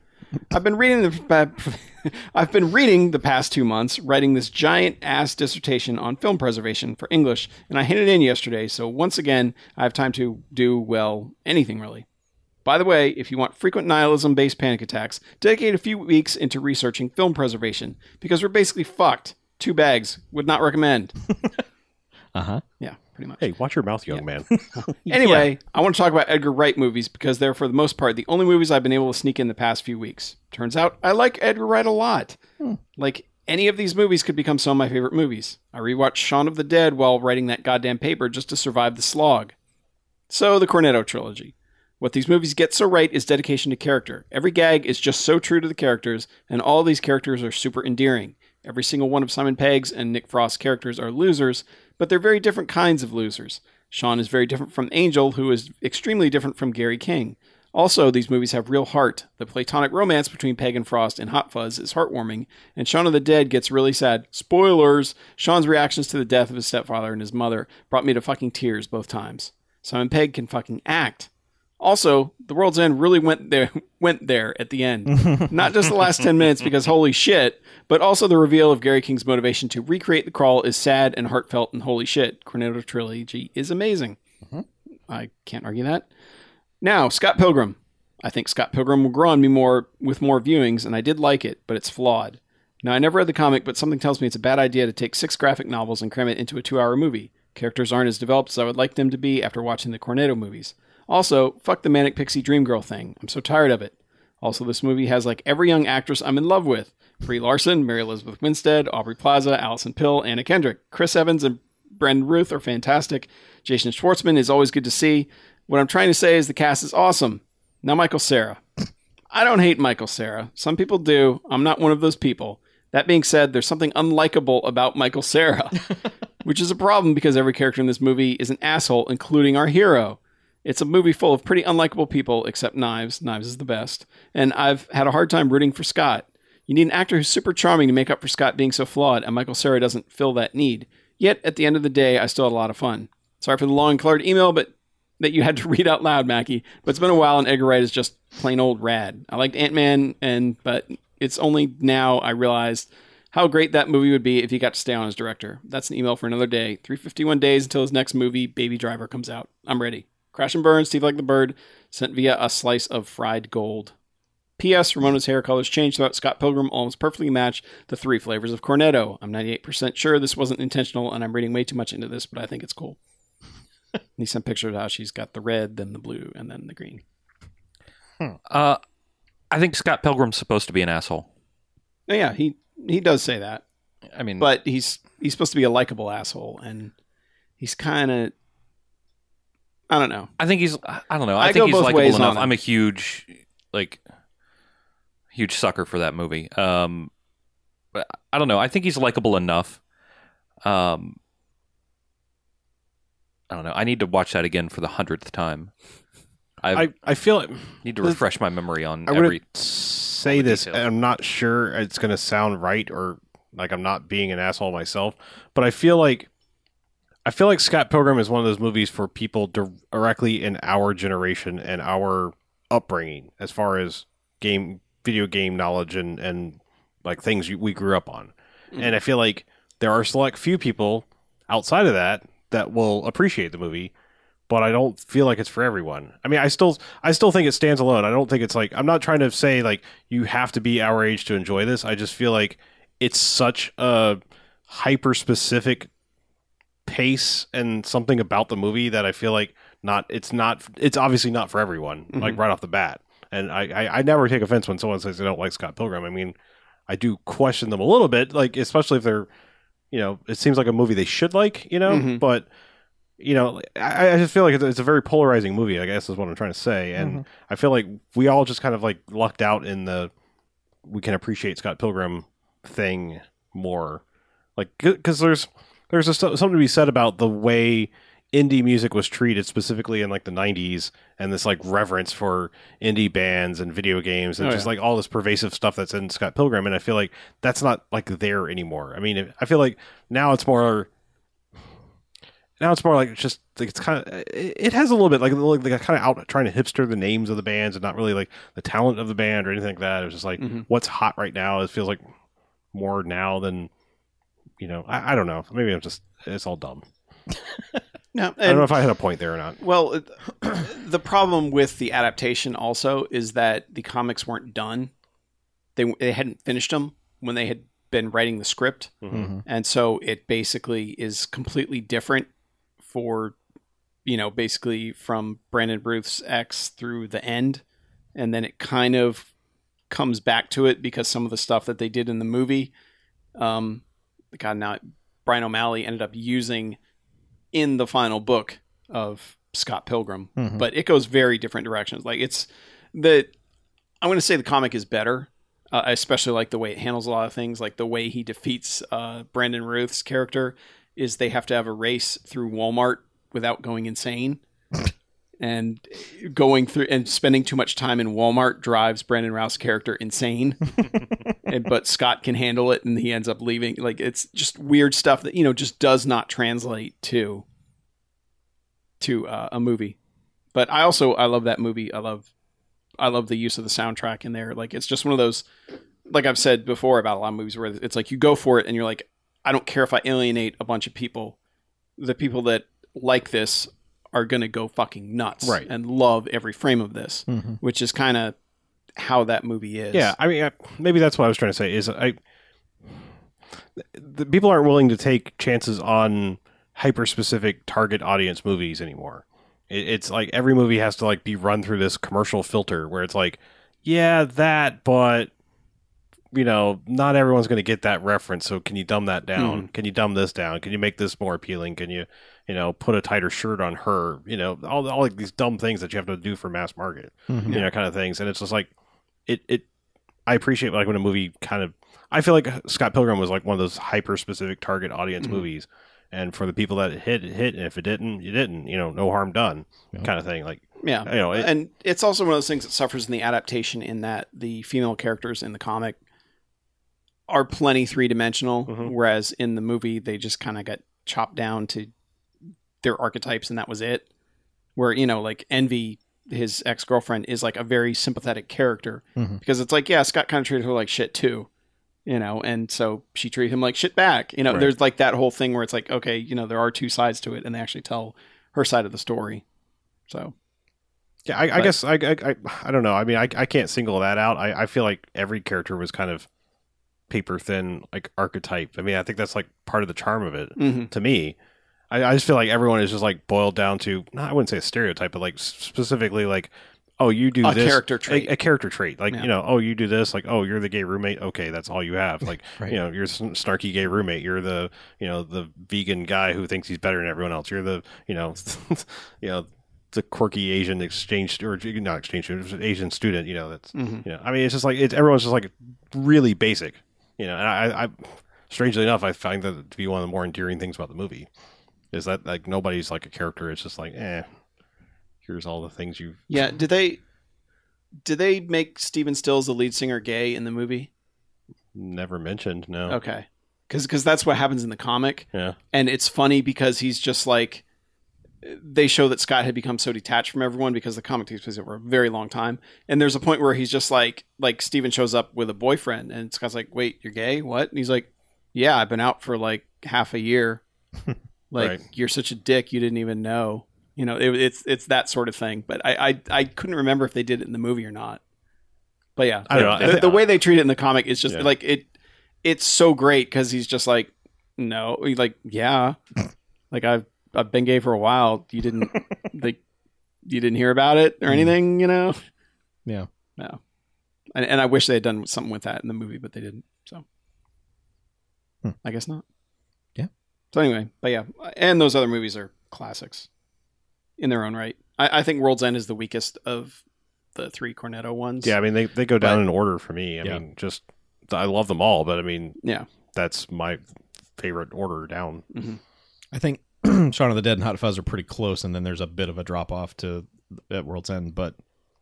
I've been reading the *laughs* I've been reading the past two months, writing this giant ass dissertation on film preservation for English, and I handed it in yesterday. So once again, I have time to do well anything really. By the way, if you want frequent nihilism based panic attacks, dedicate a few weeks into researching film preservation because we're basically fucked. Two bags would not recommend.
Uh huh.
Yeah, pretty much.
Hey, watch your mouth, young man.
Anyway, I want to talk about Edgar Wright movies because they're, for the most part, the only movies I've been able to sneak in the past few weeks. Turns out I like Edgar Wright a lot. Like, any of these movies could become some of my favorite movies. I rewatched Shaun of the Dead while writing that goddamn paper just to survive the slog. So, the Cornetto trilogy. What these movies get so right is dedication to character. Every gag is just so true to the characters, and all these characters are super endearing. Every single one of Simon Pegg's and Nick Frost's characters are losers, but they're very different kinds of losers. Sean is very different from Angel, who is extremely different from Gary King. Also, these movies have real heart. The platonic romance between Peg and Frost in Hot Fuzz is heartwarming, and Shaun of the Dead gets really sad. Spoilers! Sean's reactions to the death of his stepfather and his mother brought me to fucking tears both times. Simon Pegg can fucking act. Also, The World's End really went there *laughs* went there at the end. Not just the last 10 minutes because holy shit, but also the reveal of Gary King's motivation to recreate the crawl is sad and heartfelt and holy shit. Cornetto trilogy is amazing. I can't argue that. Now, Scott Pilgrim. I think Scott Pilgrim will grow on me more with more viewings and I did like it, but it's flawed. Now, I never read the comic, but something tells me it's a bad idea to take six graphic novels and cram it into a two hour movie. Characters aren't as developed as I would like them to be after watching the Cornetto movies. Also, fuck the Manic Pixie Dream Girl thing. I'm so tired of it. Also, this movie has like every young actress I'm in love with Brie Larson, Mary Elizabeth Winstead, Aubrey Plaza, Allison Pill, Anna Kendrick. Chris Evans and Brendan Ruth are fantastic. Jason Schwartzman is always good to see. What I'm trying to say is the cast is awesome. Now, Michael Sarah. I don't hate Michael Sarah. Some people do. I'm not one of those people. That being said, there's something unlikable about Michael Sarah, which is a problem because every character in this movie is an asshole, including our hero. It's a movie full of pretty unlikable people, except Knives. Knives is the best. And I've had a hard time rooting for Scott. You need an actor who's super charming to make up for Scott being so flawed, and Michael Sarah doesn't fill that need. Yet, at the end of the day, I still had a lot of fun. Sorry for the long and colored email, but that you had to *laughs* read out loud, Mackie. But it's been a while, and Edgar Wright is just plain old rad. I liked Ant Man, and but it's only now I realized how great that movie would be if he got to stay on as director. That's an email for another day. 351 days until his next movie, Baby Driver, comes out. I'm ready. Crash and Burn, Steve Like the Bird, sent via a slice of fried gold. P.S. Ramona's hair colors changed throughout Scott Pilgrim almost perfectly match the three flavors of Cornetto. I'm 98% sure this wasn't intentional, and I'm reading way too much into this, but I think it's cool. and he sent pictures of how she's got the red, then the blue, and then the green.
Uh, I think Scott Pilgrim's supposed to be an asshole.
Oh, yeah, he he does say that.
I mean,
but he's he's supposed to be a likable asshole, and he's kind of I don't know.
I think he's. I I don't know. I,
I go
think he's
both
likable
ways
enough.
on it.
I'm a huge, like, huge sucker for that movie. Um, but I don't know. I think he's likable enough. Um, I don't know. I need to watch that again for the hundredth time. I
I, I feel it.
need to refresh my memory on
I
every.
would say this.
details.
and I'm not sure it's going to sound right or like I'm not being an asshole myself, but I feel like I feel like Scott Pilgrim is one of those movies for people dir- directly in our generation and our upbringing as far as game video game knowledge and and like things you, we grew up on.
Mm-hmm.
And I feel like there are select few people outside of that that will appreciate the movie, but I don't feel like it's for everyone. I mean, I still I still think it stands alone. I don't think it's like I'm not trying to say like you have to be our age to enjoy this. I just feel like it's such a hyper specific pace and something about the movie that I feel like not it's not it's obviously not for everyone like right off the bat. And I, I I never take offense when someone says they don't like Scott Pilgrim. I mean, I do question them a little bit, like especially if they're you know it seems like a movie they should like, you know,
Mhm.
but you know, I, I just feel like it's, it's a very polarizing movie. I guess is what I'm trying to say, and I feel like we all just kind of like lucked out in the we can appreciate Scott Pilgrim thing more, like because there's there's a, st- something to be said about the way indie music was treated specifically in like the 90s and this like reverence for indie bands and video games and
Oh,
just
yeah.
like all this pervasive stuff that's in Scott Pilgrim and I feel like that's not like there anymore. I mean, if- I feel like now it's more now it's more like it's just like it's kind of it it has a little bit like like like kind of out trying to hipster the names of the bands and not really like the talent of the band or anything like that. It was just like
Mhm.
what's hot right now. It feels like more now than you know. I, I don't know. Maybe I'm just it's all dumb.
No,
I don't know if I had a point there or not.
Well, it- *clears throat* the problem with the adaptation also is that the comics weren't done. They they hadn't finished them when they had been writing the script,
Mm-hmm.
and so it basically is completely different for you know, basically from Brandon Booth's X through the end, and then it kind of comes back to it because some of the stuff that they did in the movie um God now Brian O'Malley ended up using in the final book of Scott Pilgrim,
Mhm.
but it goes very different directions. Like it's the I'm going to say the comic is better. Uh, I especially like the way it handles a lot of things, like the way he defeats uh, Brandon Ruth's character is they have to have a race through Walmart without going insane. And going through and spending too much time in Walmart drives Brandon Routh's character insane. and, but Scott can handle it, and he ends up leaving. Like it's just weird stuff that you know just does not translate to to uh, a movie. But I also I love that movie. I love I love the use of the soundtrack in there. Like it's just one of those like I've said before about a lot of movies where it's like you go for it and you're like I don't care if I alienate a bunch of people. The people that like this are going to go fucking nuts
Right.
and love every frame of this,
Mm-hmm.
which is kind of how that movie is.
Yeah, I mean, I, maybe that's what I was trying to say is I the people aren't willing to take chances on hyper specific target audience movies anymore. It, it's like every movie has to like be run through this commercial filter where it's like, yeah, that, but you know, not everyone's going to get that reference. So can you dumb that down? Can you dumb this down? Can you make this more appealing? Can you, you know, put a tighter shirt on her? You know, all all like these dumb things that you have to do for mass market, you know, kind of things. And it's just like, it it I appreciate like when a movie kind of I feel like Scott Pilgrim was like one of those hyper specific target audience movies, and for the people that it hit, it hit, and if it didn't, you didn't, you know, no harm done, kind of thing. Like
Yeah.
you know, it,
and it's also one of those things that suffers in the adaptation in that the female characters in the comic are plenty three dimensional,
Mhm.
whereas in the movie they just kind of got chopped down to their archetypes and that was it. Where you know, like Envy, his ex girlfriend, is like a very sympathetic character
Mhm.
because it's like, yeah, Scott kind of treated her like shit too, you know, and so she treated him like shit back. You know,
Right.
there's like that whole thing where it's like, okay, you know, there are two sides to it, and they actually tell her side of the story. So
yeah, I, I
but-
guess I, I I I don't know. I mean, I I can't single that out. I I feel like every character was kind of paper thin, like archetype. I mean, I think that's like part of the charm of it.
mhm.
to me. I, I just feel like everyone is just like boiled down to not, I wouldn't say a stereotype, but like s- specifically like oh, you do
A
this
character trait.
a, a character trait, like
Yeah.
you know, oh, you do this, like oh, you're the gay roommate. Okay, that's all you have. Like
Right.
you know, you're some snarky gay roommate. You're the you know the vegan guy who thinks he's better than everyone else. You're the you know *laughs* you know the quirky Asian exchange stu- or not exchange student, Asian student. You know that's
Mhm.
you know. I mean, it's just like it's everyone's just like really basic. You know, and I, I strangely enough, I find that to be one of the more endearing things about the movie is that like nobody's like a character. It's just like eh. Here's all the things you've
Yeah. Did they did they make Steven Stills the lead singer gay in the movie?
never mentioned. No.
Okay. Cuz cuz that's what happens in the comic
Yeah.
and it's funny because he's just like they show that Scott had become so detached from everyone because the comic takes place over a very long time and there's a point where he's just like like Steven shows up with a boyfriend and Scott's like, "Wait, you're gay? What?" And he's like, "Yeah, I've been out for like half
*laughs*
a year." like
Right.
you're such a dick you didn't even know. You know, it, it's it's that sort of thing, but I, I I couldn't remember if they did it in the movie or not. But yeah,
I don't know. I
the,
think-
the way they treat it in the comic is just
Yeah.
like it. It's so great because he's just like, no, he's like
*laughs*
yeah, like I've I've been gay for a while. You didn't like you didn't hear about it
Hmm.
or
Mm.
anything, you know?
Yeah.
no. And, and I wish they had done something with that in the movie, but they didn't. So
Hmm.
I guess not.
Yeah.
So anyway, but yeah, and those other movies are classics in their own right. I, I think World's End is the weakest of the three Cornetto ones.
Yeah, I mean they, they go down
But-
in order for me. I
Yeah.
mean, just I love them all, but I mean,
Yeah.
that's my favorite order
*laughs*
down.
I think *clears throat* Shaun of the Dead and Hot Fuzz are pretty close, and then there's a bit of a drop off to at World's End, but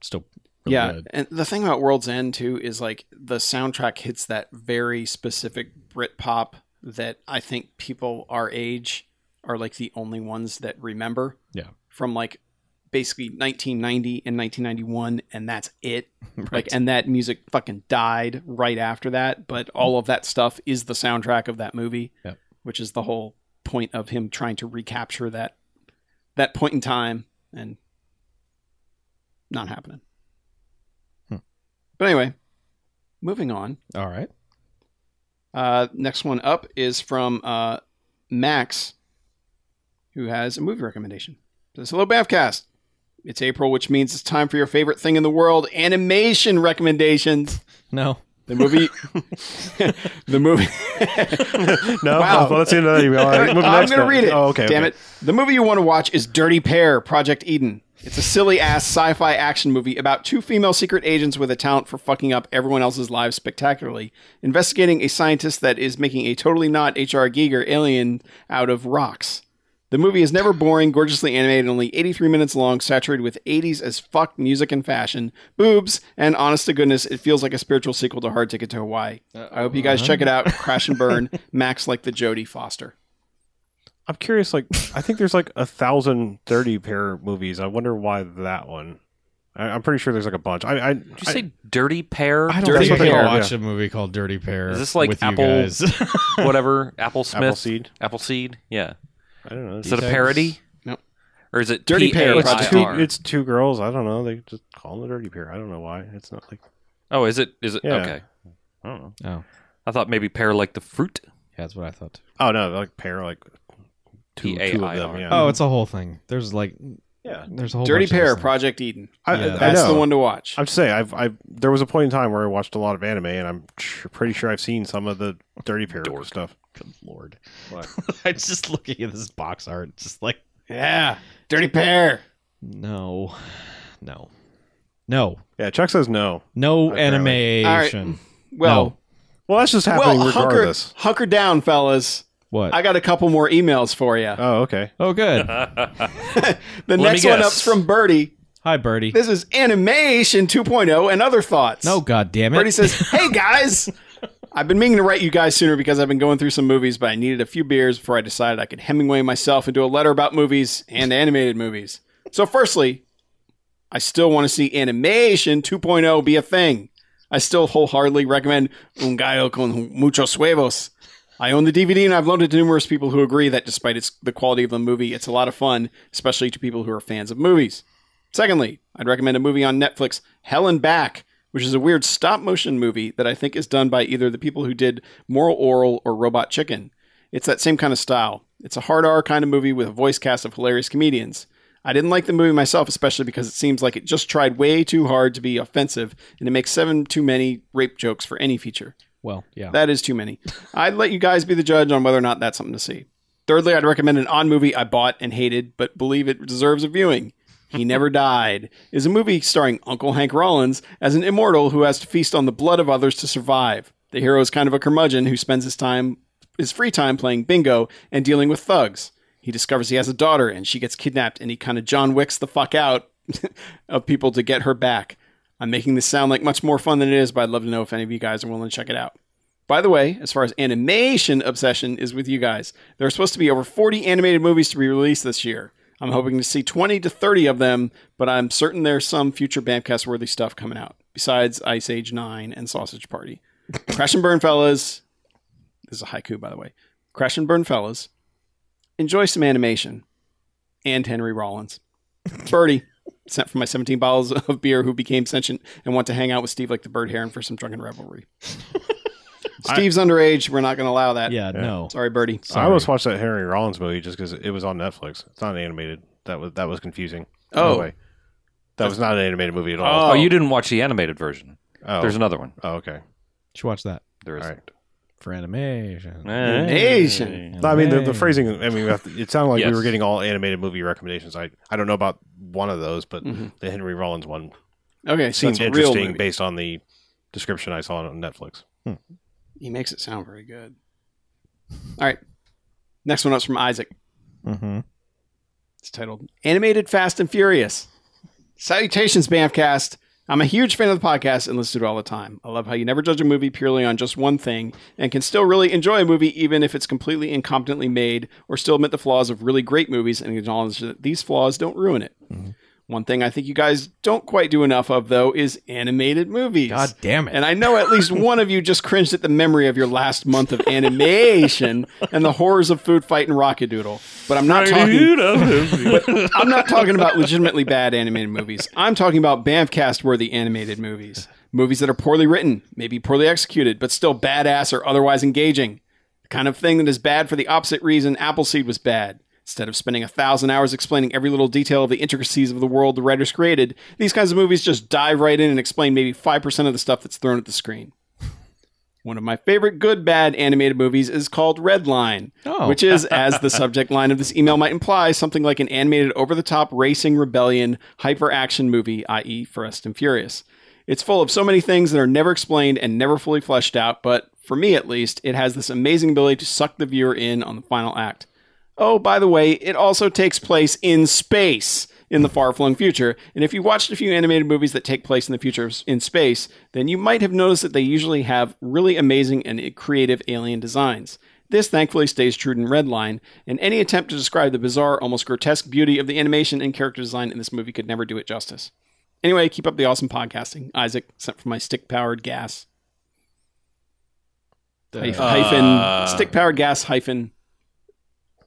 still. really
yeah, *laughs*
good.
and the thing about World's End too is like the soundtrack hits that very specific Brit pop that I think people our age are like the only ones that remember.
Yeah.
From like basically 1990 and 1991 and that's it.
Right.
Like and that music fucking died right after that, but all of that stuff is the soundtrack of that movie,
Yep.
which is the whole point of him trying to recapture that that point in time and not happening.
Hmm.
But anyway, moving on.
All right.
Uh, next one up is from uh, Max, who has a movie recommendation. Says, Hello, Bavcast. It's April, which means it's time for your favorite thing in the world animation recommendations.
No.
The
*laughs*
*laughs* movie. the movie.
no,
Wow.
well, let's see another email. All right,
*laughs*
move
I'm
next
going to
one.
read it.
Oh, okay.
Damn it. The movie you want to watch is Dirty Pair Project Eden. It's a silly ass sci fi action movie about two female secret agents with a talent for fucking up everyone else's lives spectacularly, investigating a scientist that is making a totally not H.R. Giger alien out of rocks. The movie is never boring, gorgeously animated, only 83 minutes long, saturated with 80s as fuck music and fashion, boobs, and honest to goodness, it feels like a spiritual sequel to Hard Ticket to Hawaii. I hope you
Uh,
guys check it out.
Uh-huh.
Crash and
*laughs*
burn. Max like the Jodie Foster.
I'm curious. Like, I think there's like a thousand thirty pair movies. I wonder why that one. I, I'm pretty sure there's like a bunch. I, I
Did you say dirty pear?
I, I don't
Dirty
think
Dirty
that's what they
Pair.
are.
Watch
Yeah.
a movie called Dirty Pair.
Is this like
with
Apple-
You
*laughs*
guys.
whatever. Apple Smith.
Appleseed.
Appleseed. Yeah.
I don't know. It's,
Is it a
Details?
parody?
Nope.
Or is it
Dirty Pair
P A
Project.
I
two,
R?
it's two girls. I don't know. They just call them the dirty pair. I don't know why. It's not like
Oh, is it? Is it?
Yeah.
Okay.
I don't know.
oh, yeah,
I thought maybe pear like the fruit.
that's what I thought. too.
Oh no, like pair like two, two of them.
P.A.I.R..
Yeah.
Oh, it's a whole thing. There's like,
yeah.
there's a whole
Dirty
bunch of
Pair,
these
Project Eden.
I,
Yeah.
I
That's the
know.
one to watch.
I'm just saying, I've, I've there was a point in time where I watched a lot of anime, and I'm tr- pretty sure I've seen some of the Dirty Pair
Dork.
stuff.
things. Good lord.
What?
*laughs* I'm just looking at this box art, just like,
yeah, Dirty Pair.
no, no, no,
Yeah, Chuck says no.
no
Apparently.
animation.
Well,
Well, that's just happening
well, hunker,
regardless.
hunker down, fellas.
What?
I got a couple more emails for you.
Oh, okay.
*laughs*
oh, good.
me
the next one
guess.
up's from Birdie.
Hi, Birdie.
This is animation 2.0 and other thoughts.
No, god damn it.
Birdie
*laughs*
says, "Hey guys." I've been meaning to write you guys sooner because I've been going through some movies, but I needed a few beers before I decided I could Hemingway myself into a letter about movies and animated movies. So, firstly, I still want to see animation 2.0 be a thing. I still wholeheartedly recommend Un Gallo con Muchos Huevos. I own the DVD and I've loaned it to numerous people who agree that despite its, the quality of the movie, it's a lot of fun, especially to people who are fans of movies. Secondly, I'd recommend a movie on Netflix, Hell and Back, which is a weird stop motion movie that I think is done by either the people who did Moral Oral or Robot Chicken. It's that same kind of style. It's a hard R kind of movie with a voice cast of hilarious comedians. I didn't like the movie myself, especially because it seems like it just tried way too hard to be offensive, and it makes seven too many rape jokes for any feature.
Well, yeah.
That is too many. I'd let you guys be the judge on whether or not that's something to see. Thirdly, I'd recommend an on movie I bought and hated, but believe it deserves a viewing. He Never *laughs* Died is a movie starring Uncle Hank Rollins as an immortal who has to feast on the blood of others to survive. The hero is kind of a curmudgeon who spends his time his free time playing bingo and dealing with thugs. He discovers he has a daughter and she gets kidnapped and he kind of John Wicks the fuck out *laughs* of people to get her back. I'm making this sound like much more fun than it is, but I'd love to know if any of you guys are willing to check it out. By the way, as far as animation obsession is with you guys, there are supposed to be over 40 animated movies to be released this year. I'm hoping to see 20 to 30 of them, but I'm certain there's some future Bamcast worthy stuff coming out, besides Ice Age 9 and Sausage Party. Crash and Burn, fellas. This is a haiku, by the way. Crash and Burn, fellas. Enjoy some animation. And Henry Rollins. Birdie, *laughs* sent for my 17 bottles of beer, who became sentient and want to hang out with Steve like the bird heron for some
*laughs*
drunken revelry. Steve's underage. We're not going to allow that.
yeah, no.
Sorry, Birdie.
I almost watched that Henry Rollins movie just because it was on Netflix. It's not animated. That was that was confusing. By the
Oh.
way. that was not an animated movie at all.
Oh, you didn't watch the animated version.
Oh,
There's another one.
oh, okay.
Should watch that
There is.
All right.
for animation.
Asian.
No, I mean the, the phrasing. I mean, it sounded like we
Yes.
were getting all animated movie recommendations. I I don't know about one of those, but
Mhm.
the Henry Rollins one
Okay, so
seemed
it's a real
interesting
movie.
based on the description I saw on Netflix.
He makes it sound very good. All right. Next one up's from Isaac.
Mm-hmm.
It's titled Animated Fast and Furious. Salutations, Bamfcast. I'm a huge fan of the podcast and listen to it all the time. I love how you never judge a movie purely on just one thing and can still really enjoy a movie even if it's completely incompetently made or still admit the flaws of really great movies and acknowledge that these flaws don't ruin it. One thing I think you guys don't quite do enough of, though, is animated movies.
God damn it.
And I know at least one of you just cringed at the memory of your last month of animation and the horrors of food fight and rockadoodle. But I'm not talking. I'm not talking about legitimately bad animated movies. I'm talking about Bamfcast worthy animated movies. Movies that are poorly written, maybe poorly executed, but still badass or otherwise engaging. The kind of thing that is bad for the opposite reason Appleseed was bad. Instead of spending a thousand hours explaining every little detail of the intricacies of the world the writers created, these kinds of movies just dive right in and explain maybe 5% of the stuff that's thrown at the screen. One of my favorite good bad animated movies is called Red Line,
Oh.
which is, as the subject line of this email might imply, something like an animated over the top racing rebellion hyper action movie, i.e., Fast and Furious. It's full of so many things that are never explained and never fully fleshed out, but for me at least, it has this amazing ability to suck the viewer in on the final act. Oh, by the way, it also takes place in space in the far flung future. And if you watched a few animated movies that take place in the future s- in space, then you might have noticed that they usually have really amazing and uh, creative alien designs. This thankfully stays true in Redline, and any attempt to describe the bizarre, almost grotesque beauty of the animation and character design in this movie could never do it justice. Anyway, keep up the awesome podcasting. Isaac, sent for my stick powered gas. Hyphen,
Uh.
stick powered gas hyphen.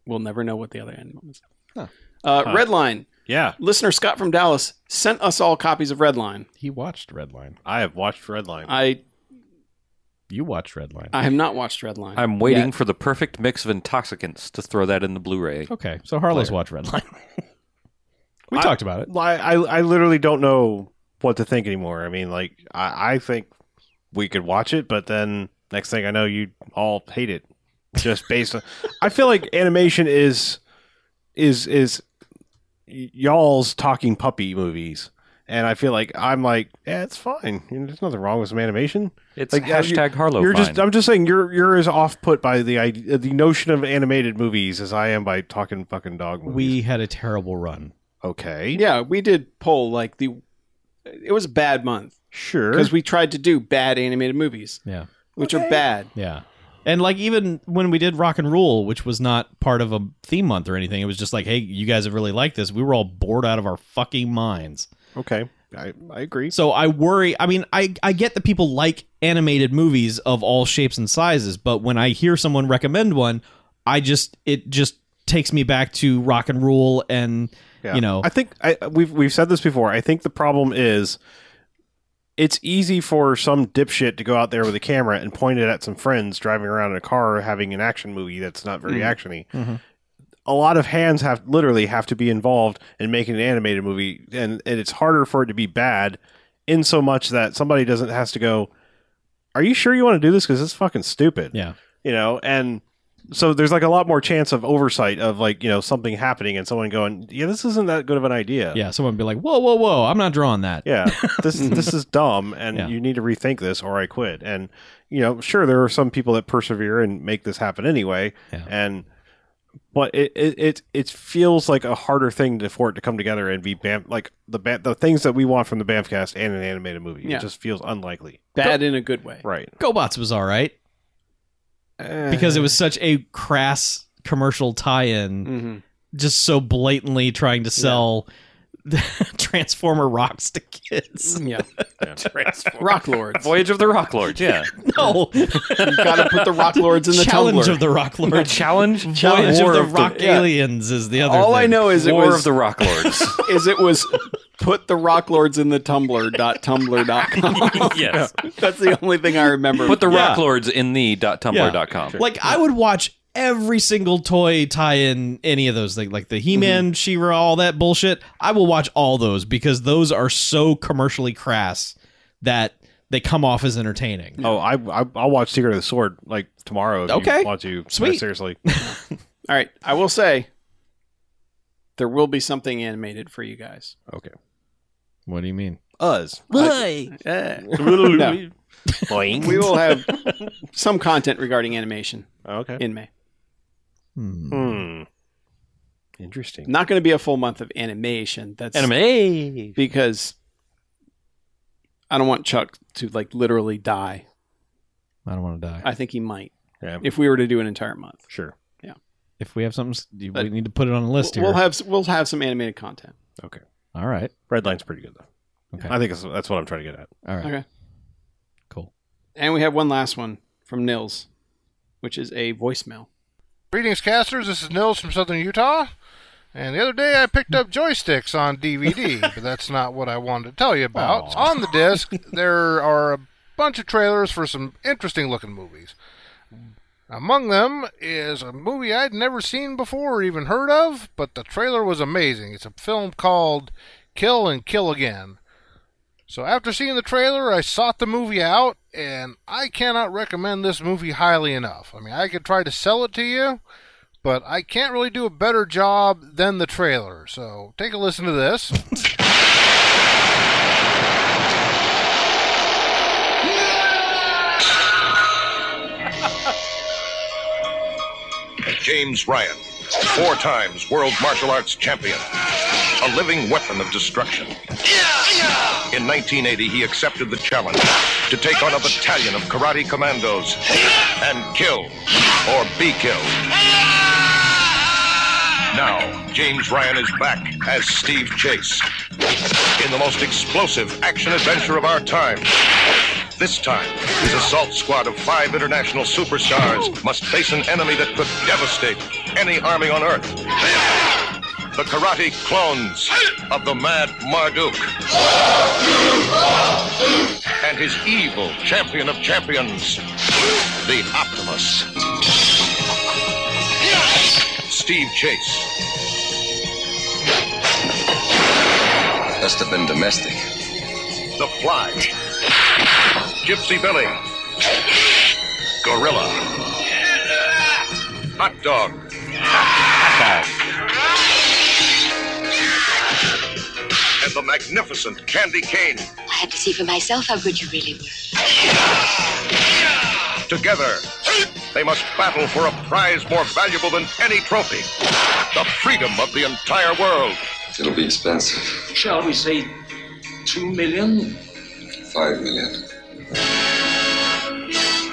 We'll never know what the other end was.
Huh.
Uh, Redline.
Yeah,
Listener Scott from Dallas sent us all copies of Redline.
He watched Redline.
I have watched Redline.
I
You watched Redline.
I have not watched Redline.
I'm waiting
yet.
for the perfect mix of intoxicants to throw that in the Blu-ray.
okay, so Harlow's watched Redline.
*laughs*
we
I-
talked about it.
I, I I literally don't know what to think anymore. I mean, like I, I think we could watch it, but then next thing I know, you all hate it just based on. *laughs* I feel like animation is is is y- y'all's talking puppy movies, and I feel like I'm like, yeah, it's fine. You know, there's nothing wrong with some animation.
It's
Like, yeah, you-
hashtag Harlow.
you're
fine.
just I'm just saying you're you're as off put by the idea, the notion of animated movies as I am by talking fucking dog movies.
We had a terrible run.
okay,
Yeah, we did poll like the. It was a bad month
sure.
because we tried to do bad animated movies,
Yeah.
which are bad.
Yeah. And like even when we did Rock and Rule, which was not part of a theme month or anything, it was just like, hey, you guys have really liked this. We were all bored out of our fucking minds.
okay, I I agree.
So I worry. I mean, I I get that people like animated movies of all shapes and sizes, but when I hear someone recommend one, I just it just takes me back to Rock and Rule and
Yeah.
you know
I think I, we've we've said this before. I think the problem is it's easy for some dipshit to go out there with a camera
Mm-hmm.
and point it at some friends driving around in a car having an action movie that's not very actiony. a lot of hands have literally have to be involved in making an animated movie, and, and it's harder for it to be bad, in so much that somebody doesn't has to go. Are you sure you want to do this? Because it's fucking stupid
Yeah.
you know and so there's like a lot more chance of oversight of like you know something happening and someone going yeah this isn't that good of an idea
Yeah. Someone would be like, whoa, whoa, whoa. I'm not drawing that.
yeah this this is dumb and
Yeah.
you need to rethink this or i quit and you know sure there are some people that persevere and make this happen anyway
Yeah.
and but it, it it it feels like a harder thing to, for it to come together and be bam like the ba- the things that we want from the Bamfcast and an animated movie.
Yeah.
It just feels unlikely,
Bad in a good way.
right?
GoBots was all right
Eh.
because it was such a crass commercial tie-in,
Mm-hmm.
just so blatantly trying to sell *laughs* Transformer rocks to kids.
Yeah.
*laughs*
Rock *laughs* lords.
Voyage of the Rock Lord, yeah.
No,
you got to put the rock lords in the
challenge
tumbler.
of the Rock
Or
Lord.
challenge?
Challenge
War
of the Rock
yeah.
Aliens is the other.
All I
thing.
know is it
War
was
of the *laughs* Rock Lords.
is it was put the rock lords in the tumbler dot tumblr dot com.
*laughs* yes.
That's the only thing I remember.
Put the
Yeah.
Rock Lords in the dot tumblr.com. com.
Like I would watch every single toy tie-in, any of those things, like the He-Man, She-Ra, all that bullshit. I will watch all those because those are so commercially crass that they come off as entertaining.
Oh, I, I I'll watch Secret of the Sword like tomorrow. If
Okay.
you want to?
Sweet.
seriously.
All right, I will say there will be something animated for you guys.
Okay.
What do you mean?
Us.
Eh. No,
Boing.
we will have some content regarding animation
Oh, Okay.
in May.
Hmm.
Hmm. Interesting.
Not going to be a full month of animation. That's
Anime.
because I don't want Chuck to like literally die.
I don't want to die.
I think he might
Yeah.
if we were to do an entire month.
Sure.
if we have something, s- we
But-
need to put it on a list
We'll
here.
have we'll have some animated content.
all right,
Red line's pretty good though.
Okay.
I think that's, that's what I'm trying to get at.
all right,
Okay.
cool.
And we have one last one from Nils, which is a voicemail.
Greetings, casters. This is Nils from Southern Utah. And the other day I picked up joysticks on DVD, but that's not what I wanted to tell you about. On the disc, there are a bunch of trailers for some interesting looking movies. Among them is a movie I'd never seen before or even heard of, but the trailer was amazing. It's a film called Kill and Kill Again. So after seeing the trailer, I sought the movie out, and I cannot recommend this movie highly enough. I mean, I could try to sell it to you, but I can't really do a better job than the trailer. So take a listen to this.
James Ryan, four times world martial arts champion, a living weapon of destruction. In 1980, he accepted the challenge to take on a battalion of karate commandos and kill or be killed. Now, James Ryan is back as Steve Chase in the most explosive action adventure of our time. This time, his assault squad of five international superstars must face an enemy that could devastate any army on Earth. The karate clones of the Mad Marduk. And his evil champion of champions, the Optimus. Steve Chase.
Must have been domestic.
The Fly, Gypsy Billy, Gorilla, Hot Dog, and the magnificent Candy Cane.
I had to see for myself how good you really were.
Together, they must battle for a prize more valuable than any trophy the freedom of the entire world.
It'll be expensive.
Shall we say two million?
Five million.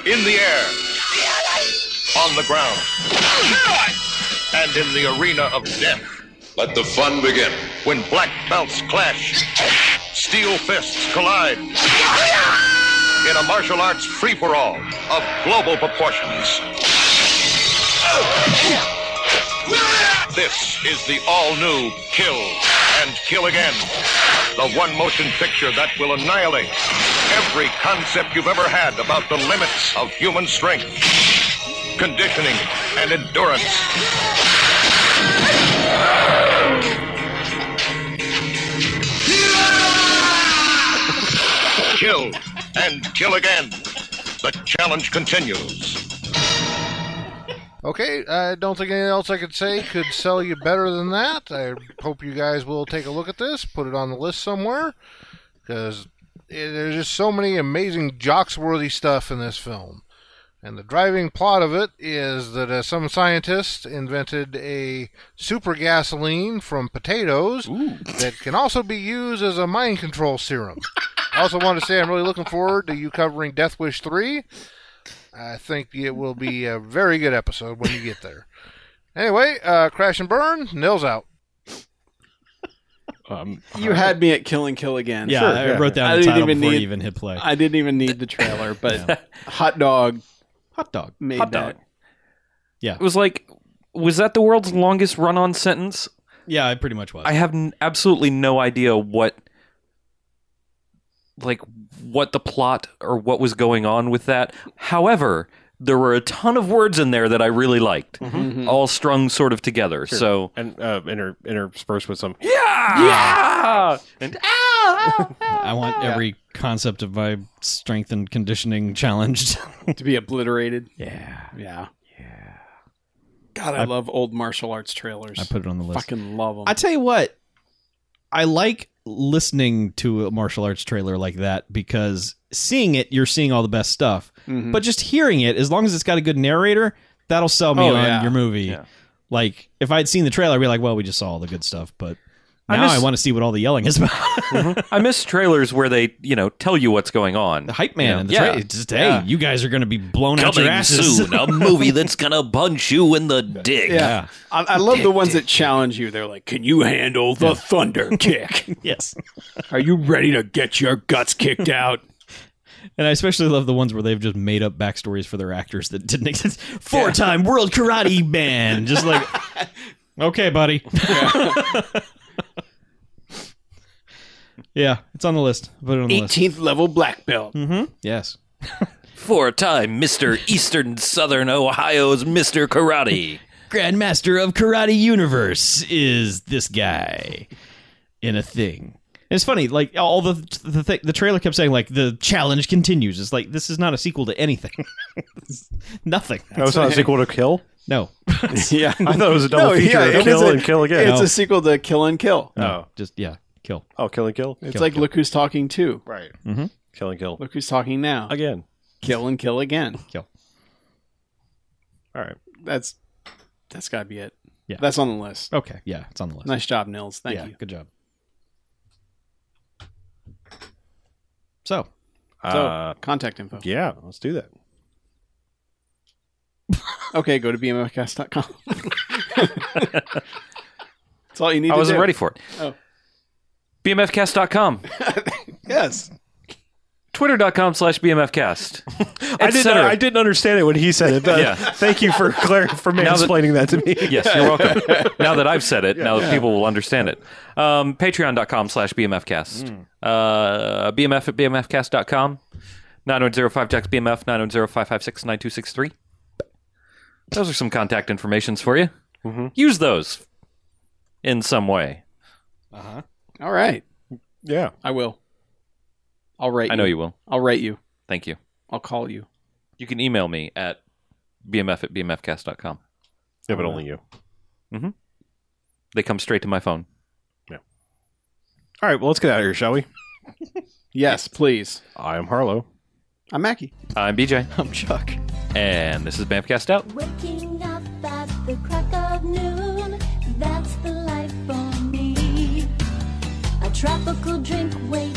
In the air, on the ground, and in the arena of death.
Let the fun begin.
When black belts clash, steel fists collide. In a martial arts free for all of global proportions. This is the all new Kill and Kill Again. The one motion picture that will annihilate every concept you've ever had about the limits of human strength, conditioning, and endurance. kill and kill again. The challenge continues.
Okay, I don't think anything else I could say could sell you better than that. I hope you guys will take a look at this, put it on the list somewhere, because there's just so many amazing jocks-worthy stuff in this film. And the driving plot of it is that uh, some scientist invented a super gasoline from potatoes that can also be used as a mind control serum. I also want to say I'm really looking forward to you covering Death Wish 3. I think it will be a very good episode when you get there. Anyway, uh, Crash and Burn, Nils out.
Um,
You had me at kill and kill again.
Yeah, I
yeah.
wrote down
I
the
didn't
title
even
before
need-
you even hit play.
I didn't even need the
*laughs*
trailer, but hot dog
Hot dog.
made
Hot
that.
dog. It was like, was that the world's longest run on sentence?
Yeah, I pretty much was.
I have n- absolutely no idea what, like, what the plot or what was going on with that. However, there were a ton of words in there that I really liked,
Hmm? Mm-hmm.
Mm-hmm.
all strung sort of together. So,
and uh, inter- interspersed with some.
yeah, yeah, and ah,
I want every concept of my strength and conditioning challenged.
to be obliterated.
Oh. yeah.
Yeah. Yeah. God, I, love old martial arts trailers.
I put it on the list.
fucking love them.
I tell you what, I like listening to a martial arts trailer like that because seeing it, you're seeing all the best stuff.
Mm-hmm.
But just hearing it, as long as it's got a good narrator, that'll sell me
Oh,
on
yeah.
your movie.
Yeah.
Like if I'd seen the trailer, I'd be like, "Well, we just saw all the good stuff." But
I
now I,
miss-
want to see what all the yelling is about.
*laughs* I miss trailers where they, you know, tell you what's going on.
the hype man
Yeah.
and the
Yeah.
trailer. Just
Yeah.
hey, you guys are going to be blown out your asses. *laughs*
a movie that's gonna punch you in the dick.
yeah.
I, I love the ones that challenge you. They're like, "Can you handle the
*laughs*
thunder kick?
Yes.
Are you ready to get your guts kicked out?"
And I especially love the ones where they've just made up backstories for their actors that didn't exist. Four time world karate man. Just *laughs* like, okay, buddy. *laughs* yeah, it's on the list. Put it on the list.
Eighteenth level black belt.
Yes.
Four time Mr. Eastern Southern Ohio's Mr. Karate.
Grandmaster of Karate Universe is this guy in a thing. And it's funny, like all the the th- the trailer kept saying, like the challenge continues. It's like this is not a sequel to anything, *laughs* nothing.
That was not a sequel to Kill.
No,
*laughs*
Mm-hmm.
yeah,
*laughs* I thought it was a double feature
yeah,
of
it
Kill
is a-
and Kill again.
It's a sequel to Kill and Kill.
oh,
just yeah, kill.
oh, Kill and Kill,
It's
Kill,
like
Kill.
Look Who's Talking Too.
Right.
Kill and
*laughs*
Kill
Look Who's Talking Now.
again.
Kill and Kill again.
All right,
That's that's got to be it.
Yeah.
That's on the list.
Okay, yeah, it's on the list.
Nice job, Nils. Thank
yeah,
you.
good job. So,
So,
uh,
contact info.
yeah, let's do that.
Okay, go to bmfcast.com. That's all you need
I
to
wasn't
do.
ready for it.
Oh.
BMFcast.com,
Yes.
twitter.com slash *laughs* BMFcast.
I didn't.
cetera.
I didn't understand it when he said it. But
Yeah.
*laughs* Thank you for clar- for
that-
explaining that, to me.
Yes, you're welcome. *laughs* now that I've said it, now that people will understand it. Um, Patreon.com slash BMFcast. Uh, BMF at BMFcast.com. 9105 Jack's BMF, 9105569263. Those are some contact informations for you. Use those in some way.
All right.
*laughs* Yeah.
I will. I'll write
I know you will.
I'll write you.
Thank you.
I'll call you.
You can email me at bmf at bmfcast.com.
Yeah, but only you.
They come straight to my phone.
All right. Well, let's get out of here, shall we?
Yes, please.
I am Harlow.
I'm Mackie. *laughs*
I'm BJ,
I'm Chuck.
and this is Bamfcast Out.
Waking up at the crack of noon, that's the life for me. A tropical drink way